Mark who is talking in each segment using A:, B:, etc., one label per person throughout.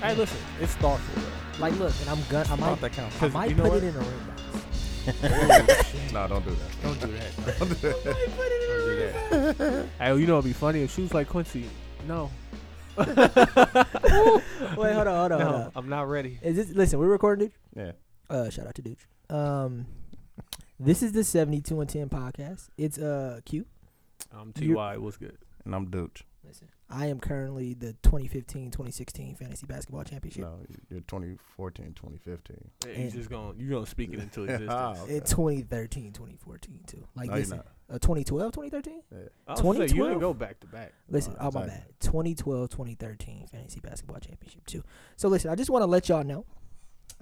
A: Hey, listen, it's thoughtful. though.
B: Like, look, and I'm gonna, I
A: Not
B: might,
A: that count.
B: I
A: 'Cause
B: might
A: you know
B: put
A: what?
B: it in a ring box.
A: Nah, don't do that.
B: Don't do that.
A: Don't do that. Don't do that. Hey, you know it'd be funny if she was like Quincy. No,
B: Wait, hold on, hold on, hold
A: no,
B: on.
A: I'm not ready.
B: Is this? Listen, we're recording,
C: Yeah.
B: dude. Uh, shout out to dude. Um, this is the seventy-two and ten podcast. It's uh Q.
A: I'm
B: You-
A: Ty. What's good?
C: And I'm Dooch.
B: Listen, I am currently the 2015-2016 fantasy basketball championship.
C: No, you're 2014, 2015.
A: Hey, you
B: And-
A: just going you gonna speak it into
C: Ah,
A: existence.
C: okay.
B: In 2013, 2014 too. Like
C: No, you're
B: listen,
C: not.
B: uh, 2012, 2013.
A: I was gonna say, you
B: 2012?
A: didn't go back to back.
B: Listen,
C: Alright,
B: oh my bad.
C: exactly.
B: 2012, 2013 fantasy basketball championship too. So listen, I just want to let y'all know.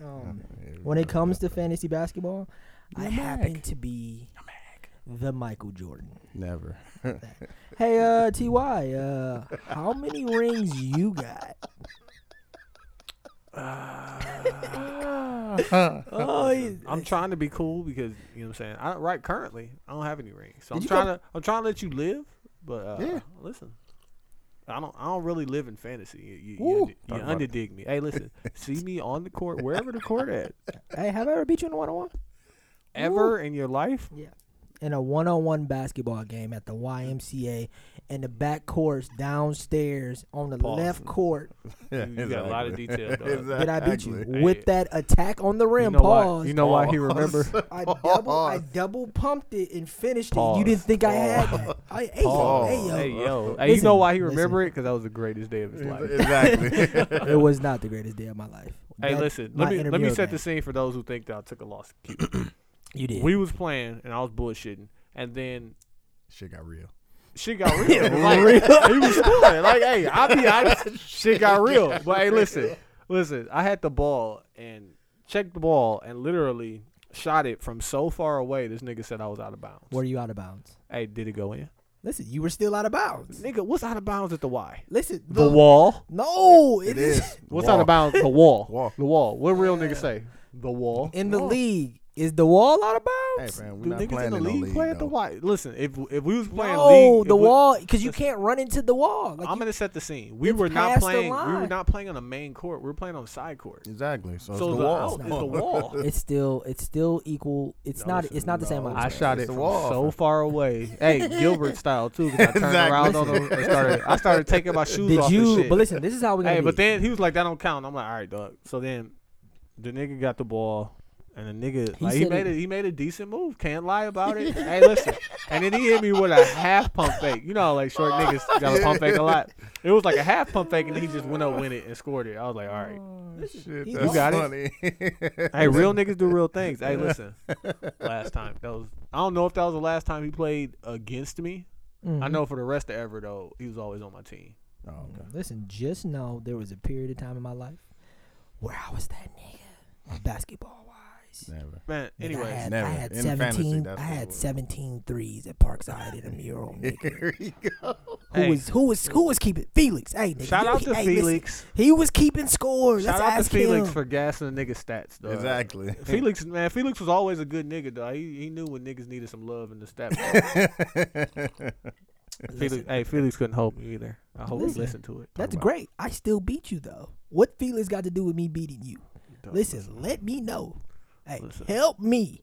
B: Um, when it comes to fantasy basketball, I
C: You're
B: happen
C: Mac.
B: to be the Michael Jordan.
C: Never.
B: Hey, uh, Ty, uh, how many rings you got? Oh, he-
A: I'm trying to be cool because you know what I'm saying. I don't right currently. I don't have any rings, so
C: Did
A: I'm
C: you
A: trying to I'm trying to let you live. But uh,
C: Yeah.
A: listen, I don't I don't really live in fantasy. You, you,
C: Ooh.
A: you,
C: Talk
A: under,
C: about
A: you
C: it.
A: underdig me. Hey, listen, see me on the court wherever the court at
B: hey, have I ever beat you in a one-on-one?
A: ever in your life.
B: Yeah. In a one-on-one basketball game at the YMCA, in the back courts downstairs on the
A: Pause.
B: left court,
C: Yeah,
A: You got a lot of detail, dog.
B: did I beat you
C: Exactly.
B: with that attack on the rim?
A: you know
B: pause.
A: why? You know why he
C: Pause.
A: remember?
B: I double, I
C: Pause.
B: double pumped it and finished it.
A: Pause.
B: You didn't think I had that? I, hey, yo,
C: Pause.
B: hey, yo.
A: Hey yo, hey, you
B: Listen,
A: know why he remember it? Because that was the greatest day of his life.
C: Exactly.
B: it was not the greatest day of my life.
A: Hey,
B: That-
A: listen.
B: my
A: Let me let me
B: intramural
A: set
B: game.
A: the scene for those who think that I took a loss.
B: You did.
A: We was playing and I was bullshitting, and then
C: Shit got real.
A: shit got real. like, He was scoring. Like, hey, I'll be honest, shit got real. But hey, listen, listen. I had the ball and checked the ball and literally shot it from so far away. This nigga said I was out of bounds.
B: Were you out of bounds?
A: Hey, did it go in?
B: Listen, you were still out of bounds.
A: Nigga, what's out of bounds at the Y?
B: Listen,
A: The wall.
B: No, it
C: It
B: is.
C: is.
A: What's
C: Wall.
A: out of bounds? The wall.
C: Wall.
A: The wall. What real nigga say? The wall.
B: In the league, is the wall out of
C: Hey,
B: bounds?
C: man, we're
A: Do
C: not
A: niggas
C: playing
A: in the
C: no
A: league play at the
C: though.
A: Y? Listen, if if we was playing
B: no,
A: league,
B: the
A: if we-
B: wall, because you can't run into the wall. Like
A: I'm
B: you-
A: gonna set the scene. We
B: It's
A: were not
B: past the
A: playing. We were
B: line.
A: not playing on the main court. We were playing on the side court.
C: Exactly.
A: So
C: So, it's
A: the
C: the wall.
A: out is the wall.
B: it's still, it's still equal. It's
C: No,
B: not,
C: it's-
B: it's not the same.
A: I
C: no.
B: amount.
C: It's
A: shot
C: the
A: it from
C: wall.
A: so far away. hey, Gilbert style too. 'cause I turned
C: Exactly.
A: around on him and started. I started taking my shoes
B: Did
A: off. and
B: you?
A: shit.
B: But listen, this is how we.
A: hey,
B: Hey,
A: but then he was like, "That don't count." I'm like, "All right, dog." So then, the nigga got the ball, and the nigga
B: He
A: like he
B: said
A: made
B: it-
A: it. He made a decent move. Can't lie about it. hey, listen. And then he hit me with a half pump fake. You know, how, like short niggas got a pump fake a lot. It was like a half pump fake, and he just went up, with it, and scored it. I was like, "All right."
C: Shit,
B: You
C: that's
A: got it?
C: funny.
A: Hey, real niggas do real things. Hey, listen. Last time that was I don't know if that was the last time he played against me.
B: Mm. Mm-hmm.
A: I know for the rest of ever though, he was always on my team.
C: Oh, okay.
B: Listen, just know there was a period of time in my life where I was that nigga, basketball wise.
C: Never.
A: Man,
B: Nigga, I
A: anyways,
B: had,
C: Never.
B: I had
C: In fantasy,
B: 17.
C: that's
B: I
C: what it
B: had
C: was.
B: 17 threes at Parkside in a mural. Nigga.
C: Here you go.
B: Who
A: Hey.
B: was who was who was keeping Felix? Hey, nigga,
A: shout
B: you-
A: out to
B: hey, listen,
A: Felix.
B: he was keeping score. Let's
A: Shout out to
B: ask
A: Felix
B: him.
A: for gassing the nigga stats though.
C: Exactly.
A: Felix, man, Felix was always a good nigga though. He, he knew when niggas needed some love in the stat. Felix,
B: Listen,
A: hey, Felix couldn't help me either. I hope
B: Listen.
A: he listened to it.
B: that's great. I still beat you though. What Felix got to do with me beating you?
A: Don't
B: Listen, let me know. Hey,
A: Listen.
B: help me.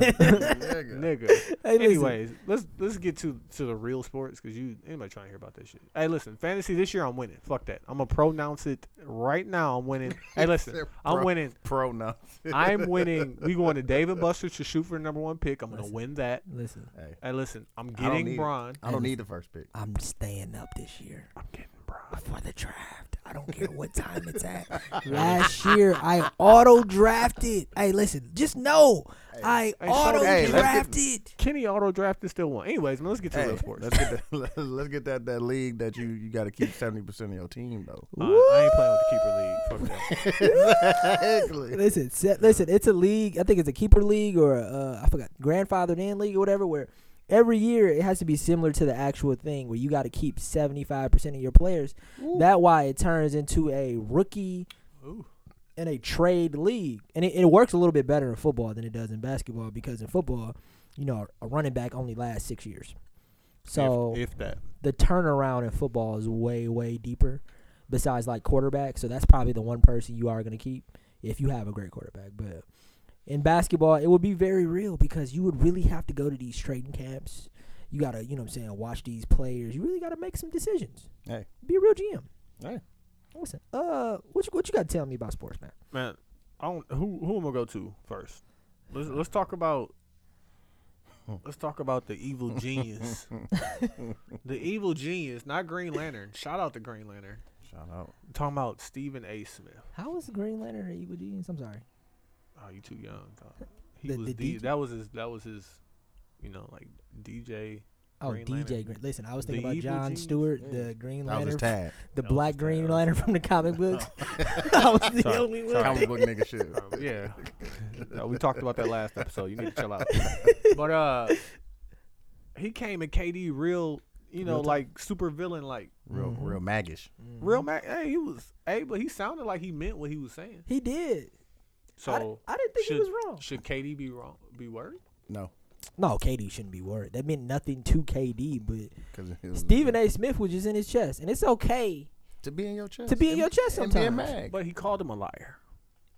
C: Nigga.
A: nigga.
B: Hey, listen.
A: Anyways, let's let's get to to the real sports because you anybody trying to hear about this shit. Hey, listen, fantasy this year I'm winning. Fuck that. I'm gonna pronounce it right now. I'm winning. Hey, listen,
C: Said
A: I'm
C: pro-
A: winning.
C: Pronoun.
A: I'm winning. We going to Dave and Buster's to shoot for the number one pick. I'm gonna win that.
B: Listen,
C: Hey,
A: Hey, listen, I'm
C: I don't
A: getting
C: need-
A: Braun.
C: I don't need the first pick.
B: I'm staying up this year.
A: I'm getting Braun.
B: for the draft. I don't care what time it's at. Last year I auto drafted. Hey, listen, just know I
A: Hey,
B: auto
A: shout out- Hey, let's
C: get-
B: drafted.
A: Kenny auto drafted still won. Anyways, man, let's get to
C: Hey,
A: real sports.
C: let's get that. Let's get that that league that you you got to keep seventy percent of your team though.
A: Uh, I ain't playing with the keeper league. Fuck that.
C: exactly.
B: Listen, se- listen, it's a league. I think it's a keeper league or a, uh, I forgot grandfathered in league or whatever. Where every year it has to be similar to the actual thing where you got to keep seventy five percent of your players. That why it turns into a rookie
A: Ooh.
B: and a trade league, and it, it works a little bit better in football than it does in basketball because in football, you know, a running back only lasts six years. So
A: if, if that.
B: the turnaround in football is way way deeper besides like quarterback. So that's probably the one person you are going to keep if you have a great quarterback. But in basketball, it would be very real because you would really have to go to these trading camps. You got to, you know what I'm saying, watch these players. You really got to make some decisions.
C: Hey.
B: Be a real GM.
C: Hey.
B: Listen, uh, what you, what you got to tell me about sports, man?
A: Man, I don't. Who who am I go to first? Let's let's talk about. Let's talk about the evil genius. the evil genius, not Green Lantern. Shout out to Green Lantern.
C: Shout out.
A: I'm talking about Stephen A. Smith.
B: How is Green Lantern or Evil Genius? I'm sorry.
A: Oh, you too young. dog. He
B: The-
A: was
B: the
A: D-
B: DJ?
A: that was his that was his, you know, like DJ.
B: Oh,
A: Green
B: DJ
A: Lantern.
B: Green. Listen, I was thinking
A: The
B: about
A: Evil
B: John
A: Genius?
B: Stewart,
C: Yeah.
B: the Green
C: That was his
B: Lantern,
C: tag.
B: the
A: That was
B: black
A: his
B: Green
A: tag.
B: Lantern from the comic books. I was the
A: Sorry.
B: only one.
C: Comic book nigga shit.
A: Um, yeah, No, we talked about that last episode. You need to chill out. But uh, he came in KD real, you know,
B: Real tough.
A: like super villain, like
C: Real,
B: Mhm.
C: real maggish.
A: real man. Hey, he was. Hey, but he sounded like he meant what he was saying.
B: He did.
A: So
B: I, di- I didn't think
A: should-
B: he was wrong.
A: Should KD be wrong? Be worried?
C: No,
B: No, KD shouldn't be worried. That meant nothing to KD, but
C: because
B: Stephen A. Smith was just in his chest, and it's okay
C: to be in your chest.
B: to be in
C: and-
B: your chest
C: and be a
B: sometimes.
C: mag.
A: But he called him a liar.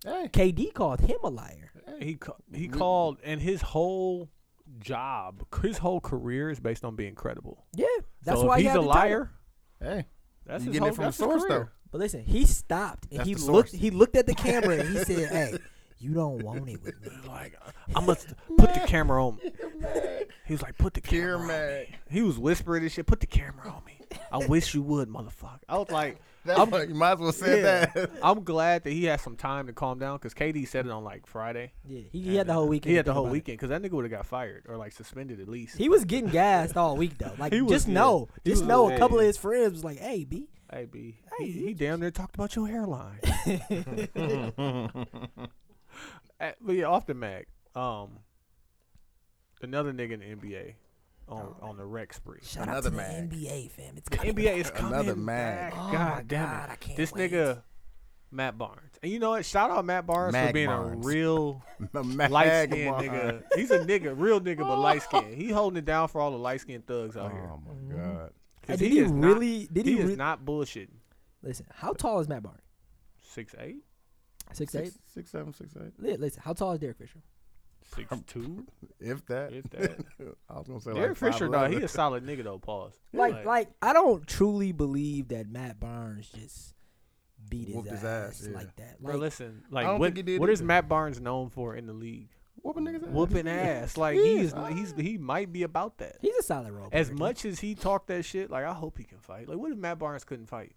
C: hey,
B: KD called him a liar.
A: He ca- he
C: We-
A: called, and his whole job, his whole career is based on being credible.
B: Yeah, that's
A: so if
B: why he
A: he's
B: had
A: a
B: the title.
A: liar.
C: hey,
A: That's
C: You
A: his
C: getting it
A: whole,
C: from
A: that's
C: the
A: his
C: source, though.
A: career.
B: But listen, he stopped and
C: That's
B: he
C: the
B: looked.
C: source.
B: He looked at the camera and he said, "Hey, you don't want it with me."
A: Like I must put the camera on. me." He was like, "Put the
C: Pure
A: camera on." me."
C: mag.
A: He was whispering this shit. Put the camera on me. I wish you would, motherfucker. I was like,
C: That's
A: I'm-
C: what- you might as well say
A: yeah.
C: that.
A: I'm glad that he had some time to calm down because KD said it on like Friday.
B: Yeah, he, he had the whole weekend.
A: He
B: to
A: had the
B: think
A: whole
B: about it.
A: weekend because that nigga would have got fired or like suspended at least.
B: He was getting gassed all week though. Like,
A: He was,
B: just
A: yeah.
B: know,
A: He
B: just
A: was,
B: know,
A: yeah,
B: a couple
A: yeah.
B: of his friends was like, "Hey, B,
A: Hey, B.
B: Hey,
A: he,
B: you
A: he damn near talked about your hairline. Uh, but yeah, off the mag. Um, another nigga in the NBA on
B: Oh.
A: on the rec spree.
B: shout
C: Another
B: out to
C: mag.
B: the NBA fam. It's
A: The
B: coming
A: NBA is
B: back."
A: coming
C: Another
A: back.
C: mag.
B: Oh my
A: God damn
B: God,
A: it!
B: I can't
A: this
B: wait.
A: nigga, Matt Barnes, and you know what? Shout out Matt Barnes for
C: Mag
A: being
C: Barnes.
A: a real
C: mag
A: light skinned
C: bar.
A: nigga. He's a nigga, real nigga, but light skinned. He holding it down for all the light skinned thugs out here.
C: Oh my god.
A: 'Cause
B: Hey, Did he
A: is not-
B: really? Did
A: he,
B: he?
A: is
B: re-
A: not bullshitting.
B: Listen, how tall is Matt Barnes?
A: Six eight,
B: Six eight.
C: Six, six, seven, six, eight.
B: Li- Listen, how tall is Derek Fisher?
A: six two.
C: If that.
A: If that.
C: I was gonna say
A: Derek
C: like
A: Fisher, dog, he
C: 5'11".
A: a solid nigga though. Pause.
B: Like, like I don't truly believe that Matt Barnes just beat his,
C: Whooped his
B: ass,
C: ass, yeah.
B: like that.
A: bro,
B: Like,
A: listen,
C: I don't
A: like what,
C: think he did
A: what is
C: either.
A: Matt Barnes known for in the league?
C: whooping niggas ass.
A: Whooping ass. Like
C: Yeah.
A: he's he's he might be about that.
B: he's a solid role.
A: As
B: player,
A: much as he talked that shit, like I hope he can fight. Like what if Matt Barnes couldn't fight?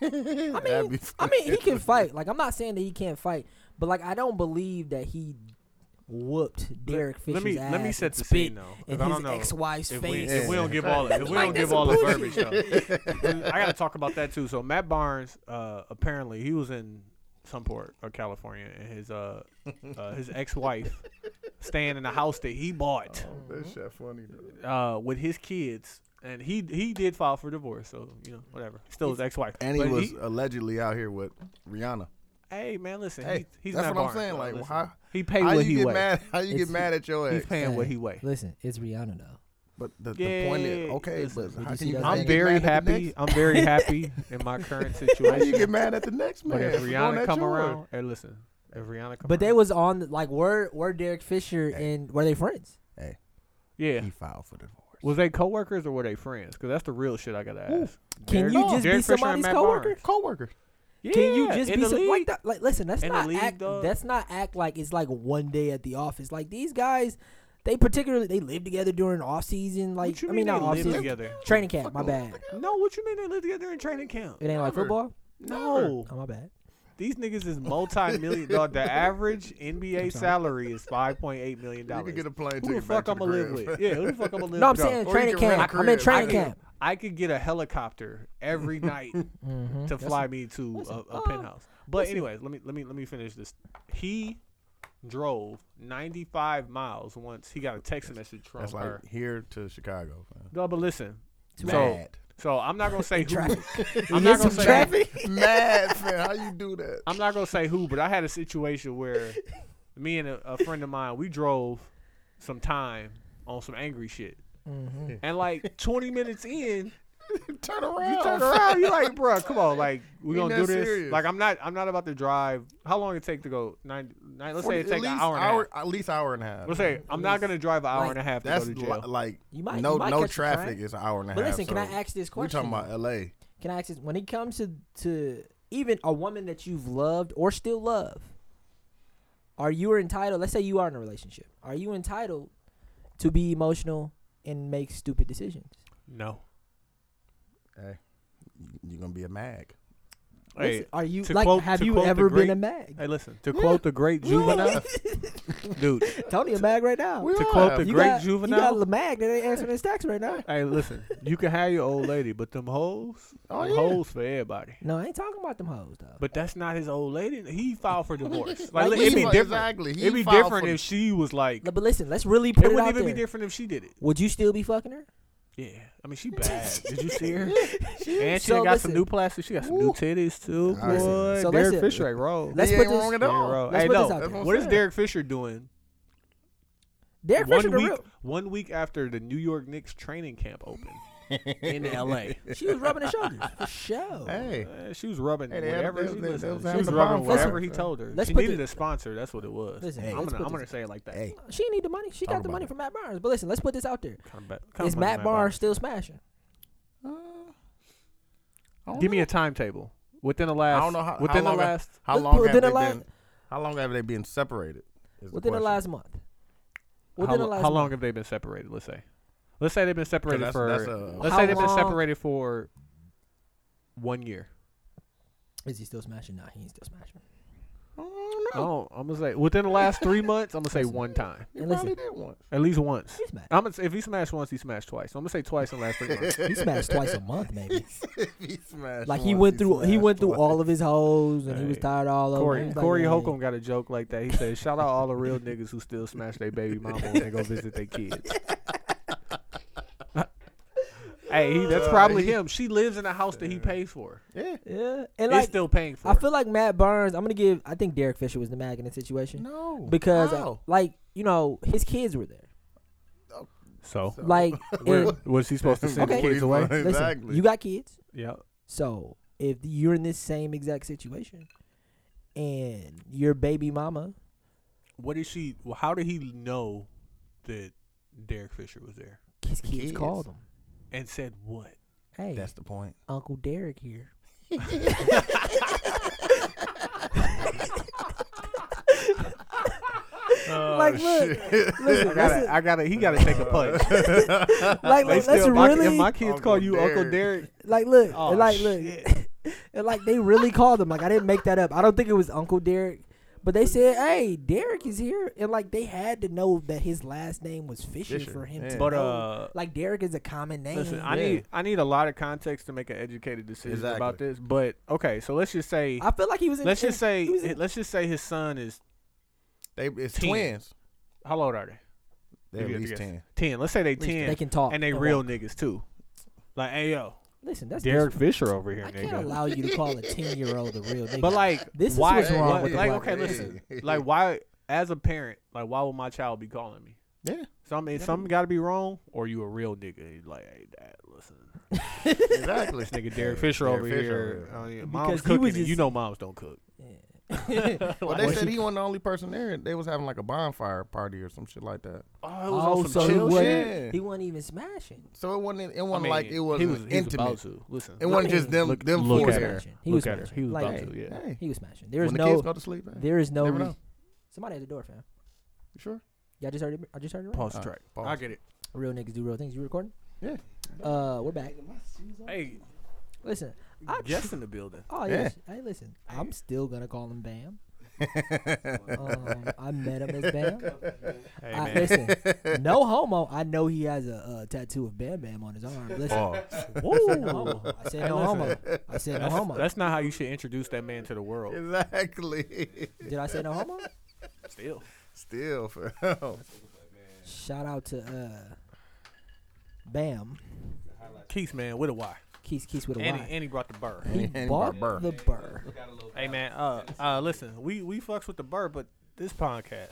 B: dude. I mean, I mean, he can fight. Like, I'm not saying that he can't fight, but like, I don't believe that he whooped Derek Fisher's
A: let me
B: ass.
A: let me set
B: and
A: the
B: spit
A: scene though. 'cause
B: in
A: I
B: his
A: don't know.
B: ex-wife's
A: if we,
B: face.
A: if we
C: Yeah.
A: don't give all if we
B: Like,
A: don't give
B: that's
A: all the
B: bullshit.
A: verbiage though. I gotta talk about that too. So Matt Barnes, uh, apparently he was in some port of California and his uh, uh his ex wife staying in a house that he bought
C: That shit funny. though.
A: uh with his kids and he he did file for divorce, so you know, whatever. Still his ex wife.
C: And he was allegedly out here with Rihanna.
A: Hey man, listen,
C: Hey,
A: he, he's
C: that's
A: Matt
C: what I'm
A: Barnes,
C: saying,
A: bro.
C: like,
A: Listen,
C: how-
A: he paid
C: how
A: what
C: you
A: he
C: get
A: weigh.
C: mad? How you
B: It's-
C: get mad at your
A: He's
C: ex?
A: paying what he weigh.
B: Listen, it's Rihanna though.
C: But the,
A: Yeah,
C: the point is,
A: yeah,
C: okay,
A: listen,
B: did
C: but how
B: you
C: can
B: see
C: you,
B: that
C: how
B: video?
A: I'm
C: you get
A: very
C: mad at the
A: happy.
C: next-
A: I'm very happy in my current
C: How you get
A: situation.
C: mad at the next man?
A: But if
C: for going
A: Rihanna
C: at
A: come
C: yours?
A: around, hey, listen, if Rihanna come
B: But they
A: around-
B: was on the- like were were Derek Fisher and were they friends?
C: hey,
A: yeah.
C: he filed for divorce.
A: Was they coworkers or were they friends? Because that's the real shit I gotta ask.
B: Can
A: Derek-
B: you just be
A: Derek Fisher and
B: somebody's
A: Matt
B: coworker?
A: Barnes.
C: coworker?
A: Yeah,
B: Can you just be
A: in the
B: some, like
A: league.
B: that? Like, listen, that's
A: In the
B: not
A: league,
B: act.
A: dog.
B: That's not act like it's like one day at the office. Like these guys, they particularly they live together during off season. Like
A: What you
B: I
A: mean
B: mean, not
A: they
B: off
A: live
B: season,
A: together?
B: training camp. My
C: Fucking-
B: bad.
A: No, what you mean they live together in training camp?
B: It ain't like
C: Never.
B: football.
A: No,
B: Oh my bad.
A: these niggas is multi-million. dog, the average NBA
B: sorry.
A: salary is five point eight million
C: You
A: dollars.
C: could get a plane
A: Who the
C: ticket back
A: fuck
C: to
A: I'm
C: the
A: gonna live
C: crib.
A: with? Yeah, who the fuck I'm gonna live
B: No, I'm
A: with? dog?
B: saying
C: Or you
B: training
C: can rent a
B: camp. I'm in
C: crib.
B: training
A: I
B: camp.
A: Could, I could get a helicopter every night to fly me to
B: listen,
A: a, a
B: uh,
A: penthouse. But
B: listen.
A: anyways, let me let me let me finish this. He drove 95 miles once. He got a text message from
C: That's
A: her.
C: like here to Chicago. man.
A: No, but listen.
B: Too
A: So,
C: Mad.
A: so I'm not gonna say who.
B: Traffic.
A: I'm
B: You get
A: not gonna
B: some
A: say.
B: traffic.
C: Mad man, how you do that?
A: I'm not gonna say who, but I had a situation where me and a, a friend of mine we drove some time on some angry shit, and like 20 minutes in,
C: turn around.
A: You turn around, you like, bro, come on, like we
C: Ain't
A: gonna
C: that
A: do this.
C: serious.
A: Like I'm not, I'm not about to drive. How long it take to go? Nine, nine let's say it
C: At
A: take an
C: least
A: hour and a half.
C: At least hour and a half.
A: Let's say I'm not gonna drive an hour
B: Like,
A: and a half to go
C: That's
A: to
C: li-
A: jail.
C: like
B: You might-
C: no
B: you might
C: no
B: catch a
C: traffic
B: train.
C: is an hour and a
B: But
C: half.
B: listen, can I
C: so
B: ask this
C: We're
B: question?
C: talking about L.A.
B: Can I ask this? When it comes to to even a woman that you've loved or still love, are you entitled? Let's say you are in a relationship. Are you entitled to be emotional and make stupid decisions?
A: No.
C: Hey, you're gonna be a mag.
A: Hey,
B: Listen, are you
A: to
B: like?
A: quote-
B: have
A: to
B: you
A: quote the
B: ever
A: great-
B: been a mag?
A: hey, listen. To quote the great juvenile, dude.
B: Tony a mag right now.
C: We
A: To
C: all
A: quote
C: have-
A: the
B: you
A: great
B: got,
A: juvenile.
B: You got a mag that ain't answering his tax right now.
A: Hey, listen. You can have your old lady, but them hoes,
C: Oh,
A: them
C: yeah.
A: hoes for everybody.
B: No, I ain't talking about them hoes though.
A: But that's not his old lady. He filed for divorce.
B: Like,
A: Like, it'd be
B: listen,
A: different.
C: exactly. He
A: It'd be
C: filed
A: different
C: for-
A: if she was like.
B: L- but listen, let's really
A: It
B: put it,
A: wouldn't
B: out
A: even
B: there.
A: be different if she did it.
B: Would you still be fucking her?
A: Yeah, I mean she bad. Did you see her? and she
B: So
A: done got
B: listen.
A: some new plastic. She got some new titties too.
C: All right.
A: Boy,
B: So
A: Derek
B: listen.
A: Fisher ain't wrong.
B: Let's
C: He
B: put
C: ain't
B: this.
C: wrong at
A: He ain't
C: all.
A: wrong.
B: let's
A: Hey,
B: put
A: no.
B: this out
C: That's
B: there.
C: I'm
A: What is
C: saying.
A: Derek Fisher doing?
B: Derek Fisher,
A: One
B: the
A: week,
B: real.
A: one week after the New York Knicks training camp opened in L.A.
B: She was rubbing his shoulders for sure.
C: Hey,
A: Uh, she was rubbing
C: Hey, they had-
A: whatever.
C: they-
A: she,
C: they- they
A: listen,
C: was
A: she
C: having
A: was
C: a
A: rubbing
C: bonfire.
A: whatever he
C: Listen,
A: told her.
B: let's
A: she
B: put
A: needed
B: the-
A: a sponsor. That's what it was.
B: Listen,
A: I'm
B: let's
A: gonna,
B: put
A: I'm
B: this-
A: gonna say it like that.
C: hey,
B: She need the money. She
C: Talk
B: got the
C: about
B: money
C: it.
B: from Matt Barnes. But listen, let's put this out there.
A: Kinda ba- kinda
B: Is
A: money
B: Matt
A: Matt
B: Barnes still smashing?
A: Barnes. Give me a timetable within the last.
C: I don't know how,
A: within
C: how long
A: the last.
C: how
B: Let's
C: long
B: put
C: have
B: it in
C: they
B: the last-
C: been how long have they been separated? is
B: Within the
C: question.
B: last month.
A: How,
B: Within the
A: lo-
B: last
A: how
B: month.
A: long have they been separated? Let's say, let's say they've been separated
C: that's-
A: for.
C: that's a-
A: let's
B: How
A: say they've been
B: long-
A: separated for one year.
B: Is he still smashing? Nah, he ain't still smashing.
A: Oh, I'm gonna say within the last three months. I'm gonna say one time,
C: He
B: And
C: probably
B: listen,
C: did once.
A: at least once.
B: he smashed.
A: I'm gonna say, if he smashed once, he smashed twice. So I'm gonna say twice in the last three months.
B: He smashed twice a month, maybe.
C: he smashed
B: Like he
C: once,
B: went through, he
C: smashed
B: went through
C: twice.
B: all of his hoes, and he was
A: Hey,
B: tired all over.
A: Corey,
B: He was like,
A: Corey
B: "Hey."
A: Holcomb got a joke like that. He said, "Shout out all the real niggas who still smash their baby mama when they go visit their kids." hey, he, that's
C: Uh,
A: probably
C: he-
A: him. She lives in a house that he pays for.
C: Yeah.
B: Yeah, and
A: He's
B: like
A: still paying for.
B: I
A: it.
B: feel like Matt Barnes. I'm gonna give. I think Derek Fisher was the mag in the situation
C: No.
B: because, uh,
C: How?
B: like, you know, his kids were there.
A: so.
B: Like,
A: Where,
B: and-
A: was he supposed to send
B: Okay.
A: the kids away?
C: Exactly.
B: listen, you got kids,
A: Yeah.
B: so if you're in this same exact situation, and your baby mama,
A: What is she? well, How did he know that Derek Fisher was there
B: his kids,
C: Kids.
B: called him,
A: and said what?
B: "Hey,
C: That's the point.
B: Uncle Derek here." like, look, listen,
A: Oh, I gotta,
B: listen,
A: I gotta. He gotta take a punch.
B: like,
A: They
B: like let's
A: still, my, if
B: really,
A: my kids
C: Uncle
A: call you Uncle Derek,
B: like, look,
A: oh,
B: like, look,
A: shit.
B: And like they really called him. Like I didn't make that up. I don't think it was Uncle Derek, but they said, "Hey, Derek is here," and like they had to know that his last name was Fisher,
C: Fisher,
B: for him
C: yeah.
B: to
A: But
B: know.
A: uh,
B: like Derek is a common name.
A: listen, I
C: Yeah.
A: need I need a lot of context to make an educated decision
C: Exactly.
A: about this. But okay, so let's just say,
B: I feel like he was. In,
A: let's just
B: in-
A: say,
B: he was in-
A: let's just say his son is
C: They, it's
A: Ten.
C: twins.
A: how old are they? If you
C: They're at
A: had to
C: least
A: guess.
C: ten.
A: Ten. Let's say they ten,
B: they can talk
A: and they
B: and
A: real
B: walk.
A: niggas too. Like, hey yo,
B: Listen, that's
A: Derek
B: dis-
A: Fisher over here,
B: I
A: nigga.
B: can't allow you to call a ten year old a real nigga.
A: But like,
B: This is
A: why,
B: what's wrong
A: why-
B: with the
A: like,
B: black
A: okay,
B: man.
A: listen, like, why, as a parent, like, why would my child be calling me?
C: Yeah.
A: Something, something got to be wrong, or you a real nigga? He's Like, hey, dad, listen,
C: Exactly.
A: this nigga Derek Fisher
C: Derek
A: over
C: Fisher
A: here,
C: over
A: uh, yeah,
B: Because he
A: mom's
B: was
A: cooking, and
B: just-
A: you know moms don't cook.
C: Well, they
A: Like,
C: said he wasn't the only person there. They was having like a bonfire party or some shit like that.
A: oh, it was
B: oh,
A: on
B: so
A: some
B: he
A: chill
C: was-
A: shit.
B: wasn't,
C: shit.
B: he wasn't even smashing.
C: So it wasn't. It wasn't
A: I mean,
C: like it wasn't
A: he was, he was
C: intimate.
A: about to. Listen,
C: it wasn't
B: I mean,
C: just them.
A: look-
C: them
A: look
C: four
A: at
C: there.
A: her.
B: smashing. He
A: Look
B: was
A: at her.
B: smashing.
A: He was
B: like,
A: about to. Yeah.
C: Hey,
B: He was smashing. There is
C: when the
B: no.
C: kids go to sleep. eh? Hey,
B: There is no.
C: Never
B: re-
C: know.
B: Somebody at the door, fam.
C: you sure?
B: Y'all just heard it. I just heard it. Right?
A: Pause the
C: Uh,
A: track.
C: pause.
A: I get it.
B: Real niggas do real things. You recording?
C: Yeah.
B: Uh, we're back.
A: Hey,
B: Listen, I
A: Jess in the building.
B: Oh
C: Yeah.
B: yes. Hey, listen. I'm still gonna call him Bam. um, I met him as Bam.
A: Hey
B: I,
A: man,
B: listen, no homo. I know he has a, uh tattoo of Bam Bam on his arm. Listen,
A: Oh. Whoa.
B: no homo. I said
A: Hey,
B: no
A: listen.
B: homo. I said no
A: That's,
B: homo.
A: that's not how you should introduce that man to the world.
C: Exactly.
B: Did I say no homo?
A: Still,
C: Still, for
B: Shout out to uh, Bam.
A: Keith man with a Y.
B: Keys, Keys with a
A: And,
B: Y.
A: he- and he brought the burr.
B: he
C: and he
B: bought
C: bought
B: the burr.
A: Hey man, uh, uh, listen, we we fucks with the bird, but this podcast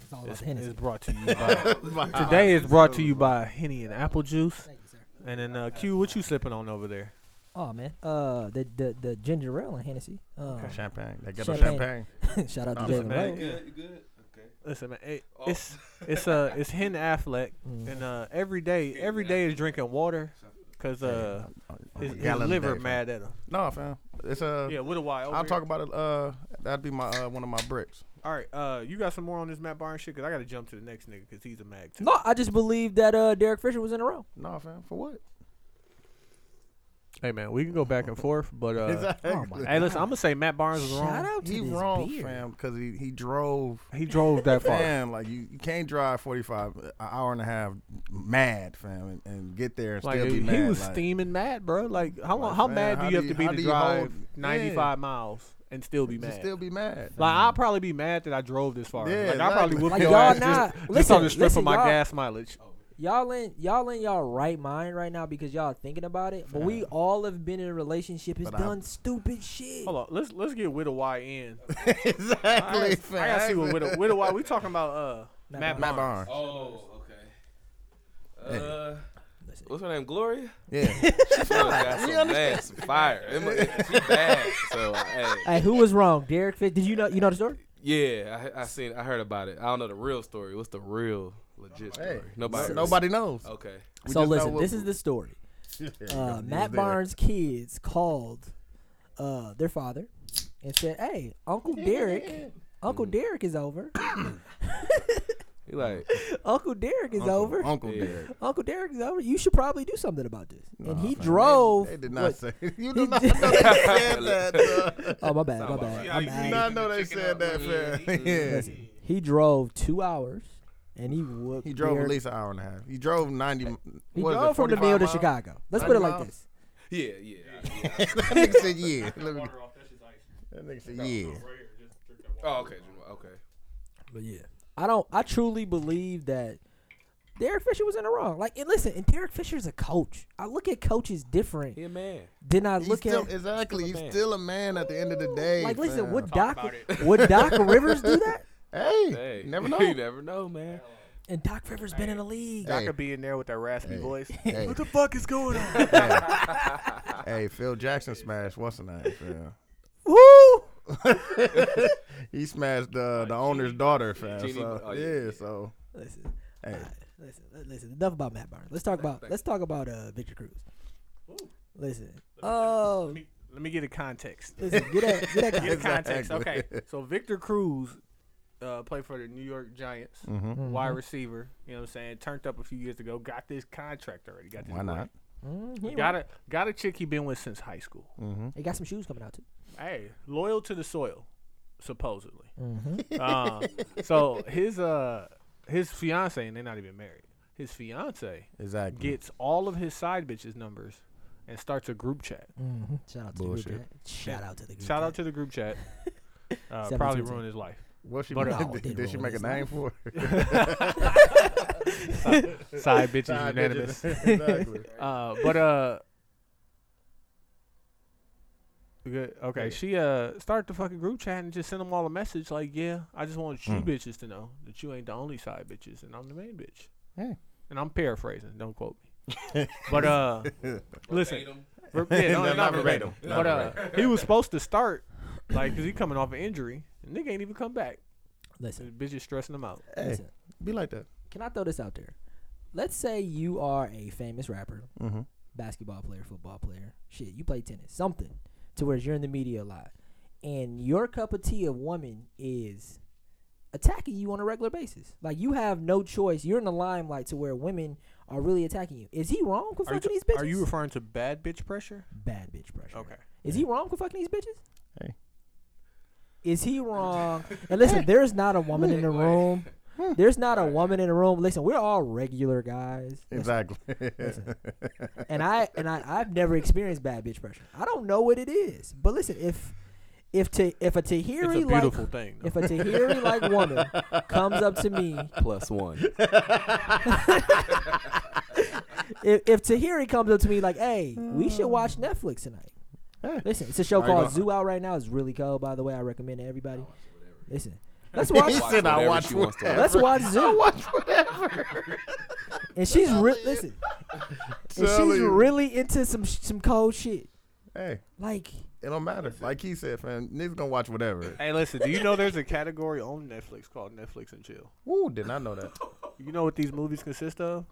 B: It's all about
A: is,
B: the Hennessy.
A: is brought to you by today is brought to you by Henny and Apple Juice.
B: Thank you, sir.
A: And then uh, Q, what you slipping on over there?
B: Oh man, uh, the the, the ginger ale and Hennessy. Um,
C: Champagne. They got champagne.
B: Champagne.
C: champagne.
B: shout out
C: Nah,
B: to Jalen
A: man,
B: Rose.
A: you
D: good? You good? Okay.
A: Listen, man, it,
D: Oh.
A: it's it's uh it's Hen Affleck,
B: Mm.
A: and uh every day every day is drinking water because uh
C: Oh, oh,
A: his,
C: a
A: his
C: gallon a
A: liver
C: day, fam.
A: mad at him.
C: No, fam. It's uh,
A: Yeah, with a Y. over
C: I'll
A: here.
C: talk about it. Uh, that'd be my uh, one of my bricks.
A: All right, uh, you got some more on this Matt Byron shit? Cause I gotta jump to the next nigga because he's a mag too.
B: No, I just believe that uh, Derek Fisher was in a row.
C: No, fam. For what?
A: Hey man, we can go back and forth, but uh,
B: oh my
A: hey, listen, I'm gonna say Matt Barnes was
B: Shout
A: wrong.
B: out to
C: He
B: this
C: wrong,
B: beer.
C: fam, because he, he drove.
A: He drove that far.
C: Fam, like you, you can't drive 45, an hour and a half mad, fam, and, and get there and
A: Like
C: still be
A: he
C: mad.
A: was
C: like,
A: steaming mad, bro. Like how
C: Like,
A: how
C: man,
A: mad
C: how
A: do
C: do
A: you have
C: you-
A: to be
C: how
A: to
C: do you
A: drive
C: hold- yeah.
A: 95 miles and still be
C: just
A: mad?
C: still be mad.
A: like I'll probably be mad that I drove this far.
C: Yeah,
A: like I probably
C: exactly.
A: whooped
B: Like
A: your
B: y'all
A: ass
B: not
A: just,
B: listen.
A: just on the strip
B: listen,
A: of my
B: y'all,
A: gas mileage.
B: Y'all in y'all in y'all right mind right now because y'all thinking about it. But we all have been in a relationship. Has
C: But I-
B: done stupid shit.
A: Hold on, let's let's get with a Y in. I,
C: exactly,
A: gotta- I gotta see what with a, with a Y. We talking about uh
B: Matt
A: Matt,
C: Matt
A: Barnes.
C: Barnes.
D: Oh, okay.
C: Hey.
D: Uh,
B: Listen.
D: what's her name? Gloria.
C: Yeah,
D: She got some bad, some fire. It mu- She bad. So hey,
B: Hey, who was wrong? Derek Fisher. Did you know you know the story?
D: yeah, I, I seen, I heard about it. I don't know the real story. What's the real legit story?
C: hey,
D: Nobody.
C: nobody, nobody knows. Oh,
D: Okay.
C: We
B: so
C: just know
B: listen,
C: what-
B: this is the story. Uh, Matt Barnes' kids called uh, their father and said, "Hey, Uncle Derek, Uncle
C: Mm.
B: Derek is over.
D: He like,
B: Uncle Derek is
C: Uncle,
B: over.
C: Uncle
D: Yeah.
C: Derek.
B: Uncle Derek is over. You should probably do something about this." and
C: Nah,
B: he
C: fam, they-
B: drove.
C: They, did not
B: what-
C: say. You
B: he
C: did not
B: did-
C: know they said that. dog.
B: oh my bad, my
D: See
B: bad.
D: how
B: I'm
D: you
C: You
B: mad.
D: see it?
C: not know they
D: Chicken
C: said
D: up.
C: that, fam. Yeah.
B: Listen, he drove two hours, and he whooped.
C: He drove
B: Derek.
C: at least an hour and a half. He drove 90.
B: He
C: what
B: drove
C: is it,
B: from the
C: 45
B: mill to
C: miles?
B: Chicago. Let's put it
C: 90
B: like
C: miles?
B: this.
D: yeah, yeah. yeah.
C: that nigga said, yeah. Let me- That nigga said, yeah.
D: Oh, okay. Jamal, Okay.
B: But yeah, I don't. I truly believe that Derek Fisher was in the wrong. Like, and listen, and Derek Fisher's a coach. I look at coaches different
D: He a man.
B: than I
C: He's
B: look
C: still,
B: at.
D: still
C: exactly.
D: a
C: He's
D: man.
C: still a man at the end of the day.
B: like, listen,
C: fam.
B: would Doc would Doc Rivers do that?
C: Hey,
D: Hey,
C: you never know.
D: you never know, man.
B: And Doc Rivers been in the league.
A: I
C: Hey.
A: could be in there with that raspy
C: Hey.
A: voice.
C: Hey.
A: What the fuck is going on?
C: hey, Phil Jackson smashed what's the name? Fam.
B: Woo!
C: He smashed uh, the owner's daughter, fam.
D: Genie-
C: so,
D: oh, yeah,
C: yeah,
D: yeah.
C: so
B: Listen,
C: hey,
B: listen, li- listen. Enough about Matt Barnes. Let's talk about let's talk about uh, Victor Cruz. Listen, oh,
A: Let me, let me get a context.
B: listen, get that, get that
A: Get a
B: guy.
A: context.
C: Exactly.
A: Okay, so Victor Cruz uh, played for the New York Giants,
C: Mm-hmm.
A: wide receiver. You know what I'm saying? Turned up a few years ago. Got this contract already. Got this
C: why not?
B: Mhm.
A: ring. Got a got a chick he been with since high school.
C: Mm.
B: He got some shoes coming out too.
A: Hey, loyal to the soil, supposedly. Uh, so his uh his fiance and they're not even married. His fiance
C: Exactly.
A: gets all of his side bitches numbers and starts a group chat.
B: Shout out to the
C: Bullshit.
B: group chat. Shout out to the group
A: Shout out
B: chat.
A: to the group chat. Uh,
B: Seven
A: probably
B: two two.
A: ruined his life.
C: What she
A: But,
C: make-
A: uh,
B: they
C: did, she
B: ruined
C: make a
B: his
C: name for it?
A: Side bitches
C: Side bitches.
A: unanimous.
C: exactly.
A: Uh, but uh, good. Okay, she uh started the fucking group chat and just sent them all a message like, "Yeah, I just want you bitches to know that you ain't the only side bitches and I'm the main bitch."
C: Yeah.
A: And I'm paraphrasing. Don't quote me. but uh, listen. Ver- yeah, no,
C: Not
A: not
C: verbatim.
A: verbatim. But uh, he was supposed to start, like, cause he coming off an injury. And nigga ain't even come back. The
B: Listen,
A: bitch is stressing him out.
C: Hey,
B: listen.
C: be like that.
B: Can I throw this out there? Let's say you are a famous rapper,
C: Mhm.
B: basketball player, football player, shit, you play tennis, something, to where you're in the media a lot, and your cup of tea of woman is attacking you on a regular basis. Like you have no choice. You're in the limelight to where women are really attacking you. Is he wrong for
A: Are you,
B: fucking these bitches?
A: are you referring to bad bitch pressure?
B: bad bitch pressure?
A: Okay.
B: Is he wrong for fucking these bitches?
C: Hey.
B: Is he wrong? And listen, there's not a woman in the room. There's not a woman in the room. Listen, we're all regular guys.
C: Exactly.
B: And I and I, I've never experienced bad bitch pressure. I don't know what it is. But listen, if if to if a Tahiri
A: It's a beautiful
B: like
A: thing. Though.
B: if a Tahiri like woman comes up to me,
D: Plus one.
B: if, if Tahiri comes up to me like, hey, we should watch Netflix tonight.
C: Hey.
B: Listen, it's a show
C: Are you
B: called
C: gonna-
B: Zoo out right now. It's really cool, by the way. I recommend it to everybody. Listen, let's watch.
C: he said, "I
D: whatever
C: watch
D: she wants to
C: whatever."
B: Let's watch Zoo.
C: watch whatever.
B: And she's real. Listen, and
C: telling
B: she's
C: you.
B: really into some sh- some cold shit.
C: Hey,
B: Like
C: it don't matter. Like he said, fam, niggas gonna watch whatever.
A: Hey, listen. Do you know there's a category on Netflix called Netflix and chill?
C: Woo, did not know that.
A: You know what these movies consist of?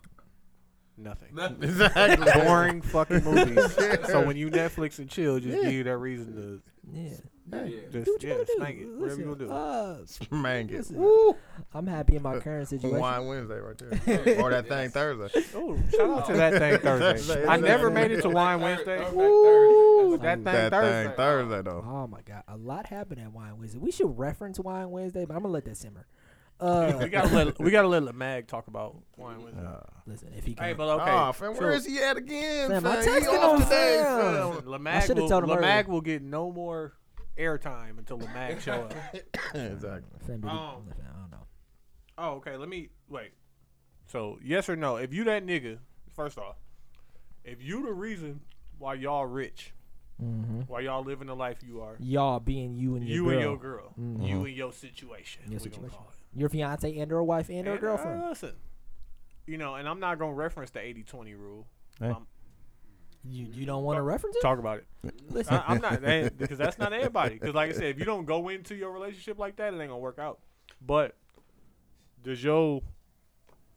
A: Nothing.
C: exactly.
A: Boring fucking movies. So when you Netflix and chill, just give you that reason
B: yeah,
D: Yeah.
A: to just
B: do what you
A: yeah,
B: gonna do.
A: spank it. Whatever you gonna
B: Listen,
A: do.
B: uh,
C: Mang it.
B: Listen.
C: Woo.
B: I'm happy in my current situation.
C: Wine Wednesday right there. or that thing Thursday.
A: Oh, shout out to that thing Thursday.
C: Thursday,
A: I
C: Thursday.
A: never
B: uh,
A: made it to Wine Wednesday.
D: Thursday,
A: Woo,
D: Thursday.
A: that thing
C: That thing
A: Thursday.
C: Thursday though.
B: Oh my god, a lot happened at Wine Wednesday. We should reference Wine Wednesday, but I'm gonna let that simmer. Uh, Uh,
A: We gotta let we gotta let Mag talk about Wine Wednesday.
B: listen, if he
A: Hey,
B: can,
A: but
C: Okay.
A: okay.
C: Oh, fam, where
A: so-
C: is he at again?
B: Fam,
C: Fam,
B: I
C: He
B: texted
C: off
B: him,
C: today,
B: fam.
C: fam.
A: Listen, Lamag
B: should've
A: will,
B: told him
A: Lamag
B: earlier.
A: will get no more airtime until Lamag show up.
C: exactly.
B: Fam, did he-
A: Oh.
B: I don't know.
A: Oh, okay. Let me wait. So yes or no? If you that nigga, first off, if you the reason why y'all rich,
B: Mhm.
A: why y'all living the life you are,
B: Y'all being you and your
A: you
B: girl, Mm-hmm.
A: and your girl, you and your situation,
B: Your
A: we gonna
B: situation.
A: call it.
B: your fiance and or wife and or
A: And,
B: girlfriend.
A: uh, listen, you know, and I'm not gonna reference the 80-20 rule.
C: Hey.
A: Um,
B: You you don't want to reference it?
A: talk about it.
B: Listen,
A: I, I'm not that- because that's not everybody. Because like I said, if you don't go into your relationship like that, it ain't gonna work out. But does your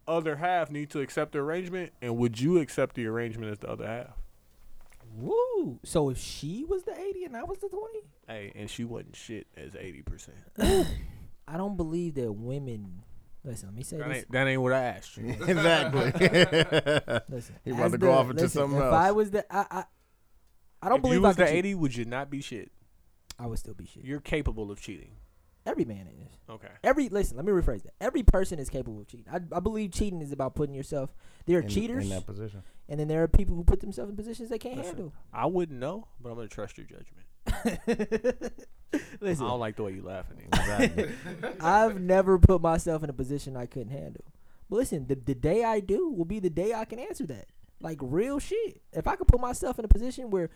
A: other half need to accept the arrangement, and would you accept the arrangement as the other half?
B: woo. So if she was the 80 and I was the 20,
A: Hey, and she wasn't shit as eighty percent.
B: I don't believe that women. Listen, let me say
A: That
B: this.
A: ain't that ain't what I asked you.
C: exactly.
B: Listen,
C: He about
B: as
C: to go off into
B: listen,
C: something
B: if
C: else.
B: I was the, I, I, I don't
A: if
B: believe
A: you
B: I
A: was
B: could
A: the
B: cheat.
A: eighty, would you not be shit?
B: I would still be shit.
A: You're capable of cheating.
B: Every man is.
A: Okay.
B: Every listen, let me rephrase that. Every person is capable of cheating. I, I believe cheating is about putting yourself. There are
C: In-
B: cheaters,
C: in that position.
B: and then there are people who put themselves in positions they can't
A: Listen,
B: handle.
A: I wouldn't know, but I'm gonna trust your judgment. I
B: Listen,
A: don't like the way you laughing.
B: I've never put myself in a position I couldn't handle. But listen, the, the day I do will be the day I can answer that. Like real shit. If I could put myself in a position where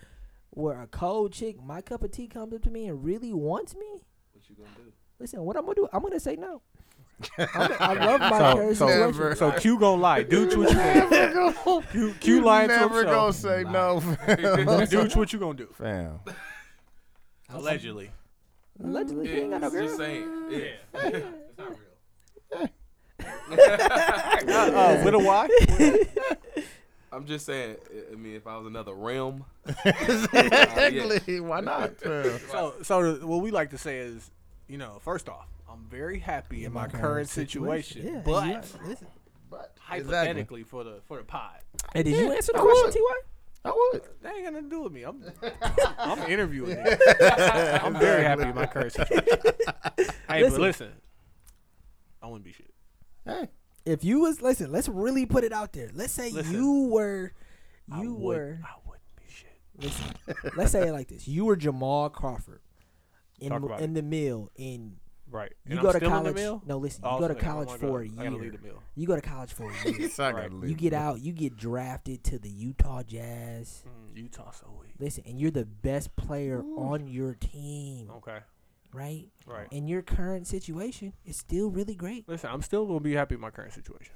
B: where a cold chick, my cup of tea comes up to me and really wants me,
D: What you gonna do?
B: listen, what I'm gonna do, I'm gonna say no. I'm, I love my current
C: so
B: situation.
C: never-
A: So Q gonna lie. Dude, what you gonna Q, Q lying to
C: never gonna
A: himself.
C: say no, fam.
A: Dude, what you gonna do?
C: fam.
A: Allegedly.
B: Allegedly, she ain't got
D: Yeah,
B: no girl.
D: just saying. Yeah. it's not real.
A: Uh, with a Y?
D: I'm just saying. I- I mean, if I was another realm,
C: Exactly. Why not? Fam?
A: So, so the- what we like to say is, you know, first off, I'm very happy in my current situation,
B: Yeah, and
A: but
B: you are- listen.
A: hypothetically for the for the pod,
B: Hey, did you answer the
C: I
B: question,
C: would.
B: Ty?
C: I would.
A: that ain't gonna do with me. I'm I'm interviewing. niggas. I'm very happy in my current situation. hey, but
B: Listen.
A: listen, I wouldn't be shit.
C: Hey,
B: If you was listen, let's really put it out there. Let's say
A: Listen.
B: you were,
A: I
B: you
A: would-
B: were.
A: I wouldn't be shit.
B: Listen, let's say it like this: you were Jamal Crawford in
A: Talk about
B: in the mill, and
A: Right.
B: you
A: And
B: go
A: I'm
B: to
A: still in the
B: college.
A: mill?
B: No, listen,
A: Oh,
B: you go to
A: okay. Oh
B: college
A: my
B: for a
A: God. I gotta leave
B: year.
A: the mill.
B: You go to college for a year.
C: so I gotta
A: Right.
C: leave.
B: you get out. You get drafted to the Utah Jazz.
A: Mm, Utah so weak.
B: Listen, and you're the best player on your team,
A: Okay.
B: right?
A: Oh. Right.
B: And your current situation is still really great.
A: Listen, I'm still gonna be happy in my current situation.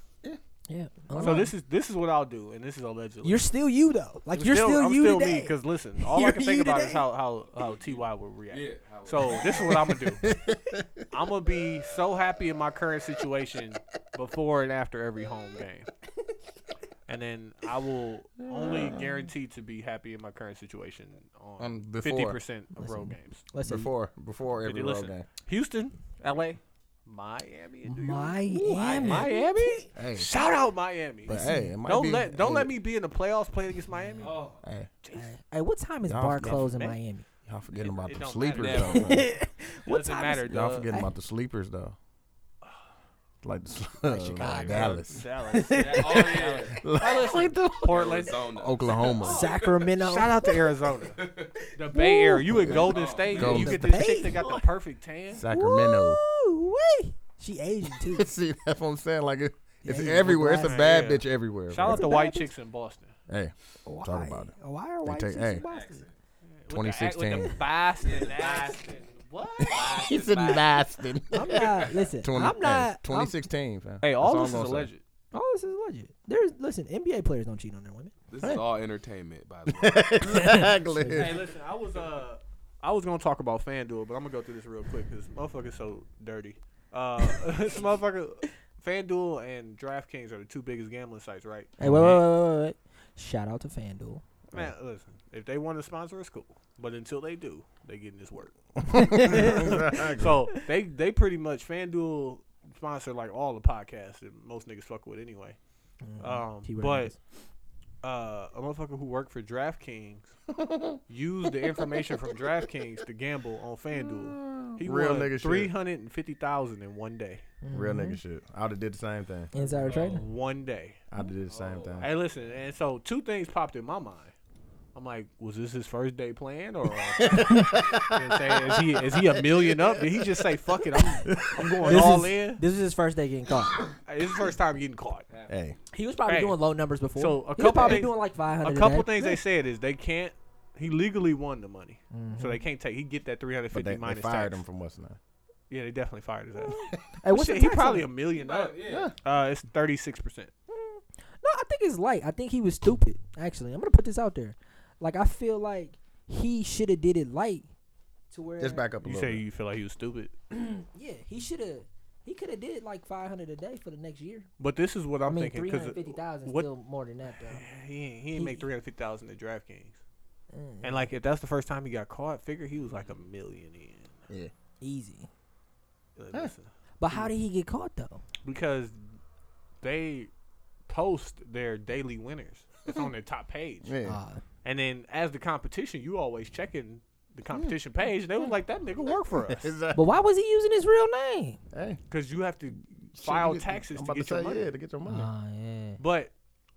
B: Yeah.
A: So this is this is what I'll do, and this is allegedly.
B: You're still you though. Like
A: I'm
B: you're still,
A: I'm
B: you
A: still
B: today.
A: me. Because listen, all I
B: You're
A: can think
B: you
A: about is
B: today.
A: how how how Ty will react.
D: yeah. how-
A: So this is what I'm gonna do. I'm gonna be so happy in my current situation before and after every home game, and then I will only guarantee to be happy in my current situation
C: On
A: on
C: before.
A: fifty percent of road games.
B: Listen,
C: before before
A: Did
C: every
A: you
C: road
A: listen?
C: game.
A: Houston, L.A., Miami, and New York.
B: Miami.
A: Miami.
C: Hey,
A: Shout out Miami.
C: but hey, it might
A: Don't
C: be,
A: let don't
C: hey,
A: let me be in the playoffs playing against Miami.
D: Oh,
C: Hey,
B: Hey, what time is
C: Y'all
B: bar
C: forgot
B: close in
A: man.
B: Miami?
C: y'all forgetting about
A: it
C: the
A: don't
C: sleepers
D: matter.
C: though. man.
A: doesn't
B: time is
A: matter,
C: y'all
A: dog.
C: forgetting about the sleepers though. Like, the, like
B: Chicago.
C: Dallas,
A: Dallas.
D: that- oh yeah.
A: Dallas. Portland.
D: Arizona.
C: Oklahoma.
B: Sacramento.
A: Shout out to Arizona. The Bay Area. You in Golden State.
C: Golden
A: You get
B: State.
A: this chick that got the perfect tan.
C: Sacramento.
B: Woo-wee. She Asian too.
C: See, that's what I'm saying. Like it, it's
B: Yeah, you
C: everywhere.
B: look
C: It's a
A: like-
C: bad
A: Yeah.
C: bitch everywhere.
A: Shout
C: bro.
A: out to white chicks in Boston.
C: Hey,
B: Why?
C: Talk about it.
B: Why are white
C: take-
B: chicks
C: hey.
B: in Boston?
A: With the act- With the
C: 2016.
A: Boston accent. What?
C: he's in Boston.
B: I'm not. Listen,
C: 20,
B: I'm Oh, not.
C: Hey, 2016. fam.
A: Hey,
C: That's
A: all
C: I'm
A: this is
C: gonna say.
A: alleged.
B: I'm, all this is legit. There's listen. NBA players don't cheat on their women.
D: This is all entertainment, by the way.
A: Hey,
C: exactly.
A: listen, I was uh, I was gonna talk about FanDuel, but I'm gonna go through this real quick because motherfucker's so dirty. Uh, this motherfucker, FanDuel and DraftKings are the two biggest gambling sites, right?
B: Hey, wait, wait, wait, wait, wait, wait. Shout out to FanDuel.
A: Man, listen, if they want to sponsor us, cool. But until they do, they getting this work. So they they pretty much FanDuel sponsor like all the podcasts that most niggas fuck with anyway. Um,
B: Keyword
A: but
B: niggas.
A: uh, a motherfucker who worked for DraftKings used the information from DraftKings to gamble on FanDuel.
B: Mm.
A: He
C: Real nigga
A: won
C: shit.
A: three hundred and fifty thousand in one day.
C: Real
B: Mm-hmm.
C: nigga shit. I'd have did the same thing.
B: Insider
A: Oh.
B: trading.
A: One day.
C: I'd have did the same thing.
A: Hey, listen, and so two things popped in my mind. I'm like, was this his first day playing, or You know what I'm saying? is he is he a million up? Did he just say, "Fuck it, I'm, I'm going
B: This
A: all
B: is,
A: in"?
B: this is his first day getting caught.
A: Hey, This is the first time getting caught.
C: Hey,
B: He was probably
A: Hey.
B: doing low numbers before.
A: So, a
B: he
A: couple
B: was probably
A: things-
B: doing like 500.
A: A couple things they said is they can't. He legally won the money, so
B: Mm-hmm.
A: they can't take. He get that three hundred
C: but
A: fifty
C: they, they
A: minus
C: fired
A: tax.
C: him from what's name.
A: Yeah, they definitely fired his ass.
B: Hey, what's the
A: Shit, he
B: tax
A: probably a
B: on it?
A: million up.
D: yeah.
A: Uh, it's thirty six percent.
B: No, I think it's light. I think he was stupid. Actually, I'm gonna put this out there. Like I feel like he should have did it light to where
C: Just back up a
A: You
C: little.
A: say
C: bit.
A: you feel like he was stupid,
B: Yeah, he should have. He could have did it like 500 a day for the next year.
A: but this is what
B: i
A: I'm
B: mean,
A: thinking. 'cause
B: 350,000
A: what-
B: still more than that though.
A: He ain't, he ain't make
B: He-
A: three hundred fifty thousand at DraftKings.
B: Mm.
A: And like, if that's the first time he got caught, figure he was like a million in.
C: yeah.
B: Easy.
A: Like,
C: Huh.
A: listen,
B: But how did he get caught though?
A: because they post their daily winners. It's on their top page,
C: Yeah.
B: Uh,
A: and then as the competition, you always checking the competition page. They was like, "That nigga work for us,"
B: but why was he using his real name?
C: uh, Hey,
A: because you have to
C: shit,
A: file
C: you get-
A: taxes to
C: I'm about
A: get your
C: say,
A: money.
C: Yeah, to get your money.
B: Ah, yeah.
A: But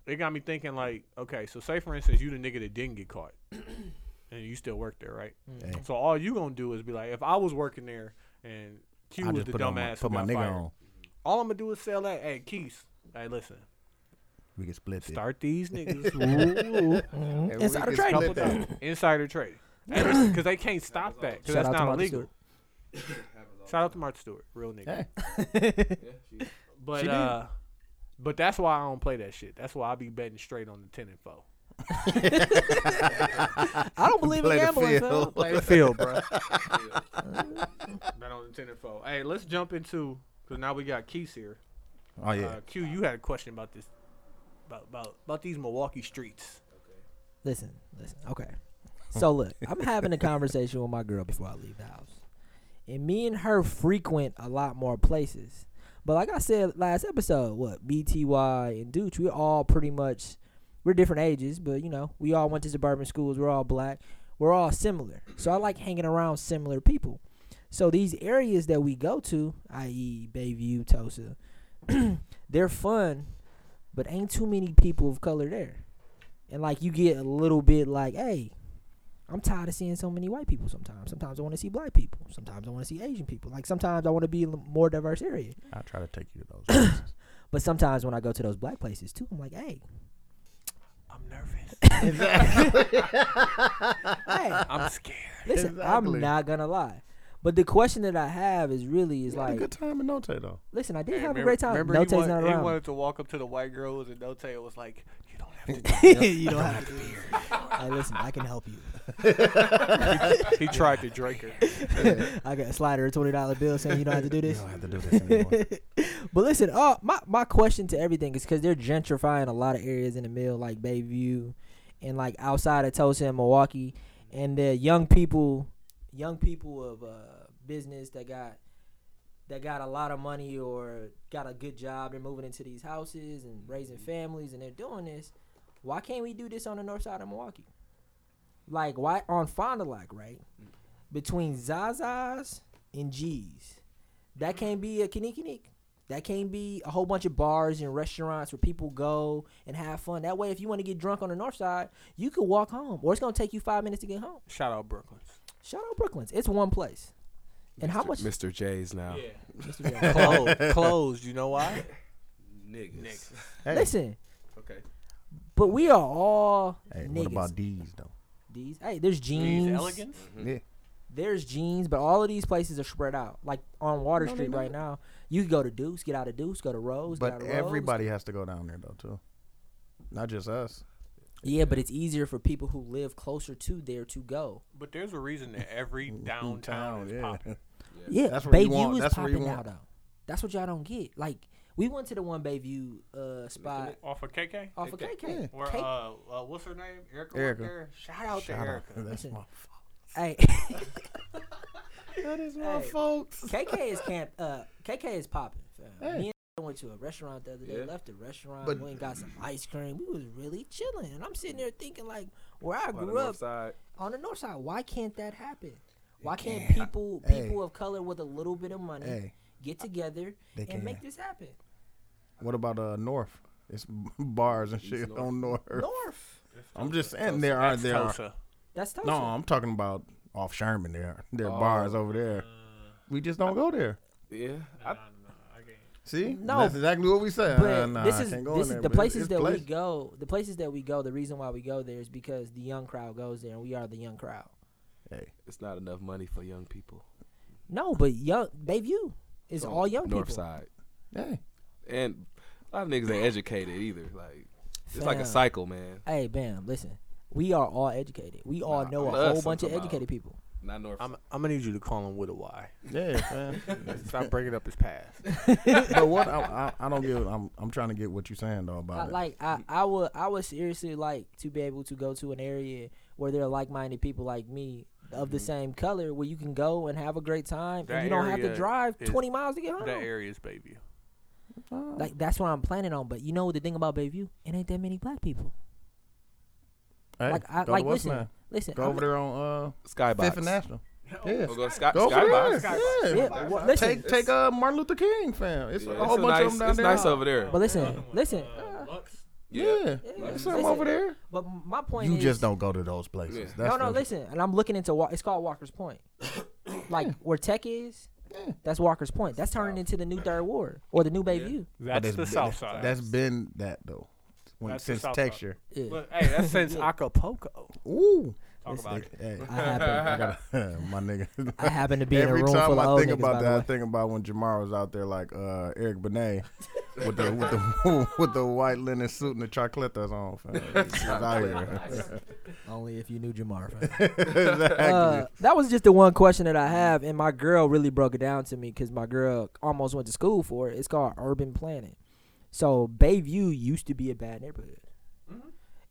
A: it got me thinking, like, okay, so say for instance, you the nigga that didn't get caught, and you still work there, right?
C: Hey.
A: So all you gonna do is be like, if I was working there and Q
C: I
A: was
C: just
A: the
C: put, on my,
A: dumbass,
C: put my
A: who got
C: nigga
A: fired,
C: on.
A: All I'm gonna do is sell that. Hey, Keith. Hey, listen.
C: We can split it.
A: Start these niggas.
B: Mhm.
C: Hey, we
B: Insider
C: can
B: trading.
A: Couple times. Insider trading. Because they can't stop that. Because
B: Shout
A: that's
B: out to
A: not
B: Martha
A: illegal. Shout out to Martha Stewart, real nigga.
C: Hey,
A: But
C: She did.
A: uh, but that's why I don't play that shit. That's why I be betting straight on the ten and four.
B: I don't believe in
C: Play the
B: gambling, fam.
C: field.
A: Play the field, bro. Bet on the ten and four. Hey, let's jump into because now we got Keith here.
C: oh yeah.
A: Uh, Q, you had a question about this, about about about these Milwaukee streets.
B: Listen, listen. Okay. So look, I'm having a conversation with my girl before I leave the house. And me and her frequent a lot more places. But like I said last episode, what BTY and Dooch, we're all pretty much we're different ages, but you know, we all went to suburban schools, we're all black, we're all similar. So I like hanging around similar people. So these areas that we go to, i.e. Bayview, Tulsa, they're fun, but ain't too many people of color there and like you get a little bit like, hey, I'm tired of seeing so many white people. Sometimes, sometimes I want to see black people. Sometimes I want to see Asian people. Like sometimes I want to be in a more diverse area.
C: I'll try to take you to those. places.
B: But sometimes when I go to those black places too, I'm like, hey,
A: I'm nervous.
B: hey,
A: I'm scared.
B: listen,
C: Exactly.
B: I'm not gonna lie. But the question that I have is really is
C: Had a
B: like,
C: good time in Note though.
B: listen, I did
A: Hey,
B: have
A: remember-
B: a great time.
A: Remember
B: No
A: he,
B: taste
A: wanted,
B: not
A: he
B: around.
A: wanted to walk up to the white girls, and No Tay was like, "You don't have to." do
B: you don't have to be here. Hey, listen, I can help you.
A: that." he tried to drink her.
B: I got a slider, a twenty dollar bill, saying you don't have to do
C: You
B: this.
C: don't have to do this anymore.
B: But listen, uh, my, my question to everything is because they're gentrifying a lot of areas in the mill, like Bayview, and like outside of Tulsa and Milwaukee, and the young people, young people of uh, business that got that got a lot of money or got a good job, they're moving into these houses and raising families, and they're doing this. Why can't we do this on the north side of Milwaukee? Like why on Fond du Lac, right? Between Zaza's and G's, that
C: Mm-hmm.
B: can't be a kinnikinik. That can't be a whole bunch of bars and restaurants where people go and have fun. That way, if you want to get drunk on the north side, you could walk home, or it's gonna take you five minutes to get home.
A: Shout out Brooklyn.
B: Shout out Brooklyn's. It's one place. And how much?
D: Mr. J's now.
B: Mr. Jackson.
A: closed. closed. You know why?
D: Niggas.
C: Hey,
B: Listen,
D: Okay.
B: but we are all
C: hey,
B: niggas.
C: what about these though?
B: these? Hey, there's jeans.
A: These elegance.
C: Yeah.
B: There's jeans, but all of these places are spread out. Like on Water Street right now, you can go to Deuce, get out of Deuce, go to Rose, get out
C: But
B: of Rose.
C: everybody has to go down there though too. Not just us.
B: Yeah, but it's easier for people who live closer to there to go.
E: But there's a reason that every downtown is
C: yeah.
E: popping.
B: Yeah,
C: That's where you
B: Bayview
C: want-
B: is
C: that's where you
B: popping now
C: want-
B: though. That's what y'all don't get. Like we went to the one Bayview uh, spot
E: Off of KK?
B: off of
D: Yeah.
B: KK.
E: Or
B: K-
E: uh, uh, what's her name? Erica. Erica.
C: Erica.
E: There. Shout out to Erica.
C: That's my,
B: hey,
C: that is my
B: Hey.
C: folks.
B: KK is camp. Uh, KK is popping. fam.
C: Hey.
B: Me and I went to a restaurant the other day.
D: Yeah.
B: Left the restaurant,
C: But-
B: went and got some ice cream. We was really chilling, and I'm sitting there thinking like, where I
D: By the
B: grew up
D: north side.
B: on the north side, why can't that happen? Why can't
C: can't.
B: people
C: Hey.
B: people of color with a little bit of money
C: Hey,
B: get together
C: They
B: and
C: can.
B: make this happen?
C: what about uh North? It's bars and shit
D: North.
C: on North.
B: North,
C: I'm just saying there are
E: That's
C: there are.
E: Tulsa.
B: that's Tulsa.
C: No, I'm talking about off Sherman. There, there are
D: Oh.
C: bars over there. We just don't go there.
D: Yeah.
E: Nah, nah,
D: I,
E: I can't.
C: See,
B: No.
C: that's exactly what we said. Uh,
B: But
C: nah,
B: this
C: I
B: is,
C: can't go
B: this is
C: in there,
B: the
C: but it's-
B: places
C: it's
B: that
C: place-
B: we go. The places that we go. The reason why we go there is because the young crowd goes there, and we are the young crowd.
C: Hey,
D: it's not enough money for young people.
B: No, but young Bayview is
D: It's on
B: all young
D: north
B: people.
D: side.
C: hey,
D: And a lot of niggas ain't educated either. Like it's like a
B: Fam.
D: cycle, man.
B: Hey, bam! Listen, we are all educated. We all
D: Nah,
B: know
D: I'm
B: a
D: us,
B: whole
D: I'm
B: bunch of
D: talking about.
B: educated people.
D: Not north
A: I'm, I'm gonna need you to call him with a Y.
C: yeah, man.
A: Stop bringing up his past.
C: but what I, I, I don't get. I'm I'm trying to get what you're saying though
B: I,
C: about it.
B: Uh, like I, I would I would seriously like to be able to go to an area where there are like minded people like me of
C: Mm-hmm.
B: the same color where you can go and have a great time and
E: That
B: you don't have to
E: area
B: drive
E: is-
B: twenty miles to get home.
E: That area's baby.
B: Like that's what I'm planning on. But you know the thing about Bayview, it ain't that many black people.
C: Hey,
B: like I
C: go to
B: like
C: West
B: listen,
C: Nine.
B: listen.
C: Go
B: I'm-
C: over there on uh
D: skybox.
C: Fifth and National. Yeah,
D: We'll Oh, go to sky,
C: go over
D: skybox.
C: there. Yeah.
B: Yeah, but what- listen,
C: Take take uh Martin Luther King fam. It's
D: Yeah,
C: a whole
D: it's
C: bunch
D: nice,
C: of them down
D: it's
C: there.
D: nice over there.
B: but listen, listen.
C: Yeah,
B: Yeah,
C: there's some
B: listen.
C: over there.
B: But my point
C: You
B: is,
C: just don't go to those places.
D: Yeah.
C: That's
B: no, no,
C: the-
B: listen. And I'm looking into Wa- it's called Walker's Point, like where Tech is.
C: Yeah.
B: That's Walker's Point. That's turning into the new Third Ward or the new Bayview.
C: But
E: That's
C: it's
E: the
C: been-
E: south side.
C: That's been that though. When,
E: That's the
C: since
E: south side.
C: texture.
B: Yeah.
E: But, hey, that's since Acapulco.
C: Ooh.
E: Talk about it.
C: Hey,
B: I happen,
C: I gotta- my nigga.
B: I happen to be in a
C: Every
B: room
C: time
B: full of
C: I
B: old
C: think
B: niggas, by
C: about
B: the
C: that, I
B: way.
C: think about when Jamar was out there like uh, Eric Benet with the with the with the white linen suit and the chocolatas on. fam. He was out here.
B: Only if you knew Jamar. fam.
C: exactly.
B: Uh, that was just the one question that I have, and my girl really broke it down to me because my girl almost went to school for it. It's called urban planning. So Bayview used to be a bad neighborhood.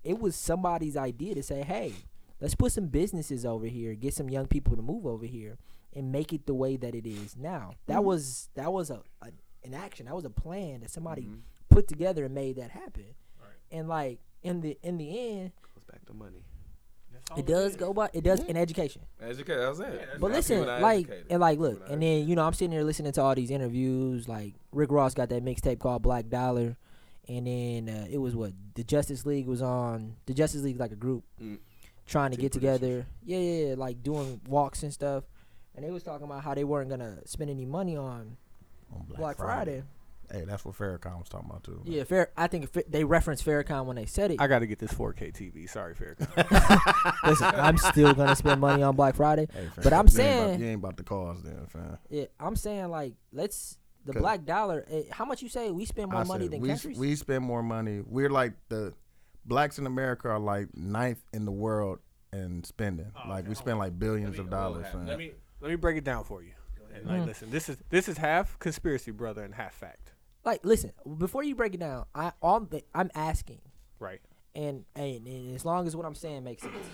B: It was somebody's idea to say, "Hey, let's put some businesses over here, get some young people to move over here, and make it the way that it is now." That was that was a, a an action. That was a plan that somebody put together and made that happen. And like in the in the end,
D: Goes back to money.
A: Oh,
B: it does go by. It does in education.
D: Educate. That's it.
B: But
D: Black
B: listen,
D: people not
B: like
D: educated.
B: and like, look,
D: People not
B: and then you know I'm sitting here listening to all these interviews. Like Rick Ross got that mixtape called Black Dollar, and then uh, it was what the Justice League was on. The Justice League like a group
D: Mm.
B: trying to
D: Team
B: get
D: producers.
B: together. Yeah, yeah, yeah, like doing walks and stuff. And they was talking about how they weren't gonna spend any money on
C: On
B: Black, Friday.
C: Hey, that's what Farrakhan was talking about too. man.
B: Yeah, fair. I think Fa- they referenced Farrakhan when they said it.
A: I gotta get this 4K TV. Sorry, Farrakhan.
B: Listen, I'm still gonna spend money on Black Friday.
C: Hey, fam,
B: But I'm
C: you ain't
B: saying-
C: about, you ain't about to cause them, fam.
B: Yeah, I'm saying like let's the
C: 'Cause-
B: Black Dollar. eh, how much you say we spend more
C: I
B: money
C: said,
B: than
C: we,
B: countries?
C: we spend more money. We're like the blacks in America are like ninth in the world in spending. like we spend like billions of dollars. fam.
A: Oh, Let me let me break it down for you. And
B: Mm-hmm.
A: like, listen, this is this is half conspiracy, brother, and half fact,
B: like listen before you break it down i all the- i'm asking
A: right?
B: and, and and as long as what i'm saying makes sense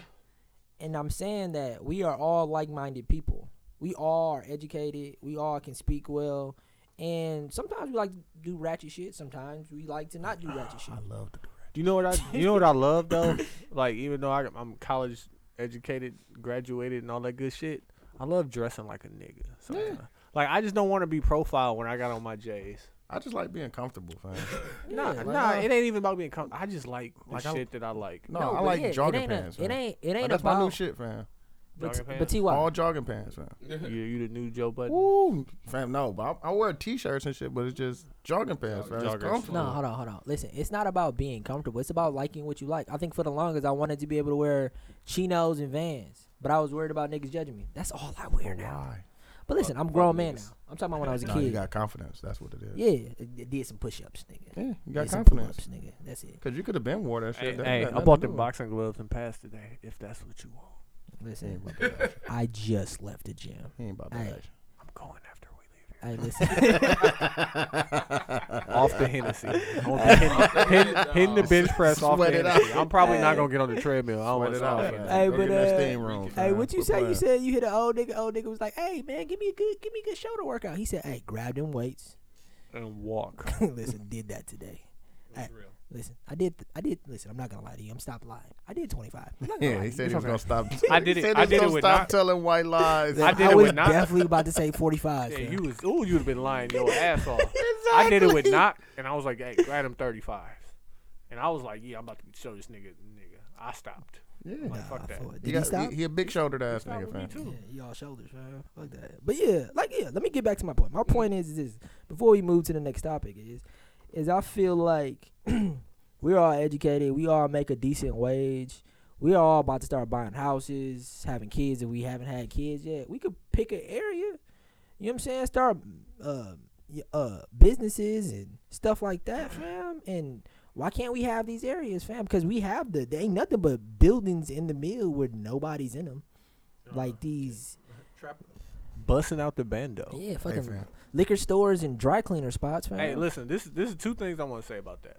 B: and i'm saying that we are all like-minded people we all are educated we all can speak well and sometimes we like to do ratchet shit sometimes we like to not do ratchet shit
C: I love the
A: Do you know what I? You know what I love though? like even though I, I'm college educated, graduated, and all that good shit, I love dressing like a nigga. Sometimes. Like I just don't want to be profiled when I got on my J's.
C: I just like being comfortable, fam.
A: Nah,
B: Yeah.
A: nah, it ain't even about being comfortable. I just like the
C: Like, I-
A: shit that I like.
C: No,
B: No,
C: I
B: but
C: like
B: yeah, it
C: jogging
B: ain't a-
C: pants.
B: it
C: fam.
B: ain't- it ain't
C: Like, that's my new
B: about-
C: shit, fam.
B: but,
E: Jogging
B: t- but
E: pants?
B: ty
C: All jogging pants, fam.
A: You, you the new Joe Budden.
C: Woo, fam. No, but I, I wear t-shirts and shit, but it's just jogging pants, fam. It's
A: Joggers.
C: comfortable.
B: no hold on hold on listen it's not about being comfortable it's about liking what you like i think for the longest i wanted to be able to wear chinos and vans but i was worried about niggas judging me that's all i wear now
C: Why?
B: But listen, I'm a grown man now. I'm talking about when I was a
C: Nah, you
B: kid.
C: got confidence. That's what it is.
B: yeah, I- I did some push-ups, nigga.
C: Yeah, you got
B: did some pull-ups,
C: confidence.
B: nigga. That's it.
C: Cause you could have been wore that shit. That
E: Hey,
C: ain't
E: I
C: got nothing
E: bought
C: to
E: the
C: do with
E: boxing gloves and pads today. If that's what you want,
C: it. He
B: Listen,
C: ain't about that action.
B: I just left the gym.
C: He ain't about
B: Hey.
C: that action.
E: I'm going after we leave here.
B: I listen.
A: off the Hennessy. I'm gonna be hitting, hitting, hitting the bench press off the
C: Sweat it out.
A: Hennessy. I'm probably not gonna get on the treadmill. I don't
C: Sweat
A: want
C: it
A: to
C: out.
A: off.
C: man.
B: Hey,
C: Go
B: but,
C: get in that
B: uh,
C: steam room,
B: Hey,
C: fam.
B: what you
C: Quit
B: say? You
C: playing.
B: said you hit an old nigga. Old nigga was like, "Hey, man, give me a good, give me a good shoulder workout." He said, "Hey, grab them weights."
A: and walk.
B: listen, did that today. Hey, listen, I did. I did. Listen, I'm not gonna lie to you. I'm stop lying. I did 25. I'm not gonna
C: Yeah,
B: lie
C: he
B: to
C: said
B: you.
C: he was gonna stop.
A: I did
C: he
A: it-
C: said
A: I
C: he was
A: did it
C: gonna
A: with
C: stop
A: not-
C: telling white lies.
A: I did it
B: was
A: with not-
B: definitely about to say 45.
A: Yeah,
B: fam.
A: you was. Ooh, you'd have been lying your ass off. I did it with knock, and I was like, "Hey, grab him 35." And I was like, "Yeah, I'm about to show this nigga, nigga." I stopped.
C: Yeah.
A: Like,
B: Nah,
A: fuck that.
B: for it.
C: He,
B: Did he
C: got,
B: stop?
C: he, he a big shouldered ass
A: Stop
C: nigga,
A: with me
C: fam.
A: too.
B: Yeah, y'all shoulders, man. Fuck that. But yeah, like yeah, let me get back to my point. My point is, is this before we move to the next topic is is I feel like we're all educated, we all make a decent wage, we are all about to start buying houses, having kids if we haven't had kids yet. We could pick an area, you know what I'm saying? Start uh y- uh businesses and stuff like that, fam. And why can't we have these areas, fam? Because we have the there ain't nothing but buildings in the mill where nobody's in them. Like these
A: Busting out the bando.
B: yeah, fucking
C: fam.
B: liquor stores and dry cleaner spots, man.
A: Oh, Hey, listen. This this is two things I want to say about that,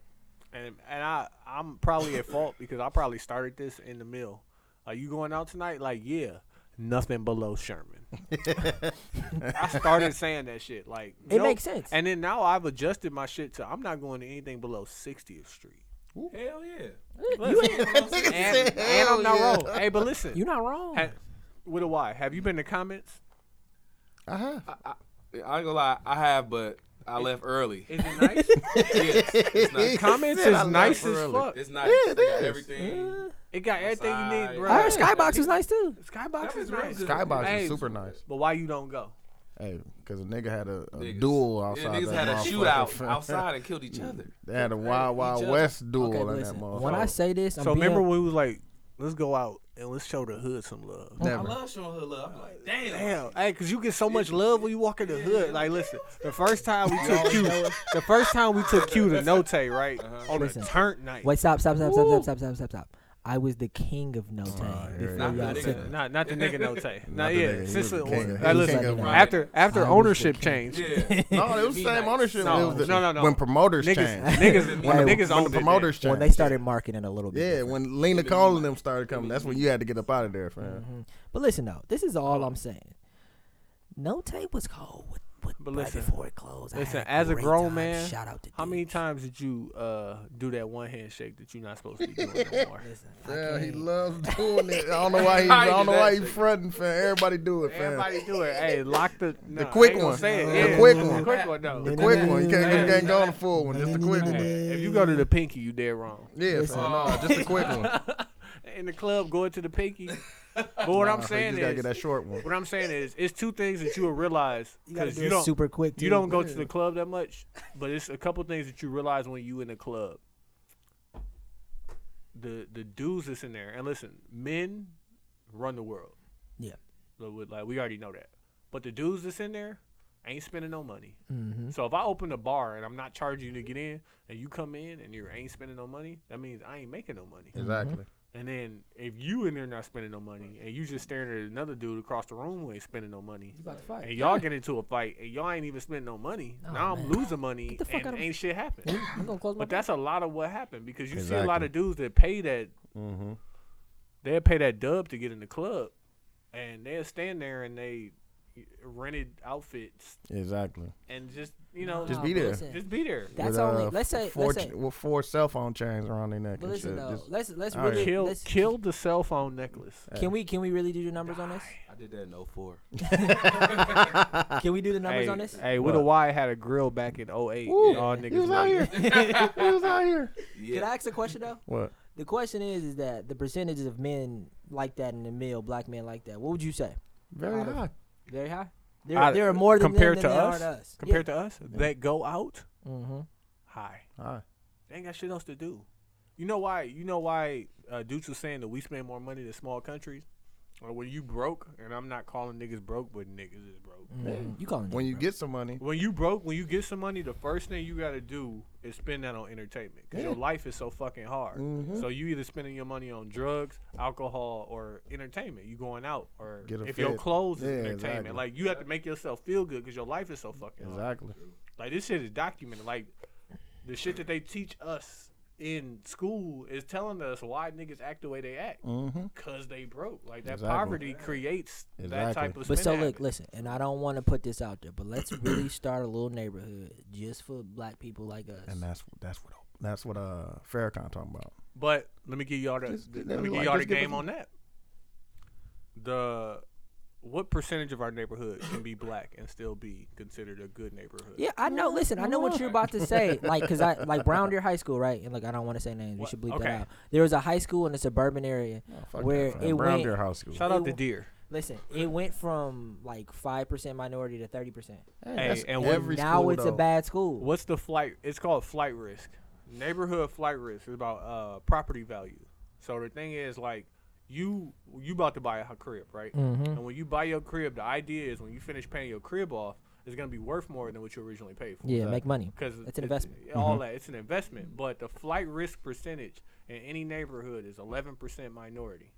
A: and and I I'm probably at fault because I probably started this in the mill. Are you going out tonight? Like, yeah, nothing below Sherman. I started saying that shit. Like,
B: It
A: no-
B: makes sense.
A: And then now I've adjusted my shit to I'm not going to anything below 60th Street.
D: Hell yeah.
B: you ain't,
D: Listen,
A: And, and I'm not
C: yeah.
A: wrong. Hey, but listen,
B: you not wrong.
A: ha- with a Y, have you been to comments?
C: Uh huh.
D: I ain't gonna lie, I have, but I left early.
A: Is it nice?
D: Yes, it's nice.
A: comments is nice as fuck.
D: It's nice.
C: Yeah, it
D: They got
C: is.
D: everything.
A: It got everything you need,
D: Outside.
A: bro.
B: I heard Skybox was nice too.
A: Skybox is
D: real
A: nice.
D: good.
C: Skybox
A: Hey,
C: is super nice.
A: But why you don't go?
C: Hey, because a nigga had a, a
D: Niggas.
C: duel
D: Yeah,
C: outside.
D: niggas
C: that
D: had a
C: motherfucker,
D: shootout
C: fam.
D: outside and killed each other.
C: They had a
D: Hey,
C: wild,
D: each
C: wild
D: other.
C: west duel
B: Okay,
C: in
B: listen.
C: that motherfucker.
B: When I say this, I'm
A: so remember
B: being,
A: when we was like, let's go out and let's show the hood some love.
D: I
C: Never.
D: love showing her love. I'm like, damn.
A: Damn, hey, cause you get so much love when you walk in the hood. Like, listen, the first time we took you, the first time we took you to Note, right, on a
B: Listen.
A: turnt night.
B: wait, stop, stop, stop, stop, stop, stop, stop, stop. I was the king of no time.
C: here
B: before
C: it
D: Not
B: y'all
D: the nigga.
B: said
D: Yeah.
A: Not, not the nigga Note.
C: Not
A: Not
C: the nigga.
A: yet.
C: He
A: Since
C: was the
A: the-
C: king of-
A: hey,
C: he was
A: listen,
C: king of
B: Friday.
A: after after
B: I was the
A: ownership
B: king.
A: change,
D: Yeah.
C: No, it was the same
D: Midnight.
C: ownership.
A: No,
C: it was the,
A: no, no, no.
C: When promoters
A: niggas,
C: changed.
A: niggas,
B: When
A: when
B: the-
A: niggas
C: when
A: owned
C: the
A: it then.
C: promoters changed.
B: when they started marketing a little bit.
C: yeah,
B: different.
C: when Lena Cole and them started coming, that's when you had to get up out of there, fam.
B: But listen though, this is all I'm saying. No tape was cold with, with
A: But
B: right
A: listen.
B: before it closed. I
A: Listen,
B: had
A: as a
B: great
A: grown
B: time.
A: man,
B: shout out to
A: How many
B: Dukes.
A: times did you uh, do that one handshake that you're not supposed to be doing no more?
B: Listen, I
C: Yeah, he
B: can't-
C: loves doing it. I don't know why he. I don't know why he fronting, fam. Everybody do it, fam.
A: Everybody do it. Hey, lock the no,
C: quick
A: I ain't gonna
C: one.
A: Say it.
C: The
A: Yeah,
C: quick
A: The
C: one.
A: quick one. No.
C: The quick one. You can't, you
A: Hey.
C: can't go on the full one. Just the quick one.
A: Hey, if you go to the pinky, you dead wrong.
C: Yeah,
B: Listen.
C: fam. No, just the quick one.
A: In the club, going to the pinky. But what
C: Nah,
A: I'm
C: you
A: saying
C: just gotta get
A: is,
C: that short one.
A: what I'm saying is, it's two things that you will realize
B: You gotta
A: because
B: do
A: you,
B: it
A: don't
B: super quick.
A: you
B: too.
A: don't go to the club that much. But it's a couple things that you realize when you in the club. The the dudes that's in there, and listen, men run the world.
B: Yeah.
A: Like, we- like we already know that. But the dudes that's in there ain't spending no money.
B: Mhm.
A: So if I open a bar and I'm not charging you to get in, and you come in and you ain't spending no money, that means I ain't making no money.
C: Exactly.
A: And then if you in there not spending no money, and you just staring at another dude across the room who ain't spending no money,
B: You about to fight.
A: and y'all get into a fight, and y'all ain't even spending no money,
B: No,
A: now
B: man.
A: I'm losing money,
B: Get the fuck
A: and
B: out of-
A: ain't shit happen.
B: I'm gonna close my
A: but that's a lot of what happened because you see a lot
C: Exactly.
A: of dudes that pay that
C: Mm-hmm.
A: they'll pay that dub to get in the club, and they'll stand there and they rented outfits
C: Exactly.
A: and just you know
C: Just be there.
A: just be there.
B: That's
C: With,
B: only.
C: uh,
B: Let's say.
C: four
B: let's
C: ch-
B: say.
C: with four cell phone chains around their neck
B: But
C: and
B: listen
C: shit.
B: though.
C: Just-
B: Let's let's
C: All right.
B: really.
A: Kill
B: let's,
A: kill the cell phone necklace.
B: Can we can we really do the numbers on this?
D: I did that in 04.
B: Can we do the numbers
A: hey,
B: on this?
A: Hey, Widow Y had a grill back in 08.
C: Ooh,
A: and all
C: he was
A: niggas
C: out
A: went-
C: here. he was out here.
B: Can I
D: Yeah.
B: ask a question though?
C: What?
B: The question is, is that the percentages of men like that in the mill, black men like that? What would you say?
C: Very
B: Out of-
C: high.
B: Very high. There,
A: Out of-
B: there are more than
A: compared
B: them
A: to
B: than there
A: us?
B: Are to us.
A: Compared to us, that go out
B: Mm-hmm.
A: high.
C: High.
A: They ain't got shit else to do. You know why? You know why? Uh, Dukes was saying that we spend more money than small countries. Or when you broke, and I'm not calling niggas broke, but niggas is broke.
B: Mm, you calling
C: When
B: it,
C: you
B: bro.
C: get some money,
A: When you broke, when you get some money, the first thing you gotta do is spend that on entertainment. Cause your life is so fucking hard.
C: Mm-hmm.
A: So you either spending your money on drugs, alcohol, or entertainment. You going out, or
C: Get a
A: if your
C: fit.
A: clothes is
C: Yeah,
A: entertainment.
C: exactly.
A: Like you have to make yourself feel good because your life is so fucking hard.
C: exactly.
A: Like this shit is documented. Like the shit that they teach us in school is telling us why niggas act the way they act
C: Mm-hmm.
A: because they broke. Like that
C: Exactly.
A: poverty creates that
C: Exactly.
A: type of.
B: But so
A: spending
B: look,
A: habit.
B: listen, and I don't want to put this out there, but let's really start a little neighborhood just for black people like us.
C: And that's that's what that's what uh Farrakhan talking about.
A: But let me give y'all the
C: Just-
A: let
C: let
A: me
C: me
A: give
C: like-
A: y'all the
C: just give
A: game
C: us-
A: on that. The what percentage of our neighborhood can be black and still be considered a good neighborhood?
B: yeah, I know. Listen, I know what you're about to say. Like, cause I like Brown Deer High School, right? And like, I don't want to say names. We
A: What?
B: should bleep
A: Okay.
B: that out. There was a high school in a suburban area
C: Oh, fuck
B: Where
C: that,
B: it
C: fam. Brown
B: went-
C: Deer High School.
A: Shout out to
B: It-
A: Deer.
B: Listen, it went from like five percent minority to thirty percent.
C: Hey,
A: Hey,
C: that's
A: and what-
C: every
B: Now
C: school,
B: it's a
C: though.
B: bad school.
A: What's the flight? It's called flight risk. Neighborhood flight risk is about uh, property value. So the thing is, like, you you about to buy a crib, right?
B: Mm-hmm.
A: And when you buy your crib, the idea is when you finish paying your crib off, it's gonna be worth more than what you originally paid for.
B: Yeah, make money.
A: Because
B: It's an investment.
C: Mm-hmm.
A: All that it's an investment, but the flight risk percentage in any neighborhood is 11% minority.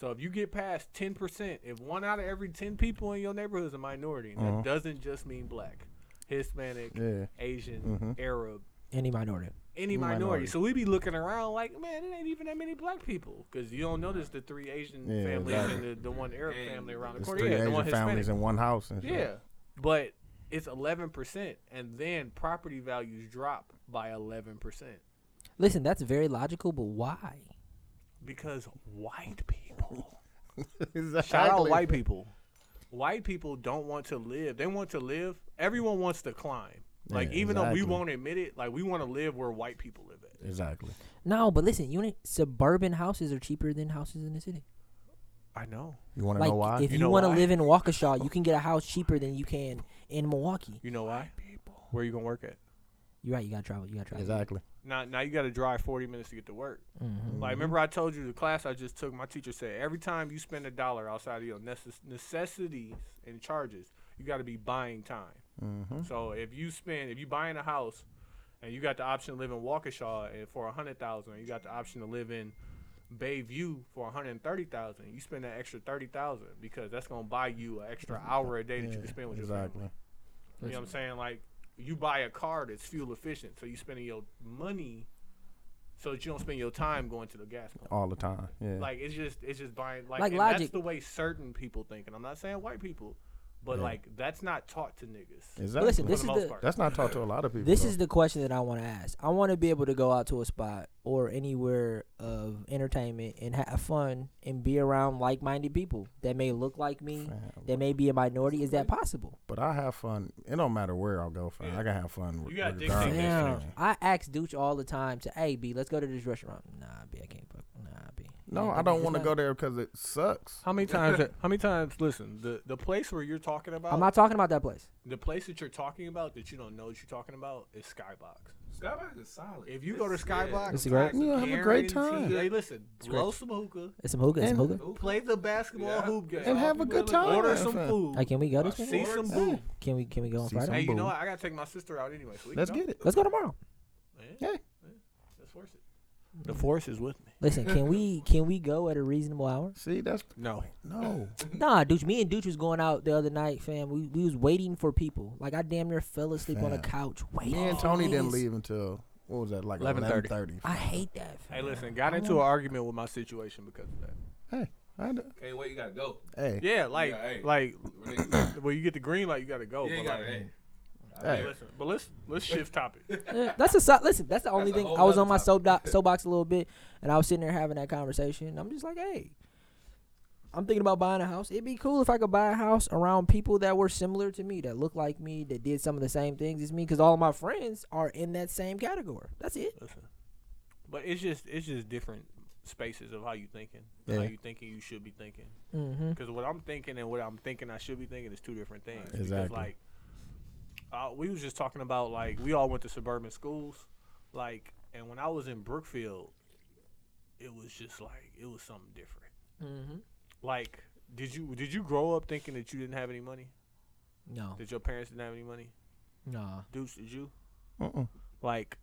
A: So if you get past 10%, if one out of every 10 people in your neighborhood is a minority, and that doesn't just mean black, Hispanic,
C: Uh-huh. Yeah. Mm-hmm.
A: Asian, Arab,
B: Any minority.
A: any minority.
C: minority.
A: So we be looking around like, man, it ain't even that many black people because you don't notice the three Asian
C: Yeah,
A: families
C: exactly.
A: and the, the one Arab
D: Yeah.
A: family around the
C: It's
A: corner.
C: three
A: yeah, the one
C: Asian
A: Hispanic.
C: families in one house and shit.
A: Yeah, but it's eleven percent, and then property values drop by eleven percent
B: Listen, that's very logical, but why?
A: because white people.
C: exactly.
A: Shout out white people. White people don't want to live. They want to live. Everyone wants to climb. Like
C: Yeah,
A: even though we
C: exactly.
A: won't admit it, like we want to live where white people live at.
C: Exactly.
B: No, but listen, you know, suburban houses are cheaper than houses in the city.
A: I know.
C: You want to
B: Like,
C: know why?
B: if you,
A: You know
B: want to
A: why?
B: live in Waukesha, you can get a house cheaper than you can in Milwaukee.
A: You know why? Where you gonna work at?
B: You're right. You gotta travel. You gotta travel.
C: exactly.
A: Now, now you got to drive 40 minutes to get to work. Like, remember I told you the class I just took, my teacher said, every time you spend a dollar outside of your necess- necessities and charges, you got to be buying time. So if you spend, if you buying a house and you got the option to live in Waukesha and for 100000 and you got the option to live in Bayview for 130000 you spend that extra 30000 because that's going to buy you an extra hour a day that you can spend with your family.
C: Exactly.
A: You know what I'm saying? Like you buy a car that's fuel efficient, so you spending your money so that you don't spend your time going to the gas pump.
C: All the time. Yeah.
A: Like it's just it's just buying like,
B: Like
A: and
B: logic.
A: that's the way certain people think. And I'm not saying white people, but like that's not taught to niggas.
C: exactly.
B: But listen,
A: For
B: this is
A: the most
B: the
A: part.
C: That's not taught to a lot of people.
B: this
C: though.
B: is the question that I want to ask. I want to be able to go out to a spot or anywhere of entertainment and have fun and be around like-minded people that may look like me, that may be a minority. Is that possible?
C: But I have fun. It don't matter where I'll go, fam. I can have fun.
A: You gotta dig
C: regardless.
A: deep. Yeah.
B: Damn. I ask Dooch all the time to, hey, B, let's go to this restaurant. Nah, B, I can't. Fuck. Nah, B.
C: No,
B: Nah,
C: I don't
B: it's
C: want to
B: not-
C: go there because it sucks.
A: How many times? how many times? Listen, the the place where you're talking about,
B: I'm not talking about that place.
A: the place that you're talking about that you don't know what you're talking about is Skybox.
D: Skybox is solid.
A: If you go to
D: It's- yeah.
A: Skybox,
B: It's great.
A: I
C: Yeah, have a great
A: guarantee-
C: time.
A: Hey, listen, blow some hookah,
B: It's some hookah. It's some
C: And-
B: hookah.
A: play the basketball
D: Yeah.
A: hoop game,
C: And have a good time.
A: order some
C: fam.
A: food.
B: Hey, can we go this
A: See
B: weekend?
A: some boo.
B: Can we can we go on
C: See some
B: Friday?
A: Hey, you know
C: Boom.
A: what? I gotta take my sister out anyway. So we
C: Let's
A: can go.
C: get it.
B: Let's go tomorrow.
A: Yeah,
C: Yeah.
A: let's force it. The force is with me.
B: Listen, can we can we go at a reasonable hour?
C: See, that's
A: No,
C: no.
B: Nah, Dooch. Me and Dooch was going out the other night, fam. We, we was waiting for people. Like I damn near fell asleep on a
C: Fam.
B: couch waiting.
C: Me and
B: for
C: Tony
B: niggas.
C: didn't leave until what was that? Like
A: 11:30.
C: eleven thirty.
B: I hate that. Fam.
A: Hey, listen, got into an argument with my situation because of that.
C: Hey, I d-
D: Can't wait. You gotta go.
C: hey,
A: Yeah, like,
D: Yeah, hey.
A: like,
D: We're niggas.
A: when you get the green light, you gotta go.
D: Yeah, you
A: but,
D: gotta.
A: like,
D: Hey.
C: hey.
A: listen, but let's let's shift topic.
B: Yeah, Eh, that's a so- listen. That's the only
D: a
B: thing.
D: whole
B: I was
D: nother
B: on my
D: topic.
B: soapbox soapbox a little bit, and I was sitting there having that conversation. I'm just like, hey, I'm thinking about buying a house. It'd be cool if I could buy a house around people that were similar to me, that looked like me, that did some of the same things as me, because all of my friends are in that same category. That's it.
A: Listen, but it's just it's just different spaces of how you thinking, how
C: Yeah.
A: you thinking you should be thinking.
B: Mm-hmm.
A: Because what I'm thinking and what I'm thinking I should be thinking is two different things. Because
C: Exactly.
A: like, uh, we was just talking about like we all went to suburban schools, like, and when I was in Brookfield, it was just like it was something different.
B: Mm-hmm.
A: Like Did you did you grow up thinking that you didn't have any money?
B: No,
A: That your parents didn't have any money?
B: no.
A: Deuce, did you?
C: Mm-mm.
A: Like
C: uh-uh.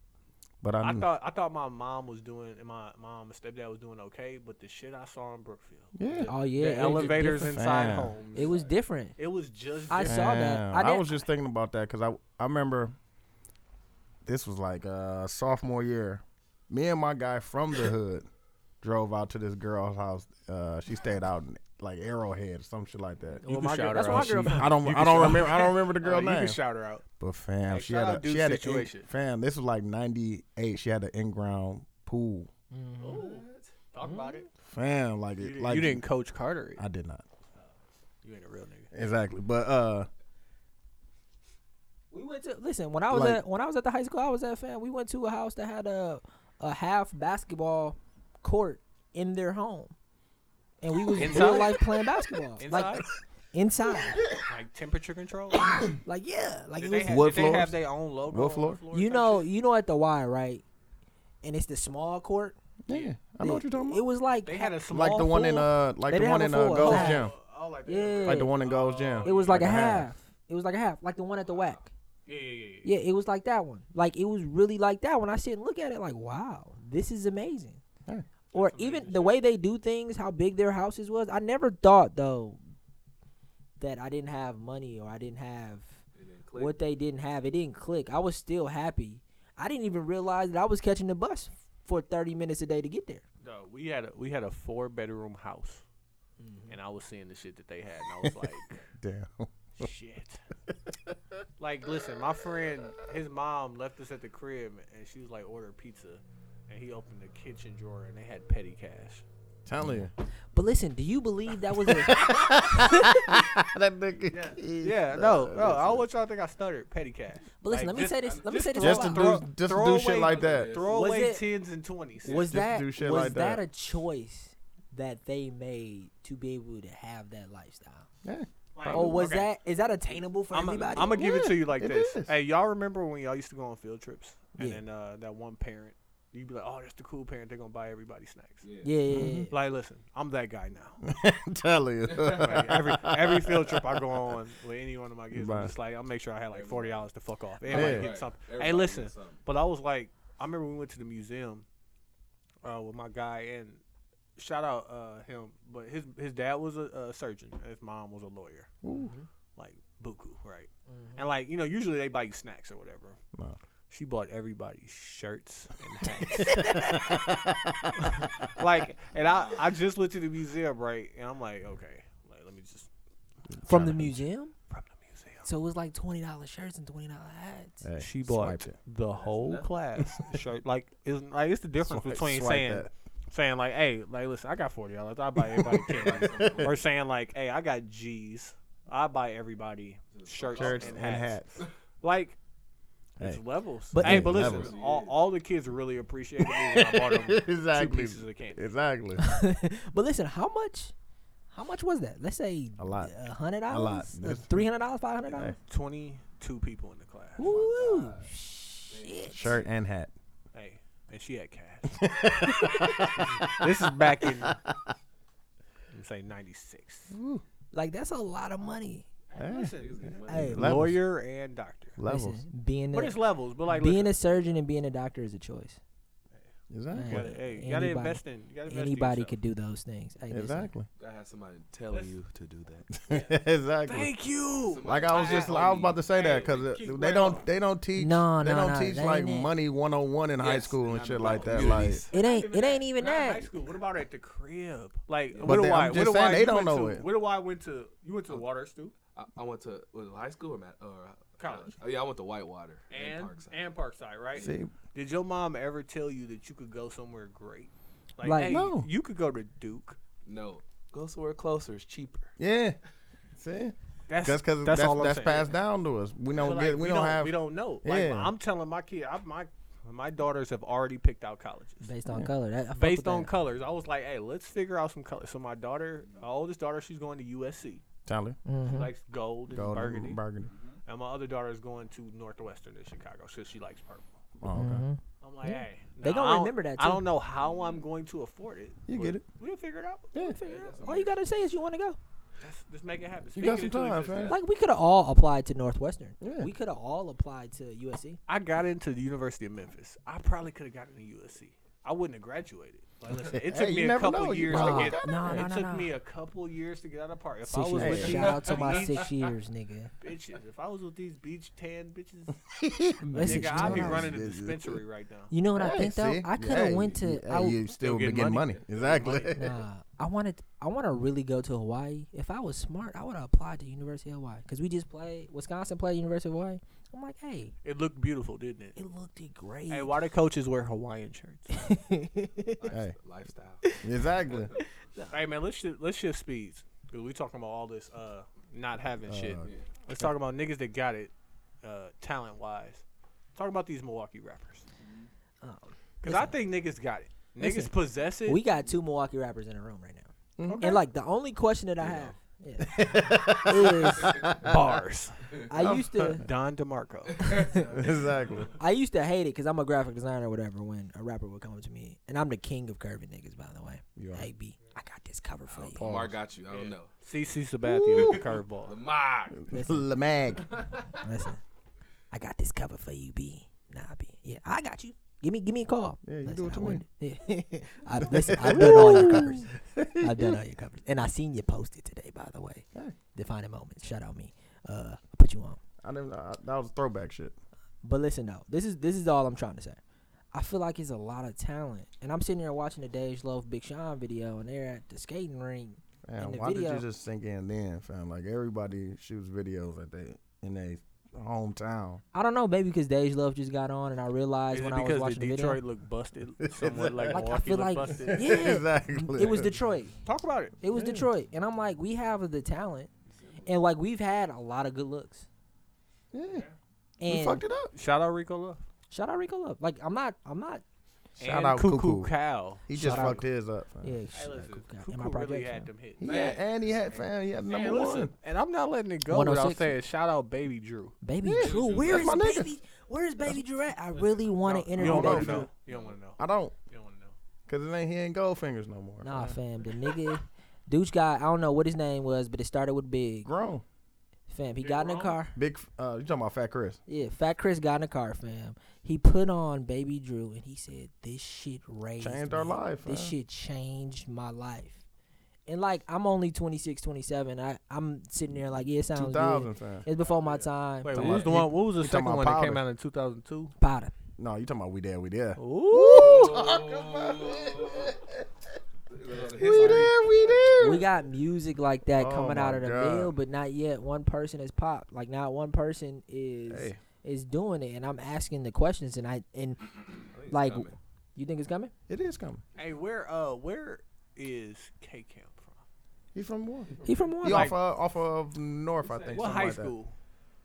C: But I,
A: I
C: knew.
A: thought I thought my mom was doing and my mom and stepdad was doing okay, but the shit I saw in Brookfield.
C: yeah.
B: Oh yeah,
A: the elevators
B: and
A: inside
C: Fam.
A: homes.
B: it was different.
A: it was just
B: I
A: different.
B: saw that.
C: Damn,
B: I
C: I,
B: did-
C: was just thinking about that because I I remember this was like uh sophomore year. Me and my guy from the hood drove out to this girl's house. Uh, she stayed out in like Arrowhead or some shit like that.
B: Well, my
D: shout
B: girl,
D: her
B: that's
D: out.
B: why my girl.
C: I don't I don't remember I don't remember the girl
A: Like, Oh, you
C: name.
A: can shout her out.
C: But fam,
D: Hey,
C: she
D: shout
C: had
D: out
C: a
D: Duke's
C: she had a
D: situation.
C: fam. This was like '98. She had an in ground pool.
D: Talk about it.
C: Fam, like it, Mm-hmm. like
A: you didn't coach Carter.
C: I did not
A: You ain't a real nigga.
C: exactly, but uh,
B: We went to listen when I was
C: Like-
B: at when I was at the high school I was at fan. We went to a house that had a a half basketball court in their home, and we was real
D: Inside?
B: life playing basketball
D: Inside,
B: like inside.
A: Like temperature control.
B: Like yeah, like
A: did
B: it
A: they,
B: was
A: have,
C: What
A: did they have
C: floors?
A: their own logo?
C: What
A: on the
C: floor?
B: you
A: type
B: know
A: shit?
B: you know at the Y right, and it's the small court.
C: yeah, I know what you're talking
B: It
C: about.
B: was like
A: they had a small
C: Like the one in
A: pool.
C: uh, like
B: They
C: the
B: didn't
C: one
B: have a
C: in uh,
B: full
C: Gold's
B: house.
C: Gym,
A: Oh, like that.
B: Yeah.
C: like the one in Gold's Gym.
B: it was like, a half. It was like a half, like the one at the whack.
A: Yeah, yeah, yeah,
B: Yeah,
A: yeah.
B: it was like that one. Like it was really like that when I sit and look at it. Like wow, this is amazing.
C: Yeah.
B: Or even the way they do things, how big their houses was. I never thought though that I didn't have money or I didn't have what they didn't have. It didn't click. I was still happy. I didn't even realize that I was catching the bus for thirty minutes a day to get there.
A: No, we had a we had a four bedroom house,
C: Mm-hmm.
A: and I was seeing the shit that they had, and I was like,
C: Damn.
A: shit. like, listen, my friend, his mom left us at the crib, and she was like, order pizza, and he opened the kitchen drawer, and they had petty cash.
C: Telling you.
B: But listen, do you believe that was a
C: that nigga.
A: Yeah, no, no, I don't want y'all to think I stuttered. Petty cash.
B: But listen, let
A: Like,
B: me
A: just-
B: say this. Let me
A: just
B: say this.
C: Just
B: out
C: to
B: loud.
C: do,
A: Throw-
C: just to
A: throw
C: do shit
A: away
C: like
D: the-
C: that.
A: Throw
B: Was
A: away
B: it-
A: tens and twenties.
B: was
C: Just
B: that
C: do shit
B: was
C: like
B: that.
C: that.
B: a choice that they made to be able to have that lifestyle,
C: Yeah.
B: or oh, was that is that attainable for
A: I'm
B: everybody?
A: gonna give it to you like
C: it
A: this.
C: is.
A: Hey, y'all remember when y'all used to go on field trips and
B: Yeah.
A: then uh, that one parent, you'd be like, "Oh, that's the cool parent. They're gonna buy everybody snacks."
B: yeah, yeah, yeah, yeah.
A: Like, listen, I'm that guy now.
C: Telling you.
A: Like, every every field trip I go on with any one of my kids, I'm
C: Right.
A: just like, I'll make sure I had like forty dollars to fuck off.
C: Yeah.
A: Everybody get
D: Right.
A: something.
D: Everybody
A: hey,
D: get
A: listen,
D: something.
A: but I was like, I remember we went to the museum uh, with my guy and shout out uh, him, but his his dad was a, a surgeon, and his mom was a lawyer, like buku, right?
D: Mm-hmm.
A: And like you know, usually they buy you snacks or whatever.
C: No.
A: She bought everybody shirts and hats. like, and I, I just went to the museum, right? And I'm like, okay, like, let me just
B: from the museum.
A: from the museum.
B: So it was like twenty dollar shirts and twenty dollar hats.
C: Hey,
A: She
C: swipe
A: bought
C: it.
A: the whole class shirt. Like, it's like it's the difference
C: Swipe-
A: between
C: swipe
A: saying
C: that.
A: saying like, hey, like listen, I got forty dollars. I buy everybody cake. or saying like, hey, I got G's. I buy everybody shirts,
C: shirts
A: and,
C: and
A: hats.
C: hats.
A: Like it's
C: Hey.
A: levels.
B: But-
A: hey,
B: Yeah,
A: but listen,
C: levels.
A: all, all the kids really appreciated me when I bought them two
C: exactly.
A: pieces of candy.
C: Exactly.
B: but listen, how much? How much was that? Let's say
C: A lot.
B: a hundred
C: A lot.
B: dollars, Uh, three hundred dollars, five hundred dollars.
A: Twenty-two people in the class.
B: Woo! Shit.
C: Shirt and hat.
A: Hey, and she had cash. this is back in, I'm saying ninety-six.
B: Like that's a lot of money.
C: Hey,
B: Hey,
C: Levels.
A: Lawyer and doctor.
C: levels.
B: listen, being
A: But
B: a,
A: it's levels. But like,
B: being
A: listen,
B: a surgeon and being a doctor is a choice.
C: Exactly.
A: you gotta, hey, you gotta
B: anybody-
A: invest in. You gotta invest in
B: Anybody
A: yourself.
B: could do those things. Hey, listen,
C: Exactly.
D: I had somebody telling you to do that.
C: exactly.
A: Thank you.
C: Like I was just, I was about to say that because they don't, they don't teach,
B: No,
C: they
B: no,
C: don't
B: no,
C: teach
B: that
C: like
B: ain't it.
C: money 101 in high
D: Yes,
C: school and
D: I'm
C: shit
D: about
C: like that. Like,
D: communities.
B: It ain't. It ain't even
A: Not in High
B: that.
A: school. What about at the crib? Like,
C: But
A: what do
C: they-
A: I?
C: I'm
A: What
C: just
A: do
C: saying
A: I?
C: they
A: you
C: don't
A: went
C: know
A: to-
C: it.
A: What do I went to? You went to Water Stu
D: I, I went to was it high school or, mat, or uh,
A: College.
D: Oh, yeah, I went to Whitewater
A: and
D: Parkside.
A: and Parkside, right?
C: see,
A: Did your mom ever tell you that you could go somewhere great? Like,
B: Like-
A: hey,
C: No.
A: you could go to Duke.
D: no, go somewhere closer. It's cheaper.
C: yeah, see,
A: That's
C: that's because that's,
A: that's,
C: that's,
A: all I'm saying.
C: passed down to us. We
A: But,
C: don't
A: like,
C: get, we, don't, have,
A: we don't know. Like,
C: Yeah.
A: I'm telling my kid, I, my my daughters have already picked out colleges.
B: Based on color. That, I fuck with
A: based on
B: that.
A: colors. I was like, hey, let's figure out some colors. So my daughter, my oldest daughter, she's going to USC.
C: Tyler,
A: She likes gold and
C: Mm-hmm.
A: burgundy.
C: gold, burgundy, burgundy.
A: and my other daughter is going to Northwestern in Chicago, so she likes purple.
C: Oh, okay,
A: I'm like, hey,
B: They
A: nah,
B: gonna
A: I don't-
B: remember that,
A: I
B: too.
A: don't know how I'm going to afford it.
C: you
A: but
C: get it.
A: We'll figure it out.
C: Yeah,
B: All you gotta say is you want to go.
A: Let's, let's make it happen.
C: You got
A: Speaking
C: some
A: into
C: time,
A: existence.
C: fam.
B: Like we could have all applied to Northwestern.
C: Yeah.
B: We could have all applied to USC.
A: I got into the University of Memphis. I probably could have gotten into USC. I wouldn't have graduated. Like, listen, it
C: Hey,
A: took
C: you
A: me a
C: never
A: couple
C: know. You
A: years
C: probably
A: to get.
B: No, no,
A: it
B: no,
A: took
B: no.
A: me a couple years to get out of the park. If
B: Six
A: I was
B: years.
A: with
C: Hey.
A: these
B: Shout out to my
A: beach
B: six years, nigga.
A: bitches, if I was with these beach tan bitches,
B: Listen,
A: nigga, I'd be
B: you know what I-
A: running a dispensary right now.
B: You know what I
C: Hey,
B: think though?
C: see?
B: I could have
C: Hey,
B: went
C: you-
B: to.
C: hey,
B: I,
C: you still
D: Still
C: been
D: getting
C: getting money.
D: money.
C: Exactly.
B: nah, I wanted. I want to really go to Hawaii. If I was smart, I would have applied to University of Hawaii because we just played Wisconsin played University of Hawaii. I'm like, hey,
A: It looked beautiful, didn't it?
B: it looked great.
A: Hey, why do coaches wear Hawaiian shirts?
C: Hey.
D: Lifestyle.
C: exactly.
A: hey, man, let's shift, let's shift speeds because we talking about all this uh not having shit.
C: Uh,
A: Let's talk about niggas that got it, uh, talent wise. Talk about these Milwaukee rappers
B: Um,
A: because I think niggas got it. Niggas
B: Listen,
A: possess it.
B: we got two Milwaukee rappers in a room right now,
A: Okay.
C: Mm-hmm.
B: and like the only question that I have. Yeah. is
A: bars.
B: I used to
A: Don DeMarco.
C: exactly.
B: I used to hate it because I'm a graphic designer or whatever. When a rapper would come up to me, and I'm the king of curvy niggas, by the way.
C: You are. Oh,
B: Hey B, I got this cover for you.
D: Lamar got you. I don't know.
A: CC Sabathia with the curveball.
D: Lamar.
B: Listen,
C: Lamag.
B: listen, I got this cover for you, B. Nah, B. Yeah, I got you. Give me, give me a call.
C: Yeah, you
B: listen,
C: do it to
B: I
C: me.
B: wouldn't- Yeah. I, listen, I've done all your covers. I've done all your covers, and I seen you posted today, by the way.
C: Hey.
B: Defining moments. Shout out me. Uh, I put you on.
C: I didn't. I, that was throwback shit.
B: But listen though, this is this is all I'm trying to say. I feel like it's a lot of talent, and I'm sitting here watching the Dej Loaf Big Sean video, and they're at the skating rink. In
C: Man,
B: the
C: why
B: video-
C: did you just sink in then, fam? Like everybody shoots videos at they in their hometown.
B: I don't know, maybe because Dej Loaf just got on, and I realized
A: Is it
B: when I was
A: because the
B: watching the,
A: Detroit
B: video,
A: looked busted? Somewhat like,
B: like I
A: Milwaukee
B: feel
A: looked
B: like
A: busted.
B: yeah,
C: exactly.
B: it was Detroit.
A: Talk about it.
B: It was Detroit, and I'm like, we have the talent, and like we've had a lot of good looks.
C: Yeah. We
B: And
C: fucked it up.
A: Shout out Rico Love.
B: shout out Rico Love. Like I'm not, I'm not.
C: Shout
A: and
C: out
A: Cuckoo
C: Cuckoo.
A: Cow.
C: He just
B: Shout out.
C: fucked his up. Fam.
B: Yeah,
A: Hey,
B: shit,
A: listen,
B: Cuckoo,
A: Cuckoo
B: am I Project
A: really had
B: Fam?
A: them hits.
C: He
D: Man.
C: had, and he had fam. He had number
A: Man,
C: one.
A: listen, and I'm not letting it go without
B: 106.
A: saying shout out Baby Drew.
B: Baby Drew, where
C: That's
B: is
C: my nigga.
B: baby? Where is baby Drew at? I really want to
A: you
B: interview
A: don't
C: know,
A: want
B: baby
A: to
B: Drew.
A: know.
C: though.
A: You don't want to know.
C: I don't,
A: You don't want to know.
C: cause it ain't he ain't Goldfingers no more.
B: Nah,
C: fam.
B: fam, the nigga, douche guy. I don't know what his name was, but it started with Big.
C: grown.
B: Fam, he
A: Big
B: got in a
A: Ron?
B: car.
C: Big. f- Uh, you talking about Fat Chris?
B: Yeah, Fat Chris got in a car, fam. He put on Baby Drew, and he said, "This shit raised
C: Changed our
B: me.
C: life,
B: This
C: fam."
B: shit changed my life." And like, I'm only 26, 27. I I'm sitting there like, Oh, yeah, it sounds
C: Two
B: good.
C: thousand fam.
B: It's before my time.
A: Wait,
C: Talking
A: what was
C: about-
A: the
C: you-
A: one? What was the
C: you talking
A: second
C: about
A: one that came
C: Pollard.
A: out in 2002?
B: Powder.
C: No, you talking about we there, we there.
A: Ooh.
C: We there, we there.
B: We got music like that
C: Oh
B: coming out
C: my
B: of the
C: God.
B: mill, but not yet. One person is popped. Like not one person is
C: Hey.
B: is doing it. And I'm asking the questions, and I and like, you think it's coming?
C: It is coming.
A: Hey, where uh, where is K Camp from?
C: He from what?
B: He from
C: He
B: Warren?
A: Like-
C: off of, off of North, I think.
A: What
C: something
A: high
C: like that.
A: school?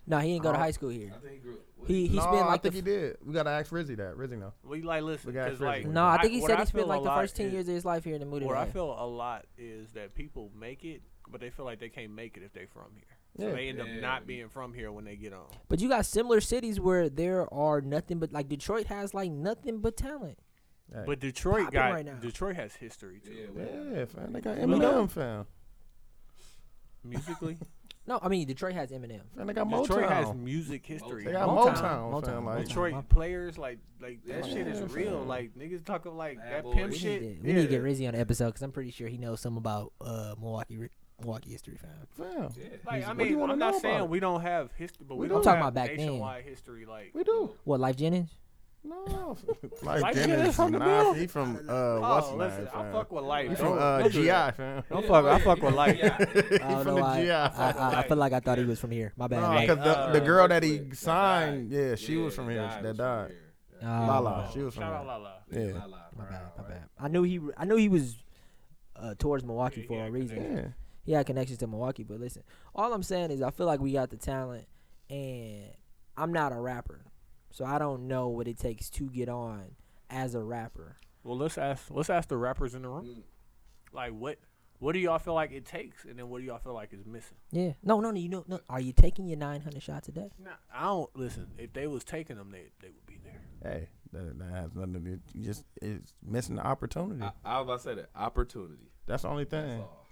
B: No, he didn't go to
C: Uh,
B: high school here.
D: think he grew up.
B: He he
C: no,
B: spent
C: I
B: like the
C: think he did. We gotta ask Rizzy that. Rizzy know.
A: We like listen,
C: We got
A: 'cause, like
C: Frisbee.
B: No, I think he
A: what
B: said
A: I
B: he spent
A: feel
B: like
A: a
B: the
A: lot
B: first ten
A: is-
B: years of his life here in the movie.
A: What I feel a lot is that people make it, but they feel like they can't make it if they from here. So
C: Yeah.
A: they end up
D: Yeah.
A: not being from here when they get on.
B: But you got similar cities where there are nothing but like Detroit has like nothing but talent.
C: Hey.
A: But Detroit
B: Popping
A: got
B: right now.
A: Detroit has history too.
D: Yeah,
C: yeah, fam. They got
A: Look
C: Eminem, fam.
A: Musically,
B: No, I mean Detroit has Eminem.
C: Fam, they got
A: Detroit has
C: Motown.
A: music history.
C: They got
B: Motown,
C: Motown,
B: Motown,
C: fam. Like,
A: Detroit
B: my-
A: players like like that
D: Yeah,
A: shit is
C: fam.
A: real. Like niggas talking like
D: Bad
A: that
D: boy.
A: pimp
B: We
A: shit.
B: need to, we need to get Rizzy
A: yeah.
B: on the episode because I'm pretty sure he knows something about uh, Milwaukee re- Milwaukee history. Fam.
C: fam.
A: Like I
C: What do you
A: mean,
C: wanna
A: I'm
C: know
A: not
C: about
A: saying
C: it?
A: we don't have history, but we,
C: We
A: don't
B: do. I'm talking
A: have
B: about back then.
A: nationwide history. Like
C: We do.
B: What Life Jennings?
C: No. like
A: Like
C: Dennis
A: Dennis
C: from
A: from the
C: nah,
A: Bill?
C: he from uh what's
A: oh,
C: his
A: listen,
C: name,
A: I
C: fam.
A: fuck with life.
C: He
A: Don't-
C: from uh
A: don't do
C: GI,
A: that.
C: fam.
A: Don't fuck. I fuck with life.
B: I
D: life.
B: don't
C: from
B: know.
C: the
B: why-
C: GI.
B: I, I, I feel like I thought he was from here. My
C: No,
B: bad.
A: Hey,
C: because
A: uh,
C: the, the girl that he
D: Brooklyn,
C: signed,
D: that died.
C: yeah, she was
D: Yeah,
C: from
D: that
C: here.
D: died
C: That
D: was
C: died.
D: from here.
B: Uh,
C: Lala, she was from
A: Shout out
C: here.
A: La La.
C: Yeah.
D: Lala,
B: My bad. My
D: right.
B: bad. I knew he. I knew he was uh, towards Milwaukee
A: Yeah,
B: for
A: yeah,
B: a reason.
C: Yeah.
B: he had connections to Milwaukee. But listen, all I'm saying is I feel like we got the talent, and I'm not a rapper, so I don't know what it takes to get on as a rapper.
A: Well, let's ask let's ask the rappers in the room. Like what what do y'all feel like it takes, and then what do y'all feel like is missing?
B: Yeah. No, no, no. You know, no. Are you taking your 900 shots a day?
A: Nah, I don't listen. If they was taking them, they they would be there.
C: Hey, that, that has nothing to do. You just it's missing the opportunity.
D: I, I was about to say that opportunity.
C: That's the only
D: That's
C: thing.
D: all.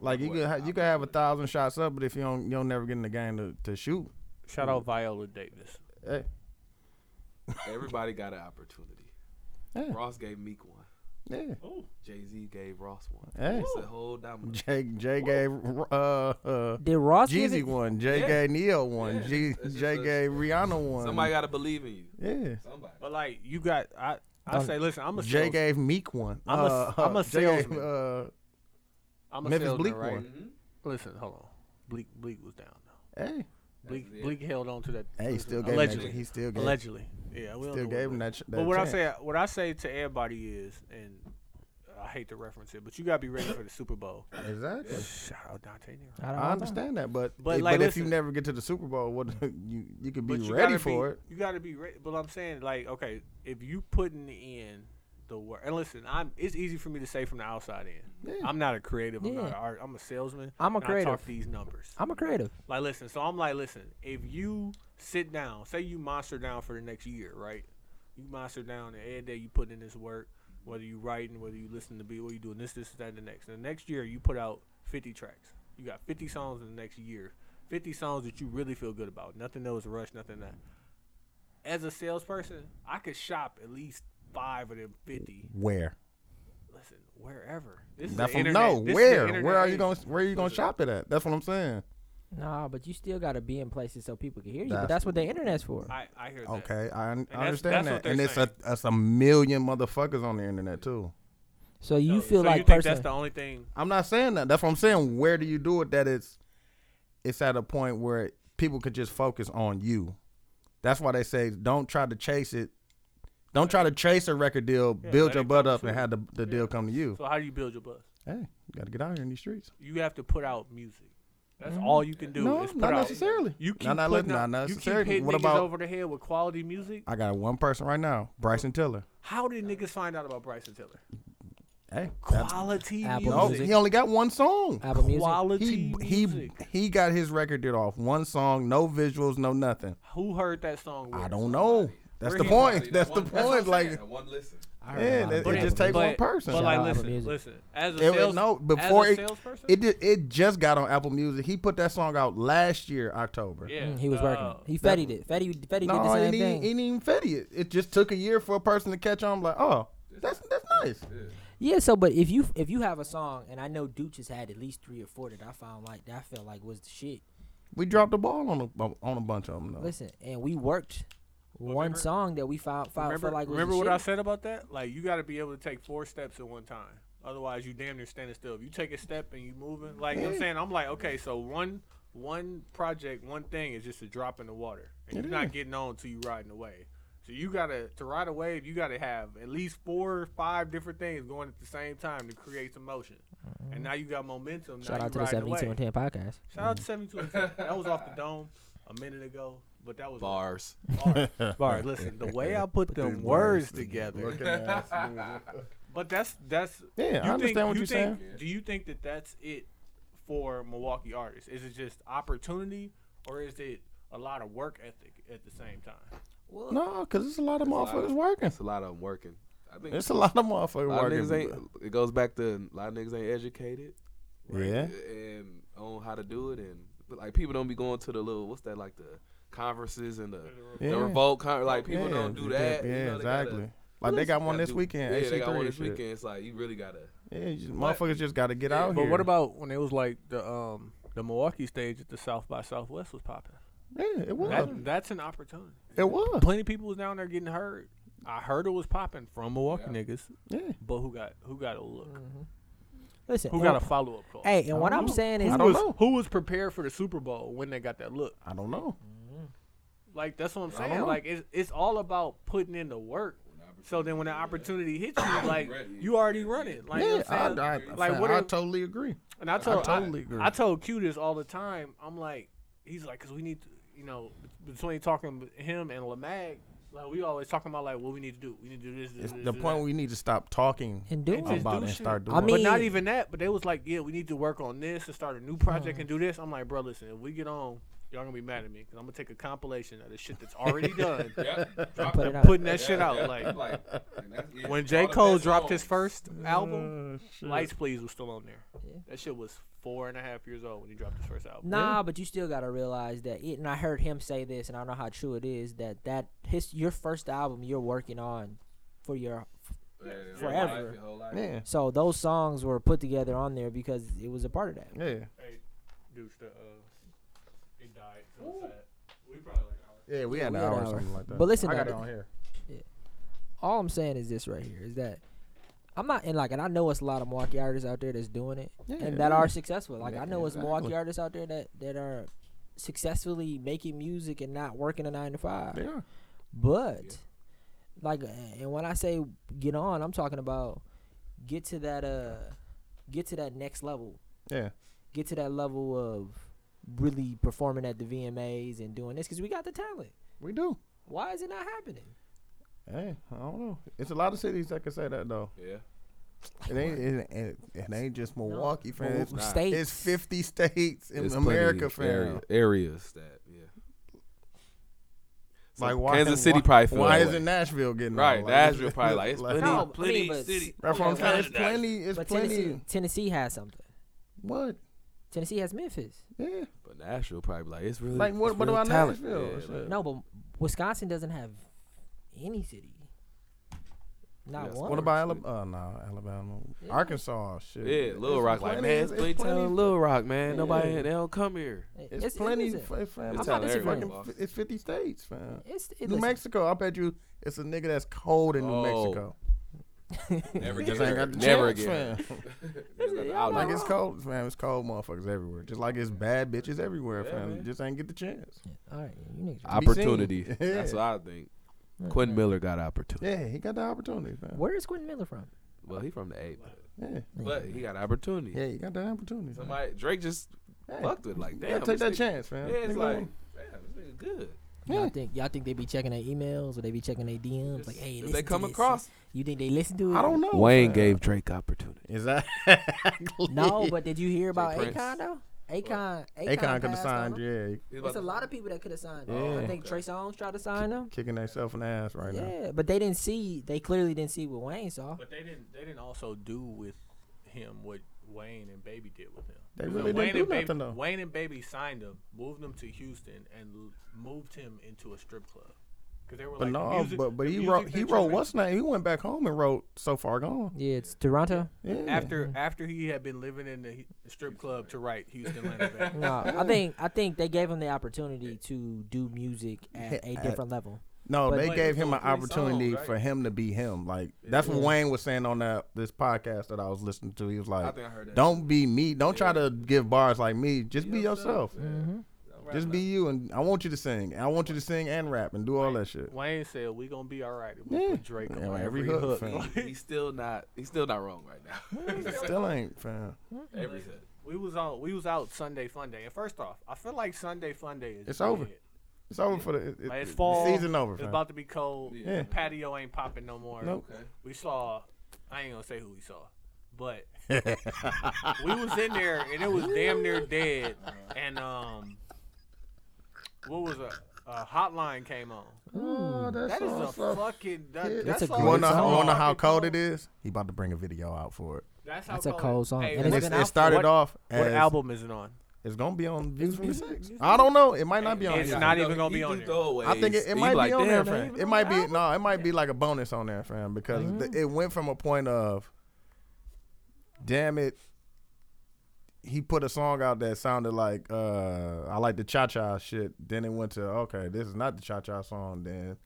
C: Like you could ha- you could have a thousand shots up, but if you don't you don't never get in the game to, to shoot.
A: Shout out Viola Davis.
C: Hey,
D: Everybody got an opportunity.
C: Yeah.
D: Ross gave Meek one.
C: yeah.
D: Jay Z gave Ross one.
C: Hey.
D: It's a whole diamond.
C: Jay Jay gave uh, uh
B: Did Ross give
C: Jeezy
B: it?
C: one, Jay
D: Yeah.
C: gave Neo one,
D: Yeah.
C: G,
D: It's just
C: Jay
D: a-
C: gave Rihanna one.
D: Somebody got to believe in you.
C: yeah.
D: Somebody.
A: But like you got, I I
B: Um,
A: say, listen, I'm a
C: Jay
A: sales,
C: gave Meek one.
A: I'm a-
C: uh,
A: I'm a
C: Jay gave,
A: salesman.
C: uh,
A: I'm a
C: Memphis
A: salesman,
C: Bleak
A: right?
C: one.
D: Mm-hmm.
A: Listen, hold on. Bleak Bleak was down. though.
C: hey,
A: Bleak
D: it.
A: Bleak held on to that.
C: hey, he
A: listen,
C: still gave
A: allegedly.
C: him that, he still gave,
A: allegedly. Yeah, we don't
C: still
A: know
C: gave
A: what-
C: him that. sh- that
A: But what
C: chance.
A: I say, what I say to everybody is, and I hate to reference it, but you gotta be ready for the Super Bowl.
C: exactly.
A: Shout out Dante Nero.
B: I don't
C: I
B: know.
C: understand that, but
A: But,
C: but,
A: like,
C: if you
A: listen.
C: never get to the Super Bowl, what you you could be
A: But you
C: ready
A: gotta
C: for
A: be,
C: it.
A: You gotta be ready. But I'm saying, like, okay, if you putting in the work, and listen, I'm. It's easy for me to say from the outside in.
C: Yeah.
A: I'm not a creative. I'm not
B: Yeah.
A: an art. I'm a salesman.
B: I'm a
A: and I
B: creative.
A: talk these numbers.
B: I'm a creative.
A: Like, listen. So I'm like, listen. If you sit down, say you monster down for the next year, right? You monster down, and every day you put in this work, whether you writing, whether you listening to beat, whether you doing this, this, that, and the next. And the next year, you put out 50 tracks. You got 50 songs in the next year. 50 songs that you really feel good about. Nothing that was rushed. Nothing that. As a salesperson, I could shop at least five of them 50.
C: Where?
A: Listen, wherever. This is
C: Not
A: the
C: from,
A: internet- this
C: no,
A: is the
C: where?
A: internet
C: Where are you
A: age.
C: going? Where are you going to
A: Listen.
C: shop it at? That's what I'm saying.
B: Nah, but you still gotta be in places so people can hear you.
C: That's-
B: but that's what the internet's for.
A: I, I hear that.
C: Okay, I, un- I
A: that's- that's
C: understand
A: what
C: that,
A: they're
C: and it's a it's a million motherfuckers on the internet too.
B: So you
A: So-
B: feel
A: so
B: like
A: you think
B: person.
A: that's the only thing
C: I'm not saying that. That's what I'm saying. Where do you do it that it's it's at a point where people could just focus on you. That's why they say don't try to chase it. Don't try to chase a record deal.
A: Yeah,
C: build
A: let
C: your
A: it
C: butt
A: come
C: up
A: to
C: and
A: you.
C: have the, the deal come to you.
A: So how do you build your buzz?
C: Hey, you got to get out here in these streets.
A: You have to put out music. That's all you can do
C: no,
A: is put
C: not
A: out.
C: necessarily.
A: You keep
C: Mm. not, not,
A: putting
C: not
A: out, you keep
C: necessarily.
A: hitting
C: What
A: niggas
C: about?
A: over the head with quality music.
C: I got one person right now, Bryson Tiller.
A: How did niggas find out about Bryson Tiller?
C: Hey, that's-
A: Quality
B: Apple
C: no,
A: music.
C: he only got one song.
B: Apple Music.
A: Quality
C: He he
A: music.
C: he got his record deal off one song, no visuals, no nothing.
A: Who heard that song?
C: I
A: where?
C: don't know. That's
A: Where
C: the
A: he
C: point. That's the
D: One- what I'm
C: point. Like,
D: saying, one listen.
B: I heard
C: yeah,
B: about
C: that-
B: Apple
C: it just
B: Music.
C: takes one person.
A: But
B: Shout
A: like,
B: out Apple
A: listen,
B: Music.
A: listen. As a
C: It- it-
A: sales,
C: no, before
A: as a
C: it,
A: salesperson,
C: it ju- it just got on Apple Music. He put that song out last year, October.
A: yeah,
B: Mm, he was
A: uh,
B: working. He fettied it. Fetty, Fetty did
C: No,
B: the
C: it
B: same
C: ain't,
B: thing.
C: even- it ain't even fetty. It. it just took a year for a person to catch on. Like, oh, that's that's nice.
B: Yeah, so but if you if you have a song and I know Dooch has had at least three or four that I found like that I felt like was the shit.
C: We dropped the ball on a on a bunch of them though.
B: Listen, and we worked one
A: remember-
B: song that we found, found
A: remember,
B: felt like was
A: remember
B: the
A: what
B: shit.
A: I said about that? Like, you got to be able to take four steps at one time. Otherwise, you damn near standing still. If you take a step and you moving, like you know what I'm saying, I'm like, okay, so one one project, one thing is just a drop in the water, and
C: It
A: you're
C: is.
A: not getting on until you riding the wave. So you gotta to ride a wave, you gotta have at least four or five different things going at the same time to create some motion. And now you got momentum.
B: Mm-hmm. Shout
A: now
B: out to the
A: you riding
B: seventy two and
A: wave.
B: ten podcast.
A: Shout out to 72 and 10. That was off the dome a minute ago, but that was
D: Bars.
A: Bars. Bars. Listen, the way I put them words together. But that's that's.
C: Yeah, I
A: you
C: understand
A: think-
C: what
A: you
C: you're
A: think, Do you think that that's it for Milwaukee artists? Is it just opportunity, or is it a lot of work ethic at the same time?
C: no, because it's a lot of
D: lot
C: motherfuckers
D: of-
C: working.
D: It's a lot of them working. I think
C: It's a lot of motherfuckers
D: a lot of
C: working.
D: niggas ain't. It goes back to a lot of niggas ain't educated.
C: Yeah.
D: And on how to do it, and but like people don't be going to the little what's that like the conferences and the
C: Yeah.
D: the revolt con- like people
C: Yeah,
D: don't do
C: yeah,
D: that.
C: Yeah,
D: you know, they gotta-
C: exactly. like they got one
D: gotta
C: this
D: do-
C: weekend.
D: Yeah,
C: AC3
D: they got one
C: and
D: this
C: shit.
D: weekend. It's like you really gotta.
C: Yeah, you just,
D: But-
C: motherfuckers just got to get
D: Yeah,
C: out
D: but
C: here.
A: But what about when it was like the um the Milwaukee stage at the South by Southwest was popping?
C: Yeah, it was.
A: That, that's an opportunity.
C: it was.
A: Plenty of people was down there getting hurt. I heard it was popping from Milwaukee niggas,
C: Yeah.
A: but who got who got a look?
B: Listen,
A: Who
B: and-
A: got a follow up call?
B: hey, and what I'm saying is
C: I
A: who
C: don't
A: was,
C: know.
A: who was prepared for the Super Bowl when they got that look?
C: I don't know.
A: Like that's what I'm
C: don't
A: saying.
C: know.
A: Like it's it's all about putting in the work. So then when the opportunity hits you, like
D: Ready.
A: you already running. Like you know
C: yeah,
A: what
C: I,
A: I'm saying?
C: I,
A: Like,
C: I,
A: what
C: I
A: if-
C: totally agree.
A: and I told I,
C: totally agree.
A: I told Q this all the time. I'm like, he's like, cause we need to, you know, between talking with him and Lamag, like we always talking about like what we need to do. We need to do this. this
C: It's
A: this,
C: the
A: this,
C: point
A: that.
C: where we need to stop talking
B: And do
A: And
B: it.
A: just
C: about
A: do
C: it and
A: shit.
C: start doing
B: I
A: but not
B: mean- Uh-huh.
A: even that. But they was like, yeah, we need to work on this and start a new project and do this. I'm like, bro, listen, if we get on, Y'all gonna be mad at me because I'm gonna take a compilation of the shit that's already done.
D: Yep. Drop
B: Put
D: the-
B: it out.
A: Putting that shit out like
D: and that's- yeah,
A: when
D: all
A: J
D: the
A: Cole
D: best
A: dropped
D: songs.
A: his first album, Lights Please was still on there.
B: Uh, Yeah.
A: That shit was four and a half years old when he dropped his first album.
B: Nah, but you still gotta realize that. It, and I heard him say this, and I don't know how true it is that that his your first album you're working on for your.
D: Yeah, your whole
B: Forever.
D: life, your whole life.
C: Yeah,
B: So those songs were put together on there because it was a part of that.
C: yeah,
A: Dude, the, uh, it died. So it's sad. We probably like hour.
C: yeah. We
B: Yeah,
C: had
B: we
C: an
B: had
C: hour
B: an
C: or
B: hour.
C: something like that.
B: But listen,
C: I got
B: though,
C: it on here.
B: all I'm saying is this right here is that I'm not and like and I know it's a lot of Milwaukee artists out there that's doing it
C: Yeah,
B: and that
C: yeah.
B: are successful. Like I
C: Yeah,
B: know it's Milwaukee
C: exactly.
B: artists out there that that are successfully making music and not working a nine to five.
C: Yeah,
B: But like and when I say get on, I'm talking about get to that uh get to that next level.
C: yeah.
B: Get to that level of really performing at the VMAs and doing this cuz we got the talent.
C: We do.
B: Why is it not happening?
C: Hey, I don't know. It's a lot of cities that can say that though.
D: Yeah.
C: It ain't. It, it, it ain't just Milwaukee fans.
B: Well,
C: It's,
D: not.
B: states.
C: it's fifty states in
D: It's
C: America
D: plenty, yeah,
C: fans.
D: areas that yeah. So
C: Like why
D: Kansas City probably feel
C: Why
D: that
C: isn't
D: way.
C: Nashville getting
D: Right,
C: all,
D: Nashville probably like, it's plenty-
B: No, but I mean,
D: plenty
B: but-
D: city.
C: That's what I'm saying. It's
D: Yeah, right.
C: plenty. It's
B: But
C: plenty.
B: Tennessee, Tennessee has something.
C: What?
B: Tennessee has Memphis.
C: Yeah.
D: But Nashville probably like it's really
C: Like what?
D: it's
C: what
D: real
C: about
D: talent.
C: Nashville?
D: Yeah,
C: Shit.
D: like,
B: No, but Wisconsin doesn't have any city. Not
D: Yes.
B: one.
C: What about Alabama? Oh no, Alabama,
B: Yeah.
C: Arkansas. Shit.
D: Yeah, Little
C: It's
D: Rock, like
C: plenty-
D: man, it's Playtown, Little Rock, man. Nobody,
C: Yeah.
D: they don't come here.
C: It's, plenty.
B: It's,
C: f- fam.
D: It's
C: It's,
D: telling
C: fucking
D: everybody.
C: fucking f- it's fifty states, fam.
B: it's, it-
C: New
B: listen,
C: Mexico. I bet you it's a nigga that's cold in New
D: Oh.
C: Mexico.
D: Never
C: Just ain't got the
D: Never
C: chance,
D: again.
C: fam.
D: Out
C: like
D: there.
C: it's cold, fam. It's cold, motherfuckers everywhere. Just like it's bad bitches everywhere,
D: Yeah,
C: fam. You
D: man.
C: Just ain't get the chance.
B: All right, you niggas.
C: be seen.
D: Opportunity.
C: Yeah.
D: That's what I think.
B: Mm.
D: Quentin Miller got opportunity.
C: Yeah, he got the opportunity, fam.
B: Where is Quentin Miller from?
D: Well, he from the eight, but,
C: Yeah,
D: but he got opportunity.
C: yeah, he got the opportunity. fam.
D: Somebody Drake just
C: Hey,
D: fucked with like
C: you
D: damn.
C: gotta take
D: this
C: that
D: nigga-
C: chance, fam.
D: Yeah, it's
C: Nigga,
D: like damn, this nigga good.
B: Y'all
C: Yeah.
B: think y'all think they be checking their emails or they be checking their DMs? like, hey,
D: if
B: listen
D: they come
B: to this.
D: across,
B: You think they listen to it?
C: I don't know.
D: Wayne
C: fam.
D: gave Drake opportunity.
C: Is that
B: No, but did you hear about
D: Prince.
B: Akon though? Akon, Akon,
C: Akon could have
B: passed
C: signed?
B: on him.
C: Yeah, he
B: It's a lot of people that could have signed. him. I
C: Yeah.
B: think Trey Songz tried to sign him.
C: kicking themselves in the ass right now.
B: Yeah, but they didn't see. They clearly didn't see what Wayne saw.
A: But they didn't. They didn't also do with him what Wayne and Baby did with him.
C: They
A: Because
C: really
A: Wayne
C: didn't do
A: and
C: nothing
A: Baby,
C: though.
A: Wayne and Baby signed him, moved him to Houston, and l- moved him into a strip club. Because they were
C: But
A: like,
C: no,
A: the music,
C: but but
A: the
C: he
A: music
C: wrote
A: that
C: he
A: you're
C: wrote
A: making-
C: what's name? He went back home and wrote "So Far Gone."
B: Yeah, it's Toronto.
C: Yeah.
A: After after he had been living in the he- strip club to write Houston Land Back.
B: No, I think I think they gave him the opportunity to do music at a
C: At-
B: different level.
C: no,
B: but-
C: they
B: But
C: gave him an
D: it's only three
C: opportunity
D: songs, right?
C: for him to be him. Like that's what
B: Yeah.
C: Wayne was saying on that this podcast that I was listening to. He was
D: I
C: like,
D: think I heard that.
C: "Don't be me. Don't try to give bars like me. Just be yourself.
D: Yeah.
C: Just be you. And I want you to sing. And I want you to sing and rap and do all that shit."
A: Wayne said, "We gonna be all right if we
C: Yeah.
A: put Drake on
C: Yeah, on
A: every,
C: every
A: hook."
C: hook, fam.
D: He's still not. He's still not wrong right now.
C: Still ain't fam.
D: Every hook.
A: we was on. We was out Sunday Funday. And first off, I feel like Sunday Funday is
C: It's over.
A: dead.
C: It's over for the it,
A: Like,
C: it-
A: it's fall.
C: Season over.
A: It's
C: fam.
A: about to be cold.
D: Yeah.
A: The patio ain't popping no more.
C: Nope.
A: We saw. I ain't gonna say who we saw, but we was in there and it was damn near dead. And um, what was a, a hotline came on.
C: Oh,
A: That is a
C: awesome.
A: fucking. That,
C: Yeah,
A: that's
B: That's a
A: all-
B: great
C: Wanna,
B: song.
C: wanna how
A: fucking
C: cold it is? He about to bring a video out for it.
A: That's, how
B: That's a cold song. And
C: And
B: It's
C: it's,
B: been
C: it
B: out for
C: started
A: what-
C: off as,
A: What album is it on?
C: It's gonna be on Views from the Six. I don't know. It might not be on.
A: It's
C: here.
A: not even gonna be
D: He
A: on
D: do
A: there.
D: throwaways.
C: I think it,
D: He
C: it might
D: like,
C: be on there,
D: "Damn, man,
C: fam. It might be no. It might be like a bonus on there, fam, because the, it went from a point of, damn it. He put a song out that sounded like uh I like the cha cha shit. Then it went to okay, this is not the cha cha song. Then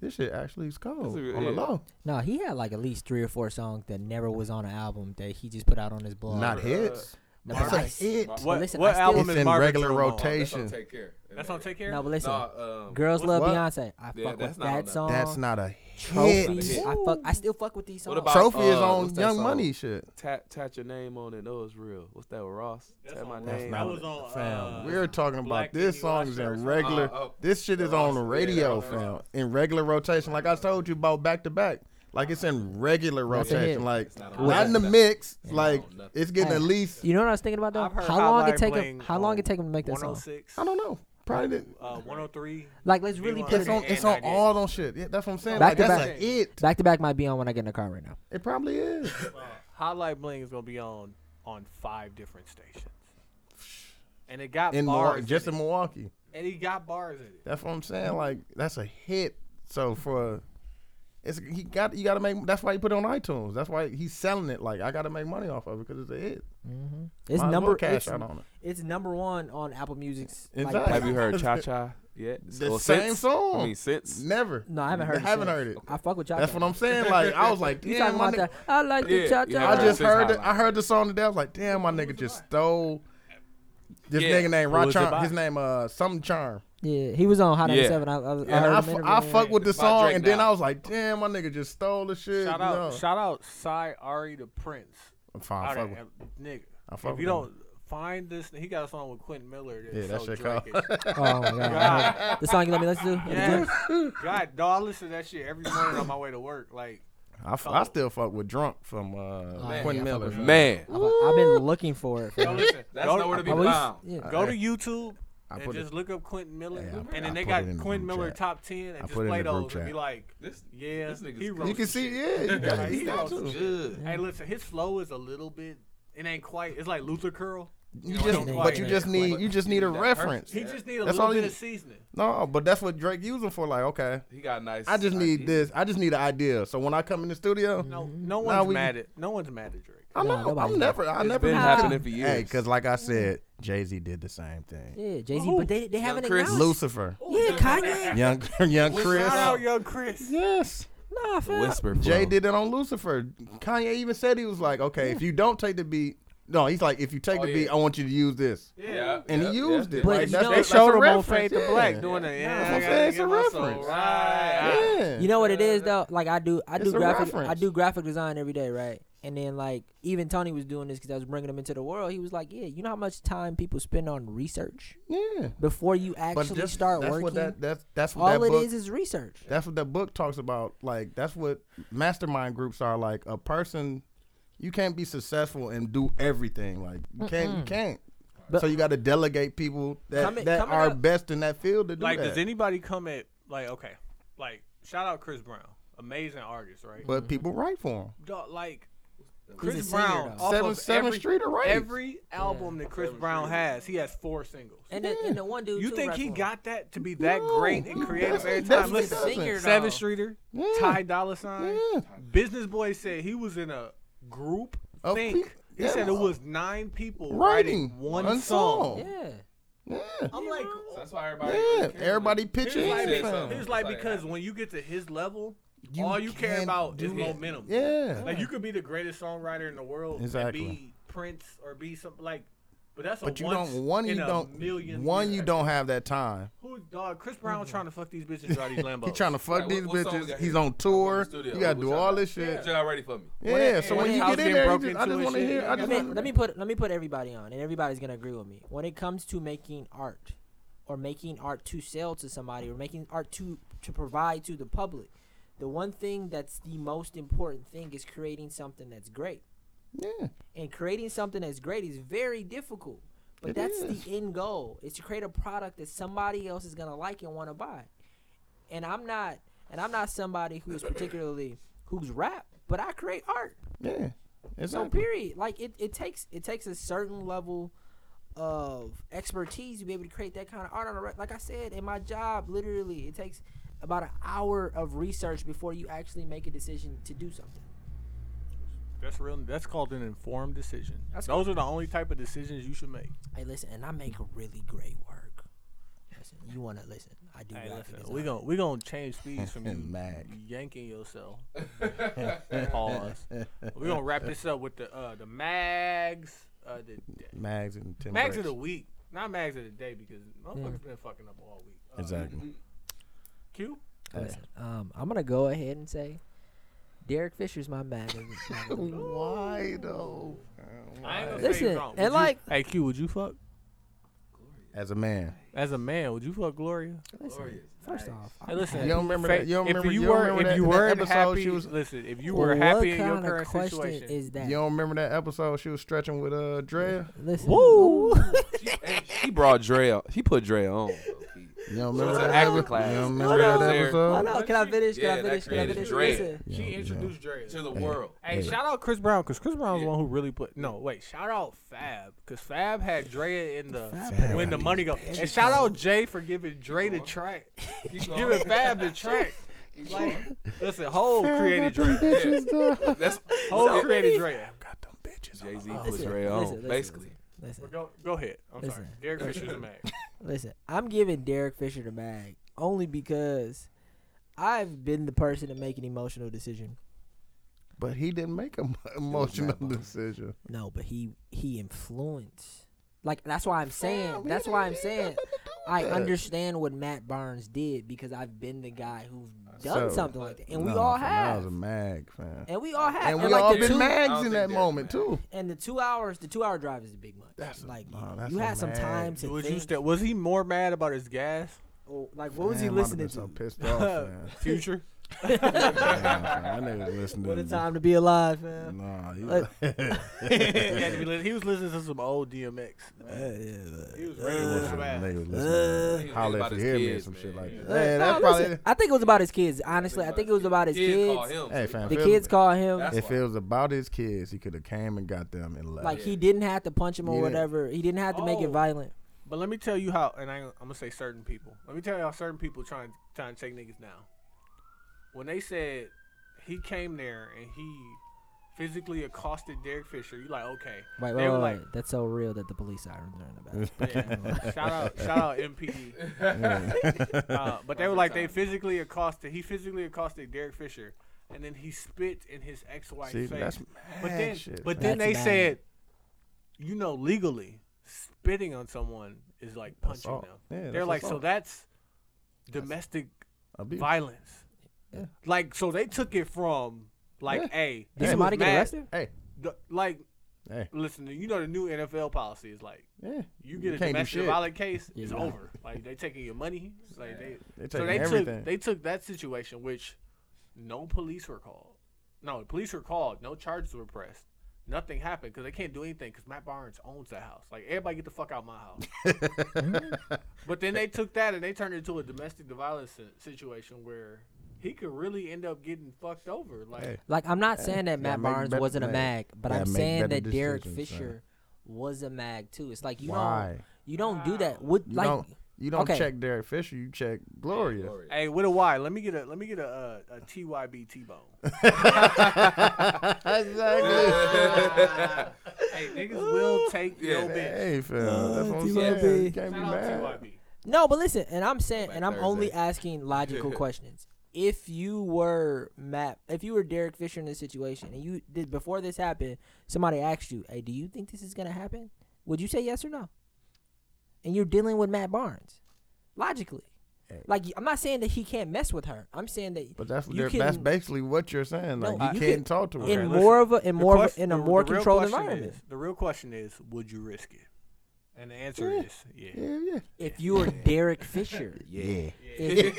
C: this shit actually is cold
D: This is-
C: on the
D: yeah.
C: low.
B: No, he had like at least three or four songs that never was on an album that he just put out on his blog.
C: Not hits.
B: No,
C: That's
B: but
C: a
B: I-
C: hit.
B: but
A: What,
B: listen, I
A: what
B: still-
A: album
C: It's
A: is
C: in
A: Margaret
C: regular
A: Drum on?
D: That's on
C: rotation.
D: take care.
A: That's on Take Care.
B: No, but listen,
D: Nah, um,
B: girls love
C: What?
B: Beyonce. I
D: Yeah,
B: fuck
D: that's
B: with
D: not on
B: that
D: that.
B: song.
C: That's not a
B: trophies.
C: hit.
D: hit.
B: I fuck. I still fuck with these songs.
D: What about-
C: Trophy is
D: Uh,
C: on
D: what's that
C: Young
D: song?
C: Money shit.
D: tat tat your name on it. Oh, it's real. What's that with Ross? Tat my
C: That's
D: name.
C: not
A: That
D: on
A: was
D: it.
A: on.
C: Fam,
A: uh,
C: we're talking about
A: Black
C: this
A: Diddy
C: song is
A: Watchers.
C: in regular.
D: Uh, oh,
C: this shit is on
D: yeah,
C: radio,
D: yeah.
C: fam, in regular rotation. Like I told you about back to back. Like it's in regular
B: That's a hit.
C: rotation. Like
D: not
C: not,
D: on
C: in the
D: nothing.
C: mix.
D: It's
C: Like
D: not on nothing.
C: it's getting
B: Hey.
C: at least
B: You know what I was thinking about though?
A: I've heard
B: how long
A: Hotline
D: um,
B: it take him?
A: Bling
B: How long
A: on
D: oh
B: it take him to make that song?
A: 106.
C: I don't know Probably didn't.
A: uh, 103.
B: Like, let's really
A: want
B: put it
A: to
C: It's on.
A: And
C: It's on
A: I did.
C: all those shit. Yeah, that's what I'm saying.
B: Back
C: like,
B: to
C: that's
B: back.
C: like it.
B: back to back might be on when I get in the car right now.
C: It probably is.
A: Uh, Highlight Bling is gonna be on on five different stations, and it got
C: In Milwaukee,
A: bars.
C: just
A: in
C: in
A: it.
C: Milwaukee.
A: and he got bars in it.
C: That's what I'm saying. Like that's a hit. So for it's he got you got to make. That's why he put it on iTunes. That's why he's selling it. Like I got to make money off of it because it's a hit.
B: It's
C: Might as well
B: number
C: cash
B: it's,
C: out on it.
B: it's number one on Apple Music's. like,
C: Exactly.
D: Have you heard Cha Cha yet?
C: The
D: Or
C: same
D: since?
C: song.
D: I mean, since
C: Never.
B: No, I haven't heard. it
C: haven't
B: since.
C: heard it.
B: I fuck with y'all.
C: That's what I'm saying. Like I was like,
B: You talking
C: damn, my
B: about that?
C: nigga.
B: I like
D: Yeah,
B: the cha
D: you
B: cha.
C: I
D: haven't
C: just
D: Since
C: heard. It,
D: Highlight.
C: I heard the song today. I was like, damn, my nigga just stole. This
D: Yeah.
C: nigga named
D: Who
C: Rod
D: was it
C: Charm.
D: by?
C: His name uh, some Charm.
B: Yeah, he was on Hot
D: Yeah.
B: 97. I, I, was- I
C: And
B: heard
C: I,
B: him
C: fu- I
B: interviewing
C: fuck
B: him.
C: with the
D: By
C: song,
D: Drake
C: and then
D: now.
C: I was like, damn, my nigga just stole the shit.
A: Shout
C: you
A: out,
C: know.
A: shout out, Cy Ari the Prince.
C: I'm fine,
A: Out
C: fuck
A: of
C: with-
A: that nigga.
C: I fuck
A: if
C: with
A: you
C: him.
A: don't find this, he got a song with Quentin Miller. That's
C: Yeah, that
A: so
C: shit called-
A: Drake-ish.
B: Oh my god, I heard it. the song you let me listen to.
A: Yes. God, no, I listen to that shit every morning on my way to work. Like,
C: I, f- I still fuck with Drunk from uh,
B: Man,
C: Quentin
B: Oh, yeah, I fuck
C: Miller.
B: with
D: man,
B: I've, I've been looking for Oh, it.
A: yo, listen,
D: that's
A: go,
D: nowhere to be
B: I was-
D: found.
B: yeah.
A: go to YouTube
C: I
A: and
C: put it-
A: just look up Quentin Miller,
C: Yeah, I put-
A: and
C: I
A: then they
C: put
A: got
C: it in the
A: Quentin
C: group
A: Miller
C: chat.
A: top ten, and
C: I
A: just
C: put it in
A: play
C: the group
A: those and be
C: chat.
A: like,
D: This
A: yeah,
D: This nigga's
A: he
D: good.
A: wrote
C: You can
A: some
C: see,
A: shit.
C: yeah, you got,
A: He
C: you got
A: wrote some
C: to.
D: good.
A: Hey, listen, his flow is a little bit. It ain't quite. It's like Luther Curl.
C: You
A: know,
C: just,
A: don't
C: but
A: quite-
C: you just need, you just need a reference.
A: He just need a
C: That's all
A: little
C: he-
A: bit of seasoning.
C: No, but that's what Drake used him for. Like, okay,
D: He got nice.
C: I just need
D: ideas.
C: this. I just need an idea. So when I come in the studio,
A: No, no
C: Mm-hmm. Nah,
A: one's
C: we-
A: mad at. No one's mad at Drake.
C: I'm
B: No,
C: not.
B: nobody's
C: I'm never. I
D: It's
C: never.
D: been
C: be-
D: happening for years.
C: Hey, because like I said, Jay Z did the same thing.
B: Yeah, Jay Z,
A: Who?
B: but they they haven't
D: Chris.
B: acknowledged.
C: Lucifer,
B: Yeah, Kanye.
C: young, young Chris.
A: Shout out, young Chris.
C: Yes,
B: Nah, fam.
D: whisper.
C: Jay
D: flow.
C: did it on Lucifer. Kanye even said he was like, okay, if you don't take the beat, no, he's like, if you take
D: Oh,
C: the beat,
D: yeah.
C: I want you to use this.
D: Yeah,
C: And he used it.
B: But
C: Like,
B: you
C: that's,
B: know-
A: They
C: that's
A: showed
C: a
A: him on
C: reference,
A: Fade to
C: yeah.
A: Black doing it.
C: That's
A: Yeah,
C: what I'm
A: I gotta
C: saying. It's
A: get
C: a
A: my soul
C: reference.
A: Right.
C: Yeah.
B: You know what it is though? Like I do, I do
C: It's a
B: graphic, I
C: reference.
B: do graphic design every day, right? And then like even Tony was doing this because I was bringing him into the world. He was like, "Yeah, you know how much time people spend on research
C: yeah.
B: before you actually
C: this-
B: start
C: that's
B: working?
C: What that, that's, that's what
B: All
C: that
B: it
C: book,
B: is is research."
C: That's what that book talks about. Like, that's what mastermind groups are. Like, a person, you can't be successful and do everything. Like, you can't. You can't.
B: But-
C: so you got to delegate people that,
B: Coming-
C: that
B: coming
C: are
B: up-
C: best in that field to do
A: Like,
C: that.
A: does anybody come at like okay? Like, shout out Chris Brown, amazing artist, right?
C: but people write for them.
A: Dog, like Chris
B: singer,
A: Brown,
B: though.
A: off
C: Seven-
A: of
C: Seventh
A: every,
C: Street or Rights.
A: Every album that Chris Brown has, he has four singles.
B: And, the, and the one dude
A: You
B: too,
A: think
B: right
A: he
B: for him.
A: got that to be that
C: No,
A: great and
C: he
A: creative every time?
C: doesn't. Definitely doesn't.
A: Listen,
B: Singer,
A: Seven
B: though.
A: Streeter,
C: Yeah.
A: Ty Dolla Sign,
C: Yeah.
A: Business Boy said he was in a group
C: Of
A: think.
C: peop-
A: he said
C: yeah.
A: it was nine people
C: Writing
A: writing, one,
C: one
A: song.
C: song.
B: Yeah,
C: Yeah.
A: I'm like,
D: So that's why everybody.
C: Yeah,
D: cares.
C: everybody
A: here's
C: pitch in.
A: like,
D: said
C: fam.
D: something.
A: because, here's like
D: It's like-
A: because when you get to his level,
C: You
A: all you care
C: can't
A: about
C: do
A: is
C: it.
A: momentum.
C: Yeah.
A: Like you could be the greatest songwriter in the world
C: Exactly.
A: and be Prince or be something like, but that's a
C: but you
A: once
C: don't one
A: in
C: you
A: a
C: don't
A: million
C: one
A: year
C: you
A: act-
C: don't have that time.
A: Who dog? Chris Brown trying to fuck these bitches out these Lambos.
C: He trying to fuck
D: Right,
C: these
D: what- what song we
C: bitches.
D: got
C: He's
D: here?
C: on
D: I'm
C: tour.
D: in the studio.
C: you gotta
D: What
C: do
D: y'all
C: all
D: got?
C: this shit.
D: Y'all ready for me?
C: Yeah. so
A: when
C: when you
A: house
C: get in
A: getting
C: there, you
A: broken
C: just, I
A: into
C: just
A: and
C: want to
A: shit,
C: hear.
A: you
C: I just
B: let me,
C: wanna-
B: let me put let me put everybody on, and everybody's gonna agree with me. When it comes to making art, or making art to sell to somebody, or making art to to provide to the public, the one thing that's the most important thing is creating something that's great.
C: yeah.
B: And creating something that's great is very difficult, but
C: It
B: that's
C: is.
B: the end goal: is to create a product that somebody else is gonna like and want to buy. And I'm not, and I'm not somebody who is particularly who's rap, but I create art.
C: Yeah.
B: So
C: Exactly.
B: period. Like it, it takes it takes a certain level of expertise to be able to create that kind of art on a re- like I said in my job literally it takes about an hour of research before you actually make a decision to do something.
A: That's real. That's called an informed decision.
B: That's
A: Those are the only type of decisions you should make.
B: Hey listen, and I make really great work. Listen, you want to listen. I do
A: Hey,
B: graphic
A: listen,
B: design.
A: we gon' we gonna change speeds from you
C: Mac.
A: yanking yourself. Pause. we gonna wrap this up with the uh, the mags. Uh, the, the
C: Mags and Tim.
A: mags of the
C: Bricks. Mm.
A: week, not mags of the day, because motherfuckers been fucking up all week. Uh,
C: Exactly.
A: Q.
B: Listen, um, I'm gonna go ahead and say, Derek Fisher's my man.
C: Why though?
A: I ain't gonna say
B: listen,
A: he's wrong. Would
B: and
A: you-
B: like,
A: Hey Q, would you fuck
C: As a man,
A: as a man? Would you fuck Gloria?
B: listen, first off,
A: Hey, listen.
C: You don't remember
A: fa-
C: that- you don't remember-
A: if you
C: you don't
A: were
C: remember
A: if
C: that-
A: you
C: that
A: were
C: episode
A: happy,
C: she was-
A: listen. If you were
B: what
A: happy in
B: kind
A: your
B: of
A: current
B: question
A: situation,
B: is that?
C: you don't remember that episode she was stretching with uh Drea?
B: Listen,
D: He brought Dre. on- He put Dre on.
C: You don't
D: So
C: remember
D: it's an
C: that
D: acting
C: episode?
D: class.
C: You don't
B: Hold
C: remember that
B: on.
C: episode?
B: Hold on. Can I finish? Can
D: Yeah,
B: I
D: that
B: finish? Can I
D: created
B: finish?
D: Dre.
B: Listen.
C: Yeah,
A: She
C: yeah.
A: introduced Dre.
D: to the world.
A: Hey,
C: Hey.
A: shout out Chris Brown because Chris Brown's the
D: Yeah.
A: one who really put. No, wait, shout out Fab because Fab had Dre in the
B: Fab
A: when the
C: had
A: money go. And shout out Jay for giving Dre the track, giving Fab the track. Like, listen, Hove created Dre.
D: That's
A: Hove created Dre.
C: Got them bitches.
D: Jay Z
C: on.
D: puts
B: Listen,
D: Ray on,
B: listen, listen,
D: basically.
B: Listen.
A: Go, go ahead. I'm sorry,
B: Listen.
A: Derek Fisher's a mag.
B: Listen, I'm giving Derek Fisher the bag only because I've been the person to make an emotional decision.
C: But he didn't make an emotional decision.
B: No, but he he influenced. Like that's why I'm saying. that's why I'm saying. I understand what Matt Barnes did because I've been the guy who's done
C: So-
B: something like that, and we
C: No,
B: all
C: for now, I was
B: have,
C: a mag fan.
B: and we all have,
C: And
B: and,
C: we
B: like
C: all
B: the
C: been
B: two,
D: I
C: mags
D: don't
C: in
D: think
C: that
D: they're
C: moment too.
B: and the two hours, the two hour drive is a big much.
C: That's a-
B: like
C: nah,
B: you-
C: that's
B: you
C: a
B: had some
C: mad-
B: time to
A: Was,
B: think.
A: you still, was he more mad about his gas?
B: or, Oh, like what was he
C: Man, I'd have been
B: listening
C: So
B: to?
C: pissed off, man.
A: Future.
C: Damn, man. I nigga listening
B: What
C: to
B: a time to be alive, man.
C: Nah, he,
B: Look.
A: he, had to be li- he was listening to some old DMX. man. He was ready to whoop your ass.
C: Nigga was listening
D: Uh,
C: to holler
D: About
C: if you
D: his
C: hear me or
D: kids,
C: some
D: man.
C: shit like that.
B: Look, nah,
C: Hey, that's
B: listen,
C: probably.
B: I think it was about his kids. Honestly, I think it was about his
D: Kids
B: kids.
D: call him.
C: Hey, fam.
B: The
C: feel
B: kids
C: me.
B: called him.
D: That's
C: If
D: why.
C: it was about his kids, he could have came and got them and left.
B: Like he didn't have to punch him or
C: Yeah.
B: whatever. He didn't have to make it
A: Oh.
B: violent.
A: But let me tell you how, and I, I'm gonna say certain people. Let me tell you how certain people trying trying to take niggas down. When they said he came there and he physically accosted Derek Fisher, you like okay.
B: Right,
A: They
B: right,
A: were
B: right,
A: like-
B: right. That's so real that the police sirens are in the back.
A: Yeah. shout out, shout out MPD. Uh, but they were like they physically accosted. He physically accosted Derek Fisher, and then he spit in his ex-wife's
C: See,
A: face.
C: that's
A: But
C: mad
A: then,
C: shit.
A: but
B: man.
A: then they
B: That's bad.
A: said, you know, legally, spitting on someone is like punching
C: Assault.
A: them.
C: Yeah,
A: They're
C: that's
A: like, so
C: assault.
A: that's domestic
C: Abuse.
A: violence.
B: Yeah.
A: Like, so they took it from like,
C: Yeah.
A: hey,
B: Did
A: he
B: somebody
A: was
B: get
A: mad.
B: arrested?
C: Hey,
A: The- like,
C: hey,
A: listen, you know, the new NFL policy is like,
C: yeah.
A: you get a
C: can't do
A: domestic
C: shit.
A: violent case,
B: Yeah,
A: it's
B: you
A: over. Like they taking your money. Like they,
C: They
A: so
C: taking
A: they
C: everything.
A: took they took that situation, which no police were called. No, the police were called. No charges were pressed. Nothing happened because they can't do anything because Matt Barnes owns that house. Like everybody, get the fuck out my house. but then they took that and they turned it into a domestic violence si- situation where he could really end up getting fucked over. Like
C: Hey.
B: Like I'm not saying that
C: Yeah,
B: Matt
C: make
B: Barnes
C: better-
B: wasn't a
C: make-
B: mag, but
C: yeah,
B: I'm
C: make
B: saying
C: better
B: that Derek
C: decisions, son.
B: Fisher was a mag too. It's like you
C: Why?
B: don't you don't do that. Would
C: You
B: like
C: don't. You don't
B: okay.
C: check Derek Fisher. You check Gloria.
D: Gloria.
A: hey, with a Y, let me get a let me get a a, a TYB T bone. hey, niggas will take
D: Yeah.
A: your bitch.
C: Hey, fam. that's what I'm
B: TYB.
C: saying. You can't be
A: Shout out
C: mad.
A: TYB.
B: No, but listen, and I'm saying, and I'm
D: Thursday.
B: only asking logical questions. If you were Matt, if you were Derek Fisher in this situation, and you did before this happened, somebody asked you, "Hey, do you think this is gonna happen?" Would you say yes or no? And you're dealing with Matt Barnes, logically. Like I'm not saying that he can't mess with her. I'm saying that
C: But that's
B: you
C: Derek-
B: can-
C: that's basically what you're saying. Like
B: No,
C: you
B: you
C: can't
B: can-
C: talk to her.
B: in
A: Okay,
B: more of a in
A: The
B: more of a,
A: quest-
B: in a
A: the-
B: more
A: the real
B: controlled
A: question
B: environment.
A: is- the real question is, would you risk it? And the answer
C: Yeah.
A: is, yeah.
C: yeah, yeah.
B: If you were Derek Fisher,
C: Yeah.
B: if,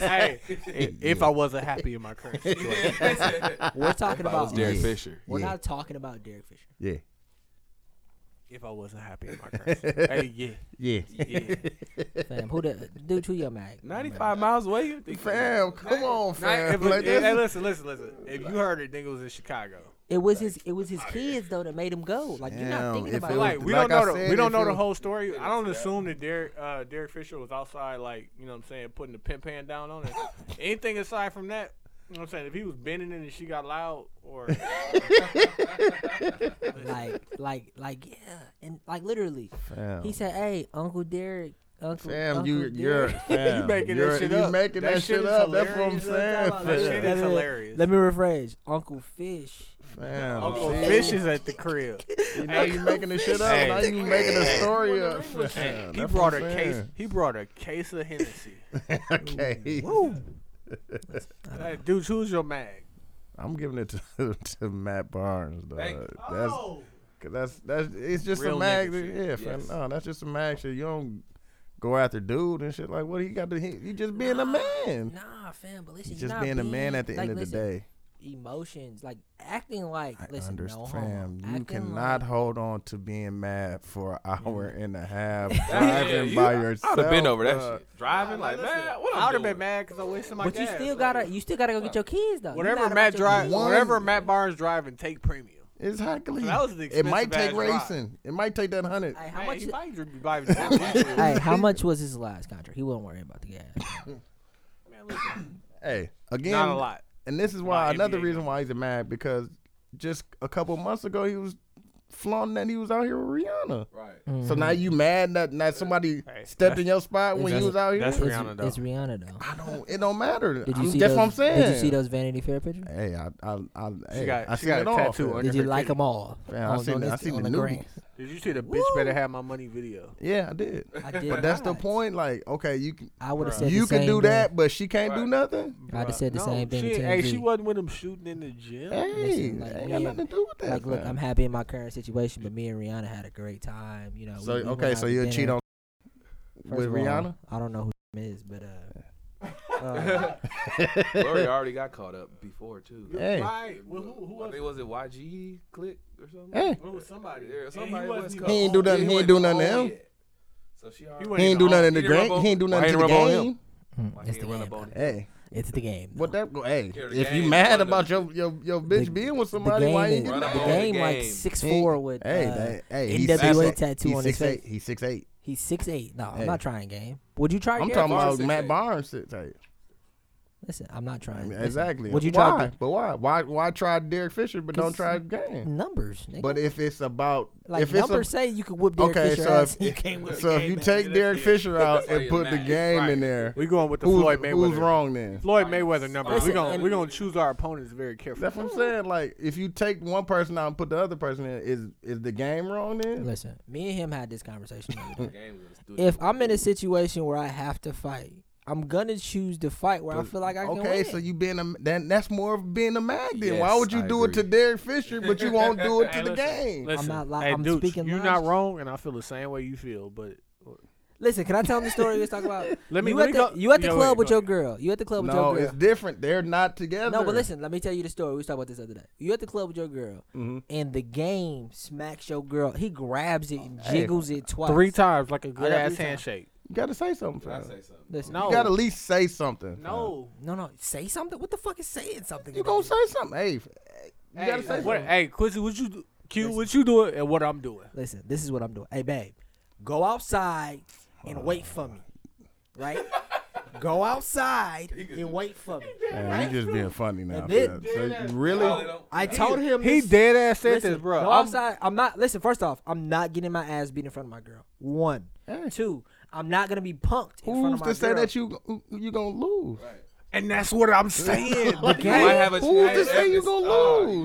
A: hey, i- if I wasn't happy in my current situation,
B: we're talking
D: I was
B: about
D: Derek
B: us.
D: Fisher.
B: We're
C: Yeah.
B: not talking about Derek Fisher.
C: Yeah.
A: if I wasn't happy in my current situation, hey, yeah,
C: Yeah.
A: yeah.
B: Fam, who the dude? Who your mag?
D: Mm-hmm.
A: Ninety-five miles away, you think?
C: Fam, come on,
A: Hey,
C: fam. Like
A: hey,
C: this.
A: listen, listen, listen. If you heard it, nigga was in Chicago.
B: It was his. It was his kids though that made him go. Like you're
C: Damn,
B: not thinking
C: if
B: about.
C: it
B: it.
C: was-
A: Like we
C: Like I
A: don't know.
C: said,
A: the, we
C: if
A: don't
C: it
A: know the
C: was-
A: whole story. I don't assume that Derek uh, Derek Fisher was outside, like you know, what I'm saying, putting the pimp hand down on it. Anything aside from that, you know, what I'm saying, if he was bending it and she got loud, or
B: like, like, like, yeah, and like literally,
C: Fam.
B: he said, "Hey, Uncle Derek, Uncle,
C: Fam,
B: Uncle
C: you,
B: Derek.
C: you're fam,
A: You making that
C: you're,
A: shit
C: you
A: up.
C: making that,
A: That shit
C: shit
A: is
C: up. That's what I'm
A: hilarious.
C: saying,
B: That
A: That
C: fam.
A: shit is hilarious.
B: Let me rephrase, Uncle Fish.
C: Fam,
A: Uncle
C: see,
A: Fish is at the crib.
C: Oh, you know you making this shit up.
A: Hey.
C: Now you making a
A: Hey.
C: story up.
A: Hey,
C: Fam.
A: he
C: That's
A: brought
C: what
A: a
C: I'm
A: case.
C: saying.
A: He brought a case of Hennessy.
C: okay,
A: hey, dude, who's your mag?
C: I'm giving it to, to Matt Barnes, though.
D: Thank- Oh.
C: That's cause that's that's it's just
A: Real
C: a
A: nigga
C: mag.
A: shit.
C: Yeah, fam.
D: Yes.
C: No, that's just a mag shit. You don't go after dude and shit like what he got to. He, you just being a man.
B: Nah, fam, but listen,
C: He's
B: you're
C: just
B: not
C: being a man at the
B: like,
C: end of the
B: listen,
C: day.
B: emotions, like acting like
C: I
B: listen, no
C: understand.
B: homo.
C: Fam, you
B: Acting
C: cannot
B: like-
C: hold on to being mad for an
A: Mm.
C: hour and a half
D: Yeah,
C: driving
D: you-
C: by
D: I-
C: yourself.
D: I'd have been over that
C: uh,
D: shit. Driving like, man, what
A: I
D: I'm
A: would have
D: doing.
A: been mad because I wasted my
B: but you
A: gas,
B: still
A: like,
B: gotta you still gotta go get your kids though. You mad
A: whatever
B: about
A: Matt
B: your
A: drive,
B: kids.
C: One-
A: whatever Matt Barnes driving, take premium.
C: Exactly.
A: That was an
C: it might
A: expensive
C: take
A: ass ride.
C: racing. It might take that hundred.
B: Hey, how
A: Hey,
B: much?
A: he might dri- buy the damn
B: Hey, how much was his last contract? He wasn't worrying about the gas.
A: Man, listen,
C: Hey, again,
A: Not a lot.
C: and this is why
A: My
C: another
A: NBA
C: reason why he's mad because just a couple months ago he was flaunting that he was out here with Rihanna.
D: Right.
C: So now
A: Mm.
C: you mad that, that somebody stepped in your spot when you was out here?
A: that's
B: It's-
A: Rihanna, though.
B: It's Rihanna though.
C: I don't. It don't matter.
B: Did you
C: I'm-
B: see
C: that's
B: those,
C: what I'm saying.
B: Did you see those Vanity Fair pictures?
C: Hey, I, I, I, hey,
A: got-
C: I
A: she
C: seen
A: got
C: it
A: a
C: all.
A: tattoo
C: fam.
A: on
B: Did you like them all?
C: Fam, I
B: On-
C: seen
B: on
C: the- I
B: Insta-
C: seen
B: on
C: the
B: the
C: new
B: gram.
A: Did you see the bitch better have my money video?
C: Yeah, I did.
B: I did.
C: But that's the
B: not.
C: point. Like, okay, you can
B: I would have
A: Bruh.
B: said
C: you
B: the same
C: can do
B: thing.
C: that, but she can't do nothing.
B: I'd have said the
A: No,
B: same thing.
A: She,
B: to
A: hey,
B: TMZ.
A: she wasn't with him shooting in the gym.
C: Hey,
B: Listen, like,
C: ain't
B: me
C: got
B: and-
C: nothing to do with that.
B: Like, look,
C: fam.
B: I'm happy in my current situation, but me and Rihanna had a great time. You know.
C: So
B: we- we went
C: okay,
B: out
C: so
B: to
C: you'll
B: dinner.
C: cheat on
B: First
C: with
B: of all,
C: Rihanna.
B: I don't know who is, but uh, uh,
D: Lori already got caught up before too.
C: Hey.
A: Right. Well, who, who
D: I
A: was
D: think was it YG Click or something?
C: Hey,
A: It was somebody.
D: Yeah,
A: And
D: somebody
A: he
D: was
A: wasn't even
D: caught.
C: He ain't do
A: on-
C: nothing-
D: Yeah,
C: he
D: wasn't
C: ain't do
D: even
C: nothing
D: on
C: to him.
D: yet. So she already.
A: wasn't
C: he ain't
A: even
C: do
A: on.
C: nothing to
D: He
C: the
D: didn't
C: game.
D: rub
C: He ain't do
D: on-
C: nothing
D: he
C: to the
D: didn't rub on
C: game.
D: him.
B: mm,
D: Like,
B: it's
D: he
B: the
D: ain't run
B: game.
D: up on
B: brother.
D: it.
C: Hey,
B: It's the game.
C: what that? go- Hey,
D: Yeah, the
C: if you
D: game
C: mad
D: under-
C: about your your your bitch
B: The-
C: being with
B: The
C: somebody, why you
B: game, is-
C: get
D: Run up
B: the
D: on
C: mad?
D: the
B: game like
D: game.
B: six
C: He-
B: four with
C: hey,
B: uh,
C: that, hey, he's
B: NWA
C: six-
B: tattoo
C: he's
B: on his
C: six
B: face.
C: eight. He's six eight.
B: He's six eight. No,
C: Hey.
B: I'm not trying game. Would you try?
C: I'm
B: game?
C: talking
D: Barnes
C: about
D: six
C: Matt
D: eight.
C: Barnes six eight.
B: Listen, I'm not
C: I
B: trying.
C: mean,
B: Listen,
C: Exactly.
B: Would you try?
C: why? But why? Why? Why try Derek Fisher but don't
B: 'Cause-
C: try game?
B: numbers. Nigga.
C: But if it's about
B: like
C: if it's a,
B: numbers say you could whoop Derek
C: okay,
B: Fisher
C: so
B: ass.
C: if,
B: you can't whip
C: so
B: the
C: if
B: game
C: you
B: ass.
C: take Derek Fisher out
D: That's why
C: and
D: you're
C: put the
D: mad.
C: game
D: Right.
C: in there,
A: We going with the
C: who's,
A: Floyd Mayweather.
C: who's wrong then?
A: Floyd Mayweather numbers.
B: Listen,
A: We're gonna
B: and-
A: we're gonna choose our opponents very carefully.
C: That's what I'm saying. Like if you take one person out and put the other person in, is is the game wrong then?
B: Listen, me and him had this conversation. the other day.
D: Game was stupid.
B: if I'm in a situation where I have to fight, I'm gonna choose the fight where I feel like I can
C: okay,
B: win.
C: so you being a then that's more of being a mag then. Why
D: Yes,
C: would you
D: I
C: do it to
D: agree.
C: Derek Fisher but you won't do it to
A: Hey,
C: the
A: listen,
C: game?
A: Listen,
B: I'm not li-
A: hey,
B: I'm
A: dude,
B: speaking
A: You're not
B: logic.
A: wrong, and I feel the same way you feel. But
B: listen, can I tell him the story we was talking about?
A: Let me-
B: you
A: let
B: at the,
A: me go-
B: you at the
A: yeah,
B: club
A: wait,
B: with
A: go
B: your
A: ahead.
B: girl. You at the club with
C: No,
B: your girl.
C: it's different. They're not together.
B: No, but listen, let me tell you the story. We was talking about this the other day. You at the club with your girl,
C: Mm-hmm.
B: and the game smacks your girl. He grabs it and
C: Hey.
B: jiggles it twice.
A: three times, like a
B: got
A: good ass
B: three times.
A: handshake.
C: You gotta say something.
D: Did I
C: fam.
D: say something?
B: Listen,
A: No.
C: You gotta at least say something. fam.
A: No,
B: no, no. Say something. What the fuck is saying something?
C: you
B: in that
C: gonna
B: game?
C: say something? Hey, f- you gotta say
A: what,
C: something.
A: Uh, hey, Quincy, what you, do- Q, what you doing, and what I'm doing?
B: Listen, this is what I'm doing. Hey, babe, go outside and wait for me. Right? go outside and wait for me.
C: Man, you just being funny now.
B: And then-
C: fam. So you really?
B: I told him
A: He
B: this-
A: dead ass said
B: listen,
A: this, bro.
B: Go
A: I'm-
B: outside. I'm not. Listen. First off, I'm not getting my ass beat in front of my girl. One,
C: Hey.
B: two. I'm not gonna be punked in front
C: Who's
B: of my
C: to say
B: girl.
C: that you who- you gonna lose?
A: and that's what I'm saying.
D: You might have a
C: Who's to
D: chance.
C: say you gonna lose?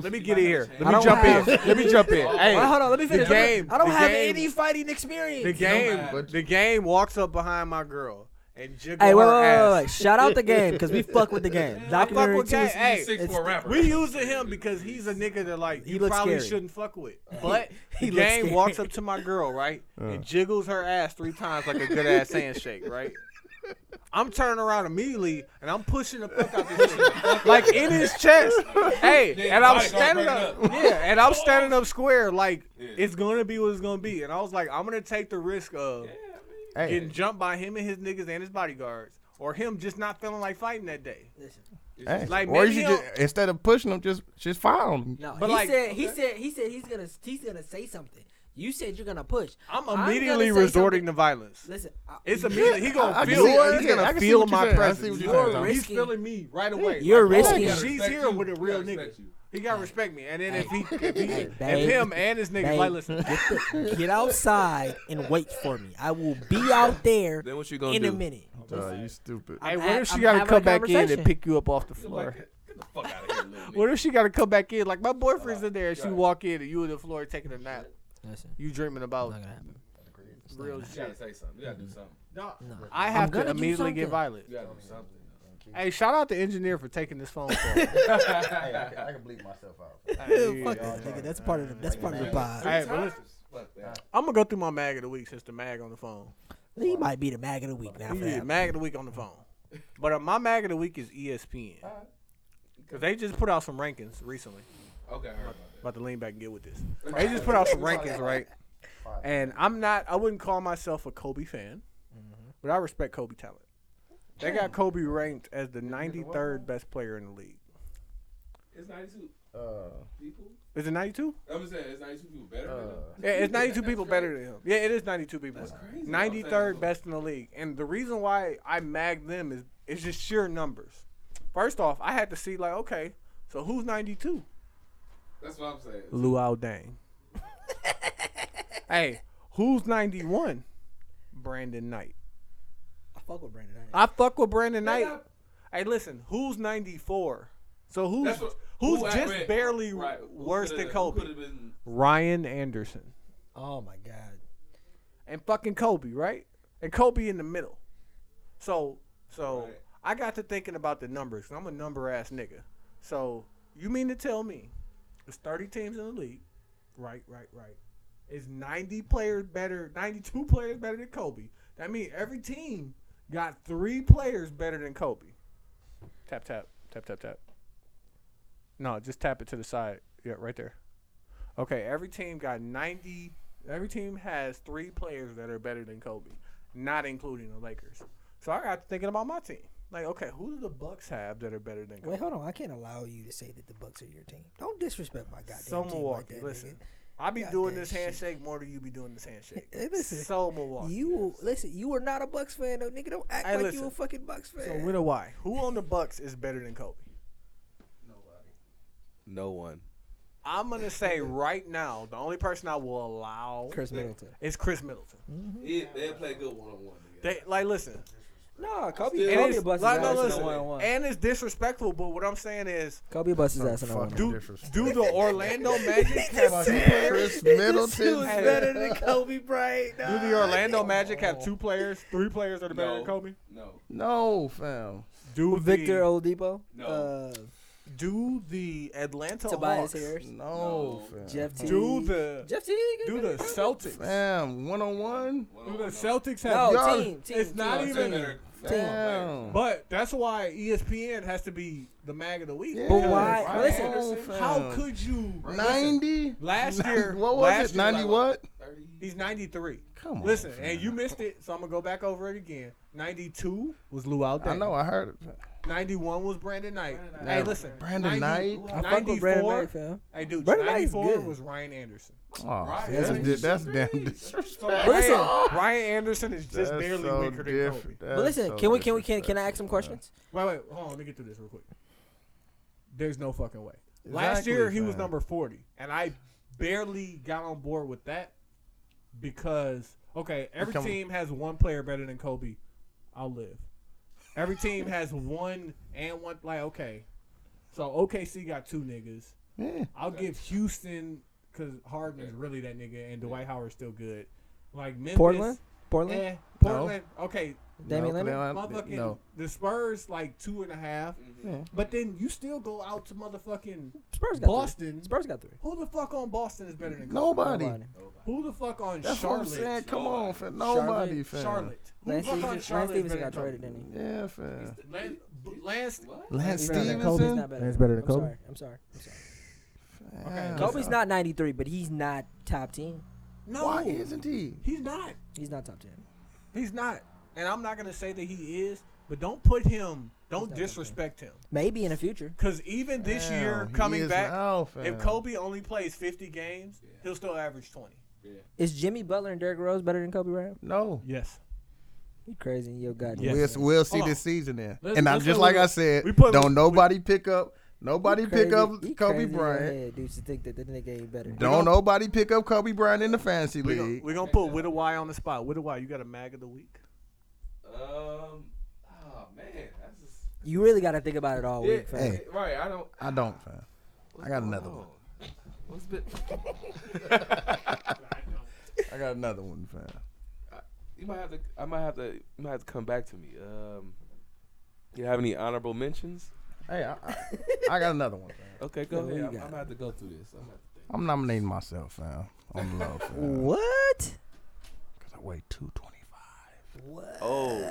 A: uh, Let me get in here.
D: I
A: Let me
B: don't
A: jump
B: have-
A: in. Let me jump in. Hey,
B: Well, hold on. Let me finish.
A: The game.
B: I don't
A: the
B: have
A: game-
B: any fighting experience.
A: The game.
C: But-
A: The game walks up behind my girl and jiggle
B: Hey,
A: her
B: wait, wait, wait, wait,
A: ass.
B: wait. Shout out the game because we fuck with the game. Documentary
A: with game.
B: two,
A: Hey,
B: it's-
D: Six four rapper.
A: We using him because he's a nigga that like
B: He
A: you
B: looks
A: probably
B: scary.
A: shouldn't fuck with. But
B: he
A: he
B: looks
A: gang
B: scary. Uh.
A: walks up to my girl, right, and jiggles her ass three times like a good ass handshake, right. I'm turning around immediately and I'm pushing the fuck out this nigga, like in his chest. Hey,
D: Yeah,
A: and I'm
D: body gonna
A: standing
D: break
A: up, yeah, and I'm standing up square, like it's gonna be what it's gonna be. And I was like, I'm gonna take the risk of
C: Hey,
A: getting jumped by him and his niggas and his bodyguards, or him just not feeling like fighting that day.
C: hey.
A: like,
C: or you
A: maybe
C: should
A: he'll-
C: just instead of pushing them, just just file them.
B: No,
A: But
B: he
A: like-
B: said he said he said he's gonna he's gonna say something. You said you're gonna push.
A: I'm
B: gonna
A: immediately
B: say
A: resorting to
B: something.
A: violence.
B: Listen, I-
A: It's immediately he gonna
C: I can
A: feel
C: see- I
A: it. He's
C: can- I
A: gonna
C: can see
A: feel
C: what you're
A: my
C: saying. I see
A: presence.
C: what you're saying,
B: Tom.
A: He's
B: Risking-
A: feeling me right away.
B: you're
A: Like, oh,
B: risking-
A: She's
D: Respect
A: here
D: you.
A: with a real
D: Respect
A: nigga.
D: you.
A: He gotta respect me. And then if he, if, he-
B: Hey,
A: if
B: babe.
A: him and his niggas
B: Babe,
A: like, listen,
B: get, the- get outside and wait for me. I will be out there
D: Then what you gonna
B: in
D: do?
B: a minute.
C: Duh, Uh, you stupid.
A: hey,
B: I'm
A: what
B: ha-
A: if she
B: I'm
A: gotta
B: having
A: come
B: a
A: back in and
B: conversation.
A: pick you up off the floor?
D: Like, get the fuck out of here, little nigga.
A: What if she gotta come back in? Like my boyfriend's in there, and she walk in, and you on the floor taking a nap.
B: Listen,
A: You dreaming
B: not
A: about
B: gonna happen.
A: real
D: You
A: shit.
D: gotta say something. You gotta
C: Mm-hmm.
D: do something.
A: No, I have to
B: gonna do
A: immediately get
B: something.
A: violent.
D: You gotta do something.
A: Hey, shout out the engineer for taking this phone call.
C: I can bleep myself out.
B: Fuck this nigga. That's part of the that's part of the pod.
A: Hey, but listen,
D: Fuck that.
A: I'm gonna go through my mag of the week since the mag on the phone.
B: He might be the mag of the week now. For
A: Yeah,
B: that.
A: E mag of the week on the phone. But uh, my mag of the week is ESPN. Cause they just put out some rankings recently.
D: Okay, I heard about
A: About to lean back and get with this. They just put out some rankings, right? And I'm not. I wouldn't call myself a Kobe fan, but I respect Kobe talent. They got Kobe ranked as the 93rd best player in the league.
D: that. It's 92
C: Uh,
D: people.
A: Is it 92?
D: I'm just saying, it's 92 people better than him.
C: Uh,
A: Yeah, it's 92 people better than him. Yeah, it is 92 people.
D: That's crazy.
A: 93rd best in the league. And the reason why I mag them is is just sheer numbers. First off, I had to see like, okay, so who's 92?
D: That's what I'm saying.
A: Luau Dang. hey, who's 91? Brandon Knight.
B: I fuck with Brandon.
A: I fuck with Brandon
D: They
A: Knight.
D: got-
A: Hey, listen, who's 94? So who's
D: That's what-
A: who's
D: who I
A: just
D: read.
A: barely
D: Right, who
A: worse than Kobe?
D: coulda- Who could have been?
A: Ryan Anderson.
B: Oh my god.
A: and fucking Kobe, right? And Kobe in the middle. So so
D: Right.
A: I got to thinking about the numbers. 'cause I'm a number ass nigga. So you mean to tell me there's 30 teams in the league? Right, right, right. Is 90 players better, 92 players better than Kobe? That means every team got three players better than Kobe. Tap tap tap tap tap. No, just tap it to the side. Yeah, right there. Okay, every team got 90. Every team has three players that are better than Kobe, not including the Lakers. So I got thinking about my team. Like, okay, who do the Bucks have that are better than Kobe?
B: Wait, hold on. I can't allow you to say that the Bucks are your team. Don't disrespect my goddamn
A: so
B: team
A: Milwaukee.
B: like that.
A: listen,
B: Listen,
A: I be
B: Goddamn
A: doing this
B: shit.
A: handshake more than you be doing this handshake.
B: Hey, listen,
A: so Milwaukee.
B: you listen. You are not a Bucks fan, though, nigga. Don't act
A: Hey,
B: like you
A: listen.
B: a fucking Bucks fan.
A: so with a Y, who on the Bucks is better than Kobe?
D: No one.
A: I'm gonna say right now, the only person I will allow
B: Chris Middleton.
A: is Chris Middleton.
D: He, they play good one on one.
A: They like listen,
B: No, Kobe.
D: Still-
B: Kobe
A: and
B: will
A: it's,
B: bust his
A: like,
B: ass
A: no,
B: in a
A: listen,
B: one-on-one.
A: and it's disrespectful. But what I'm saying is,
B: Kobe busts his
C: Some
B: ass in a one.
C: fucking-
A: Do,
C: Disrespect.
A: do the Orlando Magic have two players?
C: Chris Middleton.
A: Hey. better
B: than Kobe Bryant.
A: Do the Orlando Magic have two players, three players that are better than
D: No.
A: Kobe?
D: No,
C: No, fam.
A: Do
B: Victor
A: the,
B: Oladipo.
D: No.
B: Uh,
A: do the Atlanta
B: Tobias
A: Hawks?
B: Harris.
C: No,
D: No.
C: fam.
B: Jeff T.
A: Do the
B: Jeff T. ain't
A: do
B: better
A: the
B: than Kobe.
A: Celtics?
C: Fam, one on one.
D: one
A: Do
D: on
A: the
D: one.
A: Celtics have?
B: No,
C: Y'all-
B: team, team.
A: It's not
B: team.
A: even-
C: Fam.
A: But that's why E ESPN has to be the mag of the week.
C: Yeah,
B: But why-
C: Ryan
B: listen,
C: Anderson,
A: How
C: fam.
A: could you? listen,
C: ninety?
A: Last year-
C: what was
A: last
C: it?
A: year,
C: Ninety what?
A: He's 93.
C: Come on.
A: Listen,
C: fam.
A: and you missed it, so I'm gonna go back over it again. 92 was Luau Deng.
C: I know. I heard it. fam.
A: 91 was Brandon Knight.
D: Brandon
A: Hey,
D: Knight.
A: listen.
C: Brandon
A: 90
C: Knight.
B: I fuck with Brandon Knight, fam.
A: Hey, dude,
B: Brandon Knight's
A: 94
B: good.
A: was Ryan Anderson.
C: Oh,
D: Ryan
C: that's,
D: Anderson.
C: di- that's damn disrespectful.
B: Listen.
A: Ryan, Ryan Anderson is just
C: That's
A: barely
C: so
A: weaker than
C: diff-
A: Kobe.
C: that's
B: But listen,
C: so
B: can we can we can can I ask some
C: disrespectful, fam.
B: questions?
A: Wait, wait, hold on. Let me get through this real quick. There's no fucking way. Last year he
C: Exactly,
A: was
C: fam.
A: number 40, and I barely got on board with that because okay, every
C: Become-
A: team has one player better than Kobe. I'll live. Every team has one and one like okay. So OKC got two niggas.
C: Yeah.
A: I'll give Houston because Harden's really that nigga, and Dwight Howard's still good. Like Memphis,
B: Portland, Portland,
A: eh, Portland. Okay,
B: Damian
C: no,
B: Lillard?
A: motherfucking
C: No.
A: the Spurs like two and a half,
C: Yeah.
A: but then you still go out to motherfucking
B: Spurs got
A: Boston.
B: three. Spurs got three.
A: Who the fuck on Boston is better than Kobe?
C: Nobody.
B: Nobody.
A: Who the fuck on
C: That's
A: Charlotte?
C: what I'm saying. Come on, fam.
B: Charlotte.
C: Nobody, fam.
A: Charlotte. Who the
B: Lance
A: fuck on
B: Stevenson, Lance
A: Charlotte is
B: Stevenson
A: better
B: got
A: than
B: traded,
A: Kobe?
B: didn't he?
C: Yeah, fam.
A: Lance, B- Lance,
C: Lance
B: He's better than Kobe. He's
C: Stevenson.
B: not better.
A: He's better than
B: I'm
A: Kobe.
B: Sorry. I'm sorry. I'm sorry.
C: Fam.
B: Kobe's not 93, but he's not top 10.
A: no,
C: Why isn't he?
A: he's not.
B: He's not top 10.
A: He's not. And I'm not gonna say that he is, but don't put him. Don't
B: not
A: disrespect him.
B: Maybe in the future.
A: Because even this
C: Fam,
A: year,
C: he
A: coming
C: is
A: back,
C: now, fam.
A: if Kobe only plays 50 games, he'll still average 20.
B: Is Jimmy Butler and Derrick Rose better than Kobe Bryant?
C: No.
A: Yes.
B: You crazy in your goddamn.
A: Yes.
C: We'll, we'll see
A: Hold
C: this season then.
A: Let's-
C: and I'm
A: let's
C: just
A: go
C: like
A: with-
C: I said,
A: we put-
C: don't
A: we-
C: nobody pick up nobody
B: You
C: pick
B: crazy-
C: up
B: you crazy
C: Kobe
B: in your
C: Bryant.
B: head, dudes, to think that the nigga ain't better.
C: Don't nobody pick up Kobe Bryant in the fantasy
A: We're
C: league.
A: going to put with a Y on the spot. With a Y, you got a mag of the week?
D: Um. Oh man, that's just.
B: You really got to think about it all
D: Yeah,
B: week, fam.
C: Oh, Hey.
D: Right. I don't.
C: I don't, fam. I got another
D: Oh.
C: one.
D: What's been?
C: I got another one, fam.
D: You might have to. I might have to. You might have to come back to me. Um. You have any honorable mentions?
C: Hey, I, I, I got another one, fam.
D: Okay, go
B: Yeah,
D: ahead.
B: you
D: I'm, I'm
B: got
D: gonna have to go through this. I'm gonna have to think.
C: I'm nominating myself, fam. On the low, fam.
B: What?
C: Because I weigh 225.
B: What?
D: Oh.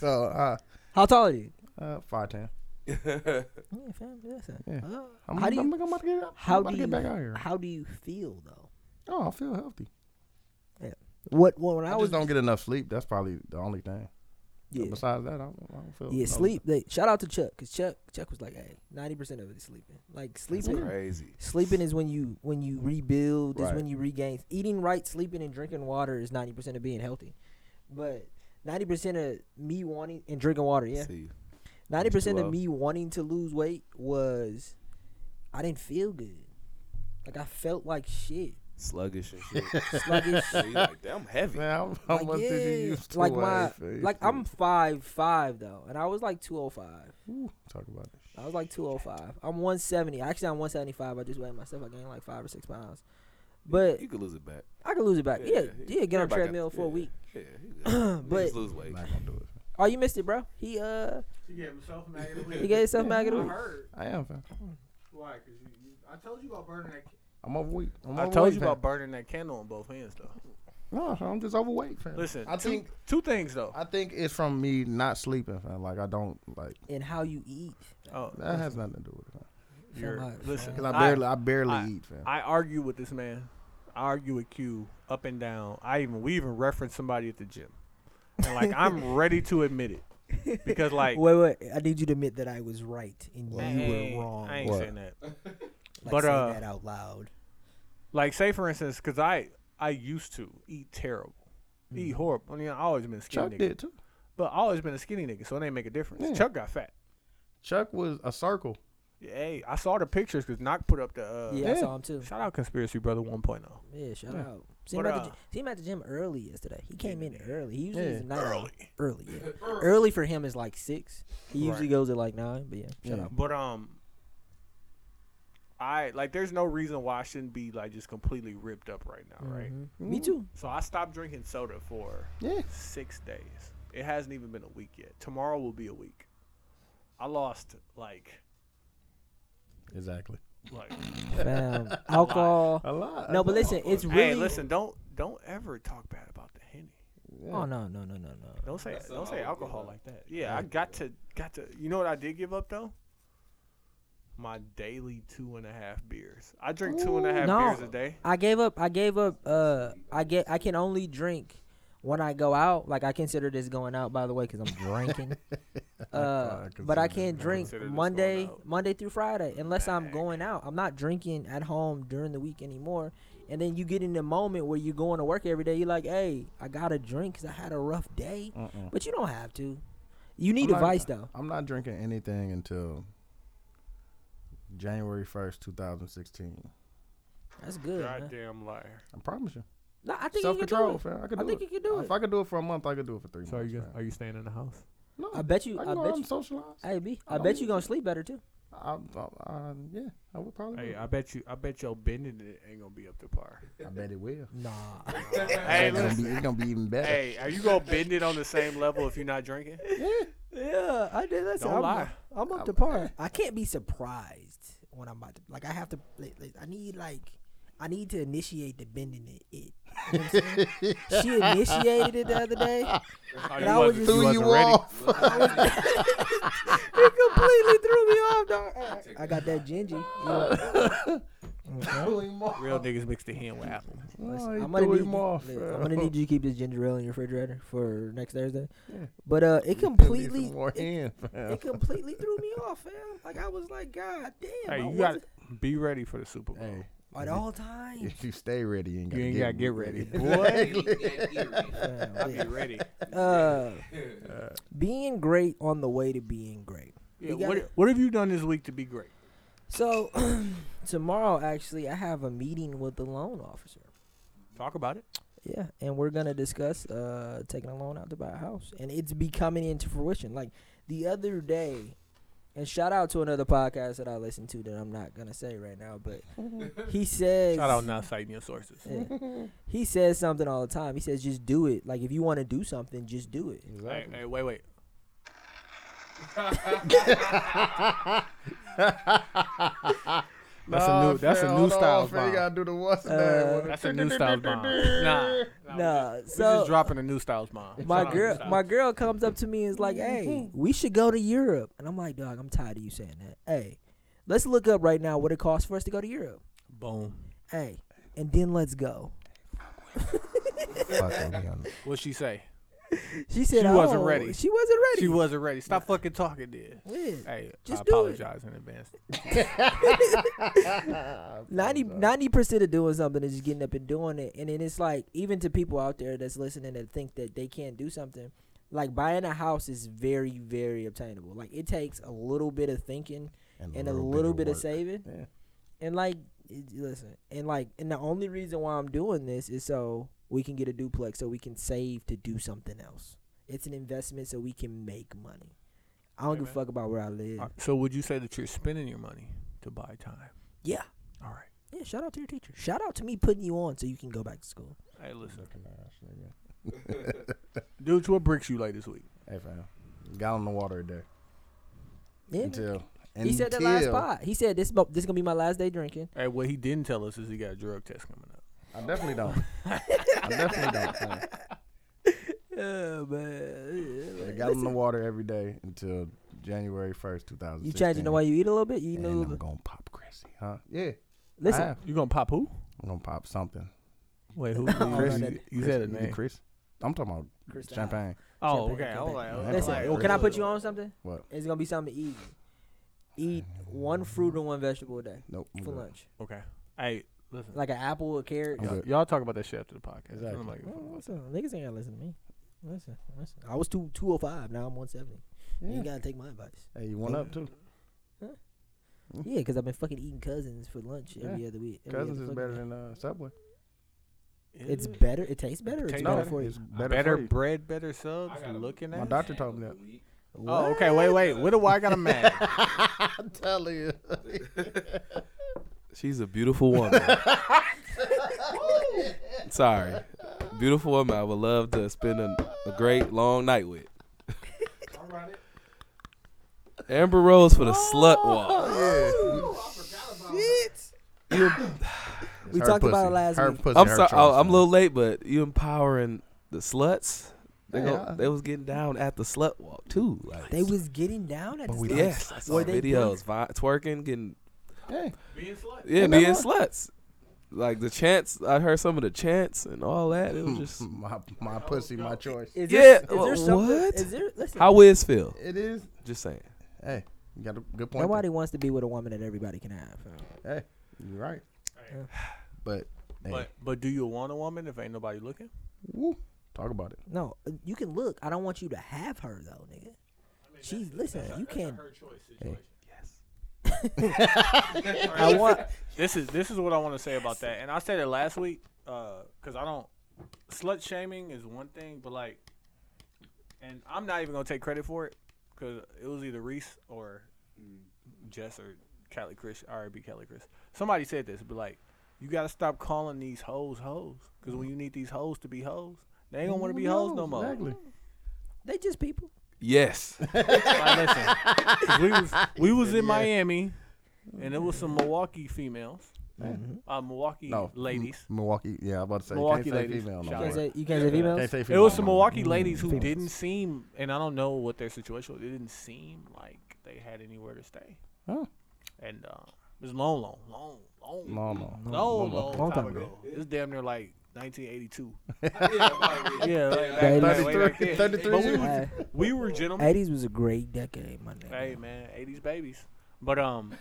C: So, uh,
B: How tall are you?
C: Uh, five ten.
B: Yeah, fam, listen.
C: Yeah.
B: Uh,
C: I'm,
B: how do
C: I'm,
B: you
C: I'm about to get, out- I'm
B: how
C: about
B: do
C: to
B: you
C: get back out here.
B: how do you feel though?
C: Oh, I feel healthy.
B: What well, when
C: I,
B: I,
C: just
B: was
C: don't get enough sleep. That's probably the only thing.
B: yeah,
C: Besides that, I don't, I don't feel.
B: yeah
C: no-
B: sleep. They, shout out to Chuck because Chuck Chuck was like, hey, ninety percent of it is sleeping. Like
D: It's
B: sleeping.
D: crazy.
B: Sleeping is when you when you rebuild, is
D: Right.
B: when you regain. Eating right, sleeping, and drinking water is ninety percent of being healthy. But ninety percent of me wanting and drinking water, yeah,
D: See,
B: ninety percent of
D: low.
B: me wanting to lose weight was I didn't feel good. Like I felt like shit,
D: sluggish and shit.
B: sluggish.
D: So you like, damn, I'm heavy.
C: Man, how, how
B: like,
C: much
B: yeah.
C: did you use? To
B: like my
C: weigh for each
B: like I'm
C: food?
B: five five though, and I was like two oh five.
C: Ooh, talk about it.
B: I was like 205. I'm 170. Actually, I'm 175. I just weighed myself. I gained like five or six pounds. But
D: you could lose it back.
B: I could lose it back. Yeah,
D: Yeah,
B: yeah.
D: he-
B: get on
D: everybody got-
B: treadmill for a
D: yeah.
B: week.
D: Yeah, you could.
B: But-
D: Niggas lose weight.
C: Not gonna do it.
B: Oh, you missed it, bro. He uh,
A: He gave himself an agate
B: he gave himself mag of the
A: I
B: week.
A: heard.
C: I am fam.
A: Why? Cause you, you, I told you about burning that. ca-
C: I'm overweight. I'm
A: I
C: overweight,
A: told you
C: fam.
A: about burning that candle on both hands, though.
C: No, I'm just overweight, fam.
A: Listen,
C: I
A: two,
C: think
A: two things though.
C: I think it's from me not sleeping, fam. Like I don't like
B: And how you eat?
A: Oh,
C: that has nothing to do with it. Fam.
A: you're-
B: much,
A: listen.
C: Cause I barely, I, barely
A: I-
C: eat, fam.
A: I argue with this man. I argue with Q up and down. I even we even reference somebody at the gym, and like I'm ready to admit it because like
B: Wait, wait. I need you to admit that I was right and
A: I
B: you
A: ain't-
B: were wrong.
A: I ain't
C: What?
A: saying that.
B: like,
A: but,
B: say
A: uh,
B: that out loud.
A: Like say for instance, because I I used to eat terrible, eat horrible. I mean, I always been a skinny
C: Mm. Chuck
A: nigga,
C: did too.
A: but I always been a skinny nigga, so it ain't make a difference.
C: Yeah.
A: Chuck got fat.
C: Chuck was a circle.
A: Hey, I saw the pictures because Knock put up the uh,
B: yeah, I
C: yeah.
B: saw him too.
A: shout out conspiracy brother oh. 1.0.
B: Yeah, shout
C: Yeah.
B: out. See him,
A: But,
B: at the
A: uh,
B: gy- see him at the gym early yesterday. He came in early. He usually
C: Yeah.
B: is nine. Early, early, yeah. early for him is like six. He usually
A: Right.
B: goes at like nine. But yeah, shout
C: Yeah.
B: out.
A: But um, I like there's no reason why I shouldn't be like just completely ripped up right now, right?
B: Mhm. Me too.
A: So I stopped drinking soda for
C: Mm-hmm. Yeah.
A: six days. It hasn't even been a week yet. Tomorrow will be a week. I lost like
C: Exactly.
A: like.
B: Fam, alcohol.
C: A lot.
B: No, but listen, it's really.
A: hey, listen! Don't don't ever talk bad about the henny.
B: Oh no, no, no, no, no.
A: Don't say
D: That's
A: don't
D: something
A: say
D: I would give
A: alcohol
D: up.
A: like that. Yeah, I got to got to. You know what I did give up though? My daily two and a half beers. I drink two and a half
B: No.
A: beers a day.
B: I gave up. I gave up. Uh, I get. I can only drink when I go out. Like I consider this going out, by the way, because I'm drinking. uh,
C: consider
B: but I
C: this
B: can't
C: going
B: drink
A: Consider this
B: Monday,
A: going out.
B: Monday through Friday, unless I'm
A: Dang.
B: going out. I'm not drinking at home during the week anymore. And then you get in the moment where you're going to work every day. You're like, hey, I gotta drink because I had a rough day.
C: Mm-mm.
B: But you don't have to. You need
C: I'm
B: a
C: not-
B: vice though.
C: I'm not drinking anything until January first, 2016.
B: That's good. man.
A: Goddamn liar.
C: I promise you.
B: No, I think you
C: Self
B: can
C: control,
B: do it.
C: fam. I could
B: I
C: do
B: think
C: it.
B: you can do
C: If
B: it.
C: I could do it for a month, I could do it for three months. fam.
A: you staying in the house?
C: No,
B: I bet you.
C: I
B: I,
C: can go out
B: bet
C: and
B: you.
C: socialize. I,
B: Hey B, I
C: know
B: bet
C: you
B: you gonna
C: can.
B: sleep better too.
C: I, I- yeah, I would probably.
A: Hey,
C: do
A: I bet you, I bet your bending it ain't gonna be up to par.
C: it. I bet it will.
B: Nah.
A: hey,
C: it's, gonna be,
A: listen.
C: it's gonna be even better.
A: Hey, are you gonna bend it on the same level if you're not drinking?
B: yeah, I did that.
A: Don't
B: I'm,
A: lie.
B: I'm up to par. I can't be surprised when I'm about to. Like I have to. like, like, I need like. I need to initiate the bending it. it. You know what I'm saying? she initiated it the other day.
A: Oh,
B: That was just-
C: Threw you off.
B: It completely threw me off, dog. I, I got that gingy. You know,
C: Threw him off.
A: Real niggas mixed the hen with apple.
C: Oh, he
B: I'm gonna
C: threw
B: need.
C: him off.
B: look,
C: bro.
B: I'm gonna need you to keep this ginger ale in your refrigerator for next Thursday.
C: Yeah.
B: But uh, it
C: Still need some
B: completely.
C: more
B: it-
C: hand, fam.
B: It completely threw me off, fam. Like I was like, God damn!
A: Hey,
B: I
A: you got
B: wasn't-
A: to be ready for the Super Bowl.
C: Hey,
B: at all times.
C: if you stay ready, you ain't gotta
A: You ain't
C: get,
A: gotta get ready.
B: fam.
A: Be ready.
B: Uh, being great on the way to being great.
A: Yeah,
B: gotta-
A: what, what have you done this week to be great?
B: So tomorrow, actually, I have a meeting with the loan officer.
A: Talk about it.
B: Yeah, and we're gonna discuss uh, taking a loan out to buy a house, and it's becoming into fruition. Like the other day, and shout out to another podcast that I listen to that I'm not gonna say right now, but he says
A: Shout out not citing your sources.
B: Yeah. he says something all the time. He says, "Just do it. Like if you want to do something, just do it."
A: Hey,
C: Exactly.
A: hey, wait, wait.
F: That's a new- that's a new Styles
C: You
F: bomb.
C: gotta do the what's
B: Uh,
C: that?
A: That's a new Styles bomb. Nah,
B: Nah,
A: we
B: so
A: just dropping a new Styles bomb.
B: my
A: Shout out
B: girl,
A: to Styles.
B: my girl comes up to me and is like, "Hey, we should go to Europe." And I'm like, "Dog, I'm tired of you saying that. Hey, let's look up right now what it costs for us to go to Europe.
A: boom.
B: Hey, and then let's go."
A: What she say?
B: She said,
A: She wasn't
B: "Oh,
A: ready.
B: She wasn't ready.
A: She wasn't ready. Stop fucking talking, dude.
B: Yeah.
A: Hey,
B: Just
A: I
B: do it.
A: apologize in advance.
B: 90 percent of doing something is just getting up and doing it, and then it's like even to people out there that's listening that think that they can't do something, like buying a house is very very obtainable. Like it takes a little bit of thinking and a little bit of saving,
C: Yeah.
B: and like it- listen, and like and the only reason why I'm doing this is so we can get a duplex, so we can save to do something else. It's an investment, so we can make money. I don't give a
A: Amen.
B: fuck about where I live.
A: So would you say that you're spending your money to buy time?
B: Yeah.
A: All right.
B: Yeah, shout out to your teacher. Shout out to me putting you on so you can go back to school.
A: Hey, listen.
C: saving.
A: Dude, what bricks you lay this week?
C: Hey fam, gallon of water a day
B: Yeah.
C: until.
B: he said that last
C: until-
B: spot. He said this mo- this gonna be my last day drinking.
A: Hey, what he didn't tell us is he got a drug test coming up.
C: I definitely don't. I definitely don't. fam.
B: Yeah, man.
C: A gallon of water every day until January first, two thousand.
B: You changing the way you eat a little bit. You eat
C: And
B: a little
C: I'm
B: bit.
C: gonna pop Chrissy, huh? Yeah, I
B: Listen,
C: have.
A: You gonna pop who?
C: I'm gonna pop something.
A: Wait, who?
B: Oh,
A: Chris,
B: that-
A: you, you said a
C: Chris-
A: name.
C: Chris. I'm talking about
B: Chris Dodd.
C: champagne.
A: Oh,
B: Champagne,
A: okay. I was like,
B: champagne.
A: I was
B: Listen,
A: like,
C: well,
A: okay.
B: can I put you on something?
C: What?
B: It's gonna be something easy. Eat one fruit and one vegetable a day
C: Nope. I'm
B: for
C: good.
B: lunch,
A: Okay. Hey, listen.
B: like an apple, a carrot.
C: I'm
A: Y'all,
C: good.
A: y'all talk about that shit after the podcast.
C: Exactly.
A: I'm like,
B: Well, listen, niggas ain't gotta listen to me. Listen, listen. I was two two hundred five. Now I'm one seventy. You ain't gotta take my advice.
C: Hey, you went up too.
B: Yeah, because I've been fucking eating cousins for lunch every other week. every
C: Mm-hmm. Cousins
B: other
C: is
B: fucking
C: better
B: day.
C: than uh, Subway.
B: It's better. It tastes better. It's
A: Tastes
B: better
A: better.
B: for you.
C: It's better.
A: better
C: for you.
A: bread, better subs. Looking
C: My
A: at.
C: doctor told me that.
A: oh, okay. Wait, wait. What do I got a man?
C: I'm telling you.
D: She's a beautiful woman. Sorry. Beautiful woman I would love to spend a, a great long night with. Amber Rose for the slut walk.
B: We talked about it last
C: her
B: week.
C: Pussy,
D: I'm
C: her
D: sorry,
C: choice,
D: oh, I'm a
C: man.
D: little late, but you empowering the sluts. They,
C: Yeah.
D: gon- they was getting down at the slut walk too. Like,
B: They was getting down at
C: But
B: the
C: we
B: slut.
D: yes, I saw
B: Were they
D: videos, vi- twerking, getting
C: Hey,
D: yeah,
C: nothing
D: being
C: wrong.
D: sluts. Like the chants, I heard some of the chants and all that. It was just
C: my my pussy, my choice.
B: Is
D: Yeah,
B: there, is there
D: wha-
B: something?
D: what?
B: Is there? Listen,
D: how is Phil?
C: It is.
D: Just saying.
C: Hey, you got a good point.
B: nobody wants to be with a woman that everybody can have.
C: Hey, you're right.
B: Yeah.
C: But hey,
A: But but do you want a woman if ain't nobody looking?
C: woo, talk about it.
B: No, you can look. I don't want you to have her though, nigga. She's listen. you can. I want.
A: This is this is what I want to say about that, and I said it last week because I don't slut shaming is one thing, but like, and I'm not even gonna take credit for it because it was either Reese or Jess or Callie Chris, R.B. Callie Chris. Somebody said this, but like, you gotta stop calling these hoes hoes because when you need these hoes to be hoes, they ain't gonna want to be hoes no more.
C: Exactly.
B: They just people.
D: Yes.
A: Like, listen, 'cause we was we was in Miami, and it was some Milwaukee females, uh, Milwaukee
C: No,
A: ladies.
C: M- Milwaukee. Yeah, I was about to say.
A: Milwaukee
C: you can't
A: ladies.
C: Say female, no
B: You
A: Shout All
C: more.
B: can't
A: out.
B: say, you can't say females.
C: Can't say
A: It
C: female
A: was some
C: no more.
A: Milwaukee ladies who
B: Females.
A: didn't seem, and I don't know what their situation was. It didn't seem like they had anywhere to stay.
C: Huh.
A: And uh, it was long, long, long, long, long,
C: No, no.
A: long,
B: long
A: time
B: time
A: ago. It's damn near like 1982. yeah, like
B: Thirty-
A: back, back, way back then.
C: 33
A: But we
C: years.
A: was- we were gentlemen.
B: Eighties was a great decade, my nigga.
A: Hey man, eighties babies. But um,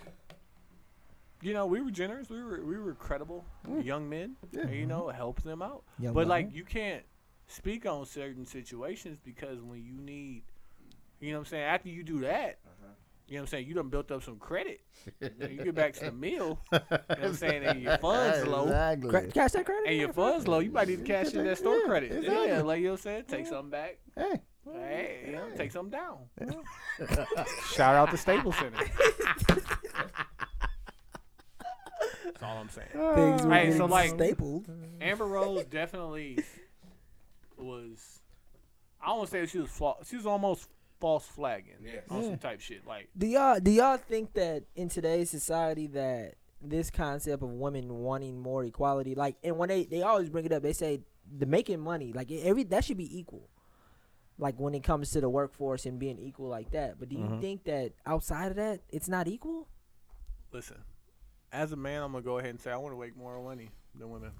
A: you know, we were generous. We were we were credible young men. You know, helped them out.
B: Young
A: but
B: men.
A: like, you can't speak on certain situations because when you need, you know, what I'm saying after you do that. You know what I'm saying? You done built up some credit. you get back to the meal. You know what I'm saying? And your funds low.
C: Exactly.
B: Cra- cash that credit.
A: And your funds low. You might need to cash in that store credit. Yeah, like you know what I'm saying? Take something back.
C: Hey,
A: Hey, you know, take something down. Shout out to Staples Center. That's all I'm saying.
B: Things were
A: Hey, so,
B: getting
A: like-
B: stapled.
A: Amber Rose definitely was. I don't say she was flaw. She was almost false flagging on some type shit. Like
B: Do y'all do y'all think that in today's society that this concept of women wanting more equality. Like, and when they they always bring it up, they say the making money, like e, every that should be equal. Like when it comes to the workforce and being equal like that. But do you
A: Mm-hmm.
B: think that outside of that, it's not equal?
A: Listen, as a man, I'm gonna go ahead and say I want to make more money than women.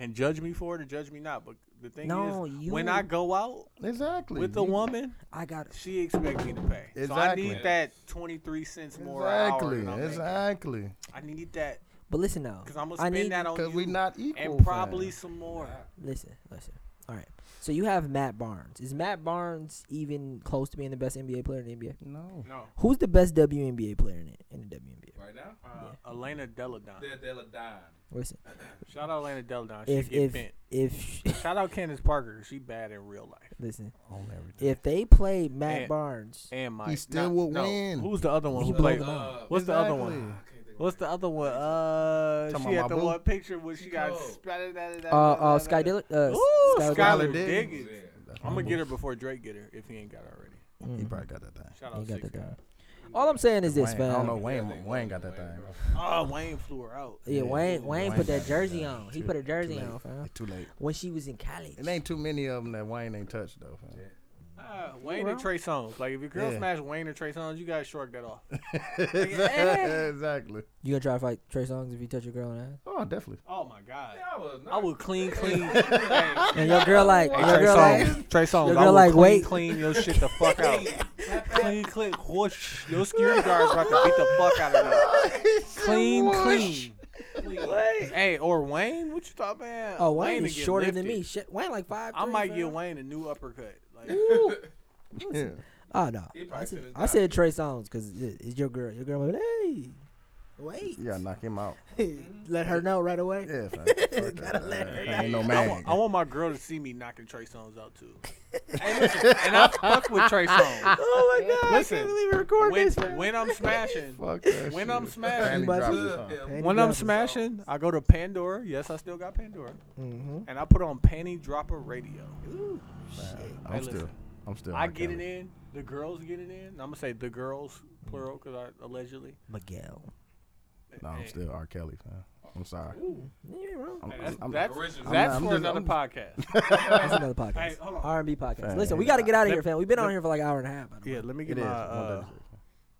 A: And judge me for it or judge me not. But the thing
B: No,
A: is,
B: you-
A: when I go out
C: Exactly.
A: with a
C: You-
A: woman,
B: I got
A: she expect me to pay. So I
C: Exactly.
A: need that 23 cents more
C: Exactly.
A: an hour. Exactly.
C: Exactly.
A: I need that
B: But listen now,
A: because I'm gonna
B: I
A: spend
B: need
A: that on you
C: Because we not equal.
A: and
C: fam.
A: probably some more.
B: listen, listen. All right. So you have Matt Barnes. Is Matt Barnes even close to being the best NBA player in the NBA?
C: No.
A: No,
B: Who's the best WNBA player in it in the WNBA?
D: Right now?
A: uh, Elena Deladon.
D: They're, they're dying.
B: Listen,
A: Shout out Elena Deladon. She
B: if
A: get
B: if
A: bent.
B: if
A: Shout out Candace Parker. She bad in real life.
B: listen,
C: On everything.
B: if they play Matt
A: And-
B: Barnes,
A: And Mike.
C: He still would win.
A: Who's the other one?
B: He uh,
A: who played?
B: blew
A: What's the other one?
C: Exactly.
A: What's the other one? Uh,
C: Talking
A: she
C: about
A: had the
C: my boo?
A: one picture where she got
D: Nicole.
A: splattered.
B: uh, uh, Sky Dillon, uh,
A: Ooh,
B: Skylar
C: Skylar
A: Skylar
C: Diggins.
A: Diggins.
C: That's
A: I'm gonna
C: my
A: get
C: boy.
A: her before Drake get her if he ain't got her already.
C: He
B: Dillon.
C: probably got that thing.
A: Shout
B: Mm,
A: out
B: he got
A: Six
B: that
A: Guy.
B: down. All I'm saying is this,
C: Wayne, I don't know.
B: fam.
C: Wayne, Wayne got that thing.
A: Oh, Wayne flew her out.
B: Yeah,
C: Yeah,
B: Wayne, Wayne
C: Wayne
B: put
C: got
B: that
C: it
B: jersey
C: down.
B: on. He put a jersey
C: late.
B: on, fam.
C: It's too late.
B: When she was in college.
C: It ain't too many of them that Wayne ain't touched though. fam.
A: Ah, Wayne and Trey Songz. Like if your girl
C: Yeah.
A: smash Wayne or Trey Songz, you gotta shrug that off.
C: exactly.
B: You gonna try to fight Trey Songz if you touch your girl on that?
C: Oh, definitely.
A: Oh my God.
D: I was
A: I
D: not.
A: would clean, clean. hey,
B: And your girl like,
A: Hey,
B: your
A: Trey
B: girl like,
A: Songz. Trey Songz.
B: your
A: I
B: girl
A: will
B: like,
A: clean,
B: wait.
A: clean your shit the fuck out. clean, clean. Whoosh. Your security guard's about to beat the fuck out of that. clean, clean. Hey, or Wayne? What you talking about?
B: oh Wayne
A: would
B: is
A: get
B: shorter than
A: lifted.
B: me. Shit, Wayne like five.
A: I might give Wayne a new uppercut. Like,
C: Yeah.
B: Oh no,
D: He probably
B: I said,
D: could've
B: I
D: died.
B: said Trey Songz because it's your girl. Your girl, like, hey, wait,
C: You gotta knock him out.
B: let her know right away.
C: Yeah, fam. Fuck that. That ain't no
A: I
C: man.
A: want, I want my girl to see me knocking Trey Songz out too. hey, listen, and I fuck with Trey Songz.
B: Oh my god,
A: Listen,
B: I can't believe we recorded
A: When,
B: this. man.
A: when I'm smashing,
C: Fuck that
A: when
C: shit.
A: I'm smashing-
C: Panty
B: But-
C: dropping song.
A: when I'm smashing, I go to Pandora. Yes, I still got Pandora,
B: mm-hmm.
A: and I put on Panty Dropper Radio.
C: I'm still.
A: listen.
C: I'm still.
A: I
C: R.
A: get it
C: Kelly.
A: in. The girls get it in. I'm gonna say the girls plural because I allegedly.
B: Miguel,
C: No, I'm still R. Kelly, fam. I'm sorry.
B: you ain't wrong.
C: I'm,
A: Hey, that's
C: I'm-
A: that's,
D: original.
A: that's
C: I'm
A: for
C: just-
A: another
C: I'm-
A: podcast.
B: That's another podcast.
A: Hey, hold on.
B: R&B podcast.
C: Hey,
B: Listen, we
C: hey,
B: got to get out of
A: let-
B: here, fam. We've been on
A: let-
B: here for like an hour and a half. by the way.
A: Yeah, let me
C: It
A: get
C: is.
A: my uh,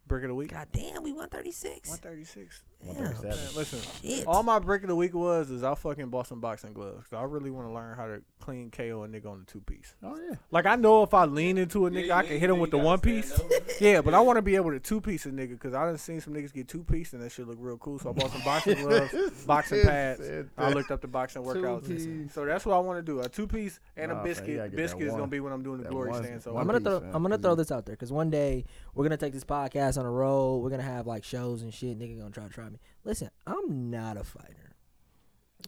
A: brick of the week.
B: God damn, we won 36.
A: 136.
B: Damn,
C: 137.
A: Listen,
B: shit.
A: all my brick of the week was is I fucking bought some boxing gloves. 'cause I really want to learn how to clean KO a nigga on the two piece.
C: Oh yeah.
A: Like I know if I lean into a nigga,
D: you
A: I can
D: lean,
A: hit him
D: you
A: with the
D: gotta
A: one
D: stand
A: piece.
D: up.
A: Yeah, but I want to be able to two piece a nigga because I done seen some niggas get two piece and that shit look real cool. So I bought some boxing gloves, boxing
C: Said
A: pads.
C: that.
A: I looked up the boxing workouts.
C: Two-piece.
A: So that's what I want to do. A two piece and
C: Nah,
A: a
C: fam, you
A: biscuit.
C: gotta get that
A: Biscuit is
C: one-
A: gonna be when I'm doing the
C: that
A: glory
C: one-
A: stand. So
C: one
B: I'm gonna
C: piece,
B: throw
C: man,
B: I'm gonna
C: 'cause
B: throw
C: you-
B: this out there because one day we're gonna take this podcast on a road. We're gonna have like shows and shit. Nigga gonna try to try me. Listen, I'm not a fighter.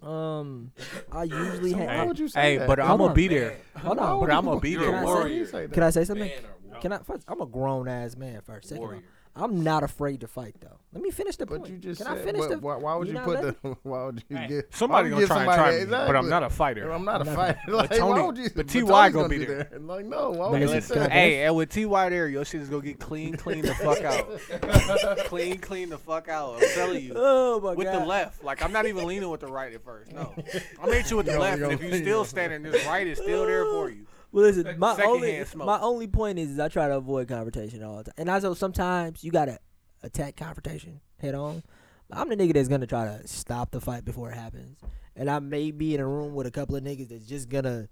B: Um, I usually
C: Why
B: have.
C: would you say
A: hey,
C: that?
A: but I'm
B: Hold
A: gonna
B: on.
A: be there.
B: Hold
C: Why
B: on,
C: would
A: But
C: you-
A: I'm gonna be
D: You're
A: there.
B: Can I
D: a
B: say-
D: warrior.
B: Can I say something?
D: Man or
B: Can I first? I'm a grown ass man. First, second,
D: warrior.
B: off, I'm not afraid to fight though. Let me finish the
C: But
B: point.
C: you just
B: Can
C: said,
B: I finish
C: but
B: the?
C: why, why would
B: you
C: you,
B: not
C: put
B: letting-
C: the? Why would you get?
A: Somebody gonna try and
C: why would you give
A: try me,
C: somebody that-
A: but I'm not a
C: Exactly.
A: fighter.
C: I'm not a
B: Nothing.
C: fighter. Like,
A: Tony-
C: why would you?
A: but T.Y.
C: Tony's
A: gonna be
C: do
A: there.
C: that. Like, no. Why
B: But
C: would you
B: listen,
C: say that?
A: Hey, and with T White there, your shit is gonna get clean, clean the fuck out. clean, clean the fuck out. I'm telling you.
B: Oh my
A: with
B: god!
A: the left. Like I'm not even leaning with the right at first. No, I'm gonna hit you with the
C: Yo,
A: left. and
C: yo,
A: if you still
C: yo.
A: standing, this right is still there for you.
B: Well, listen, my
A: Secondhand
B: only
A: smoke.
B: my only point is, is I try to avoid confrontation all the time, and I know sometimes you gotta attack confrontation head on. I'm the nigga that's gonna try to stop the fight before it happens, and I may be in a room with a couple of niggas that's just gonna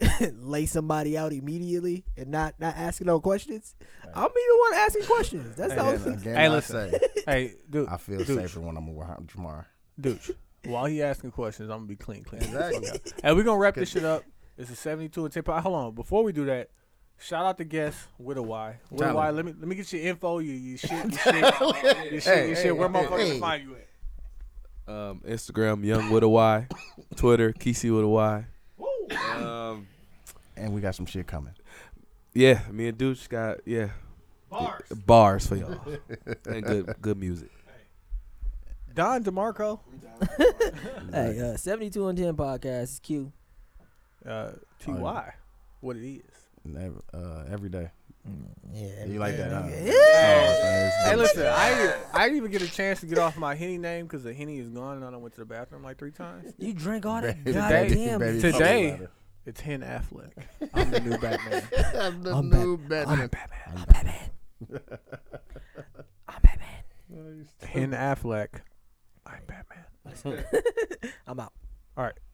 B: lay somebody out immediately and not not asking no questions. I'm be the one asking questions. That's the
C: And
B: only.
C: again,
A: Hey,
C: I
A: listen.
C: say,
A: Hey, dude,
C: I feel
A: Dude.
C: safer when I'm around Jamar.
A: dude. While he asking questions, I'm gonna be clean, clean.
C: Exactly.
A: And we're gonna wrap this shit up. It's a 72 and 10. But Hold on, before we do that, shout out the guest with a Y. With a
C: Tyler.
A: Y. Let me let me get your info. You you shit. You shit. You shit. You shit.
C: Hey, hey,
A: Where motherfuckers
C: hey.
A: find you at?
D: Um, Instagram, young with a Y. Twitter, Kisi with a Y. Um,
C: and we got some shit coming.
D: yeah, me and Dooch got, yeah,
A: Bars.
D: bars for y'all. and good good music.
A: Don DeMarco.
B: Hey, uh, 72 and 10 podcast is Q.
A: Uh, T Y. What it is.
C: And ev- uh, every day,
B: Yeah.
C: You like that, huh?
A: Mm, Hey, listen, I didn't, I didn't even get a chance to get off my Henny name because the Henny is gone and I done went to the bathroom like three times.
B: You drink all that
C: Baby,
B: goddamn.
C: baby,
A: Today.
C: something about it.
A: It's Hen Affleck. I'm the new Batman.
C: I'm the
B: I'm
C: new Batman.
B: I'm Batman. I'm Batman.
A: Hen Affleck. I'm Batman.
B: I'm out.
A: All right.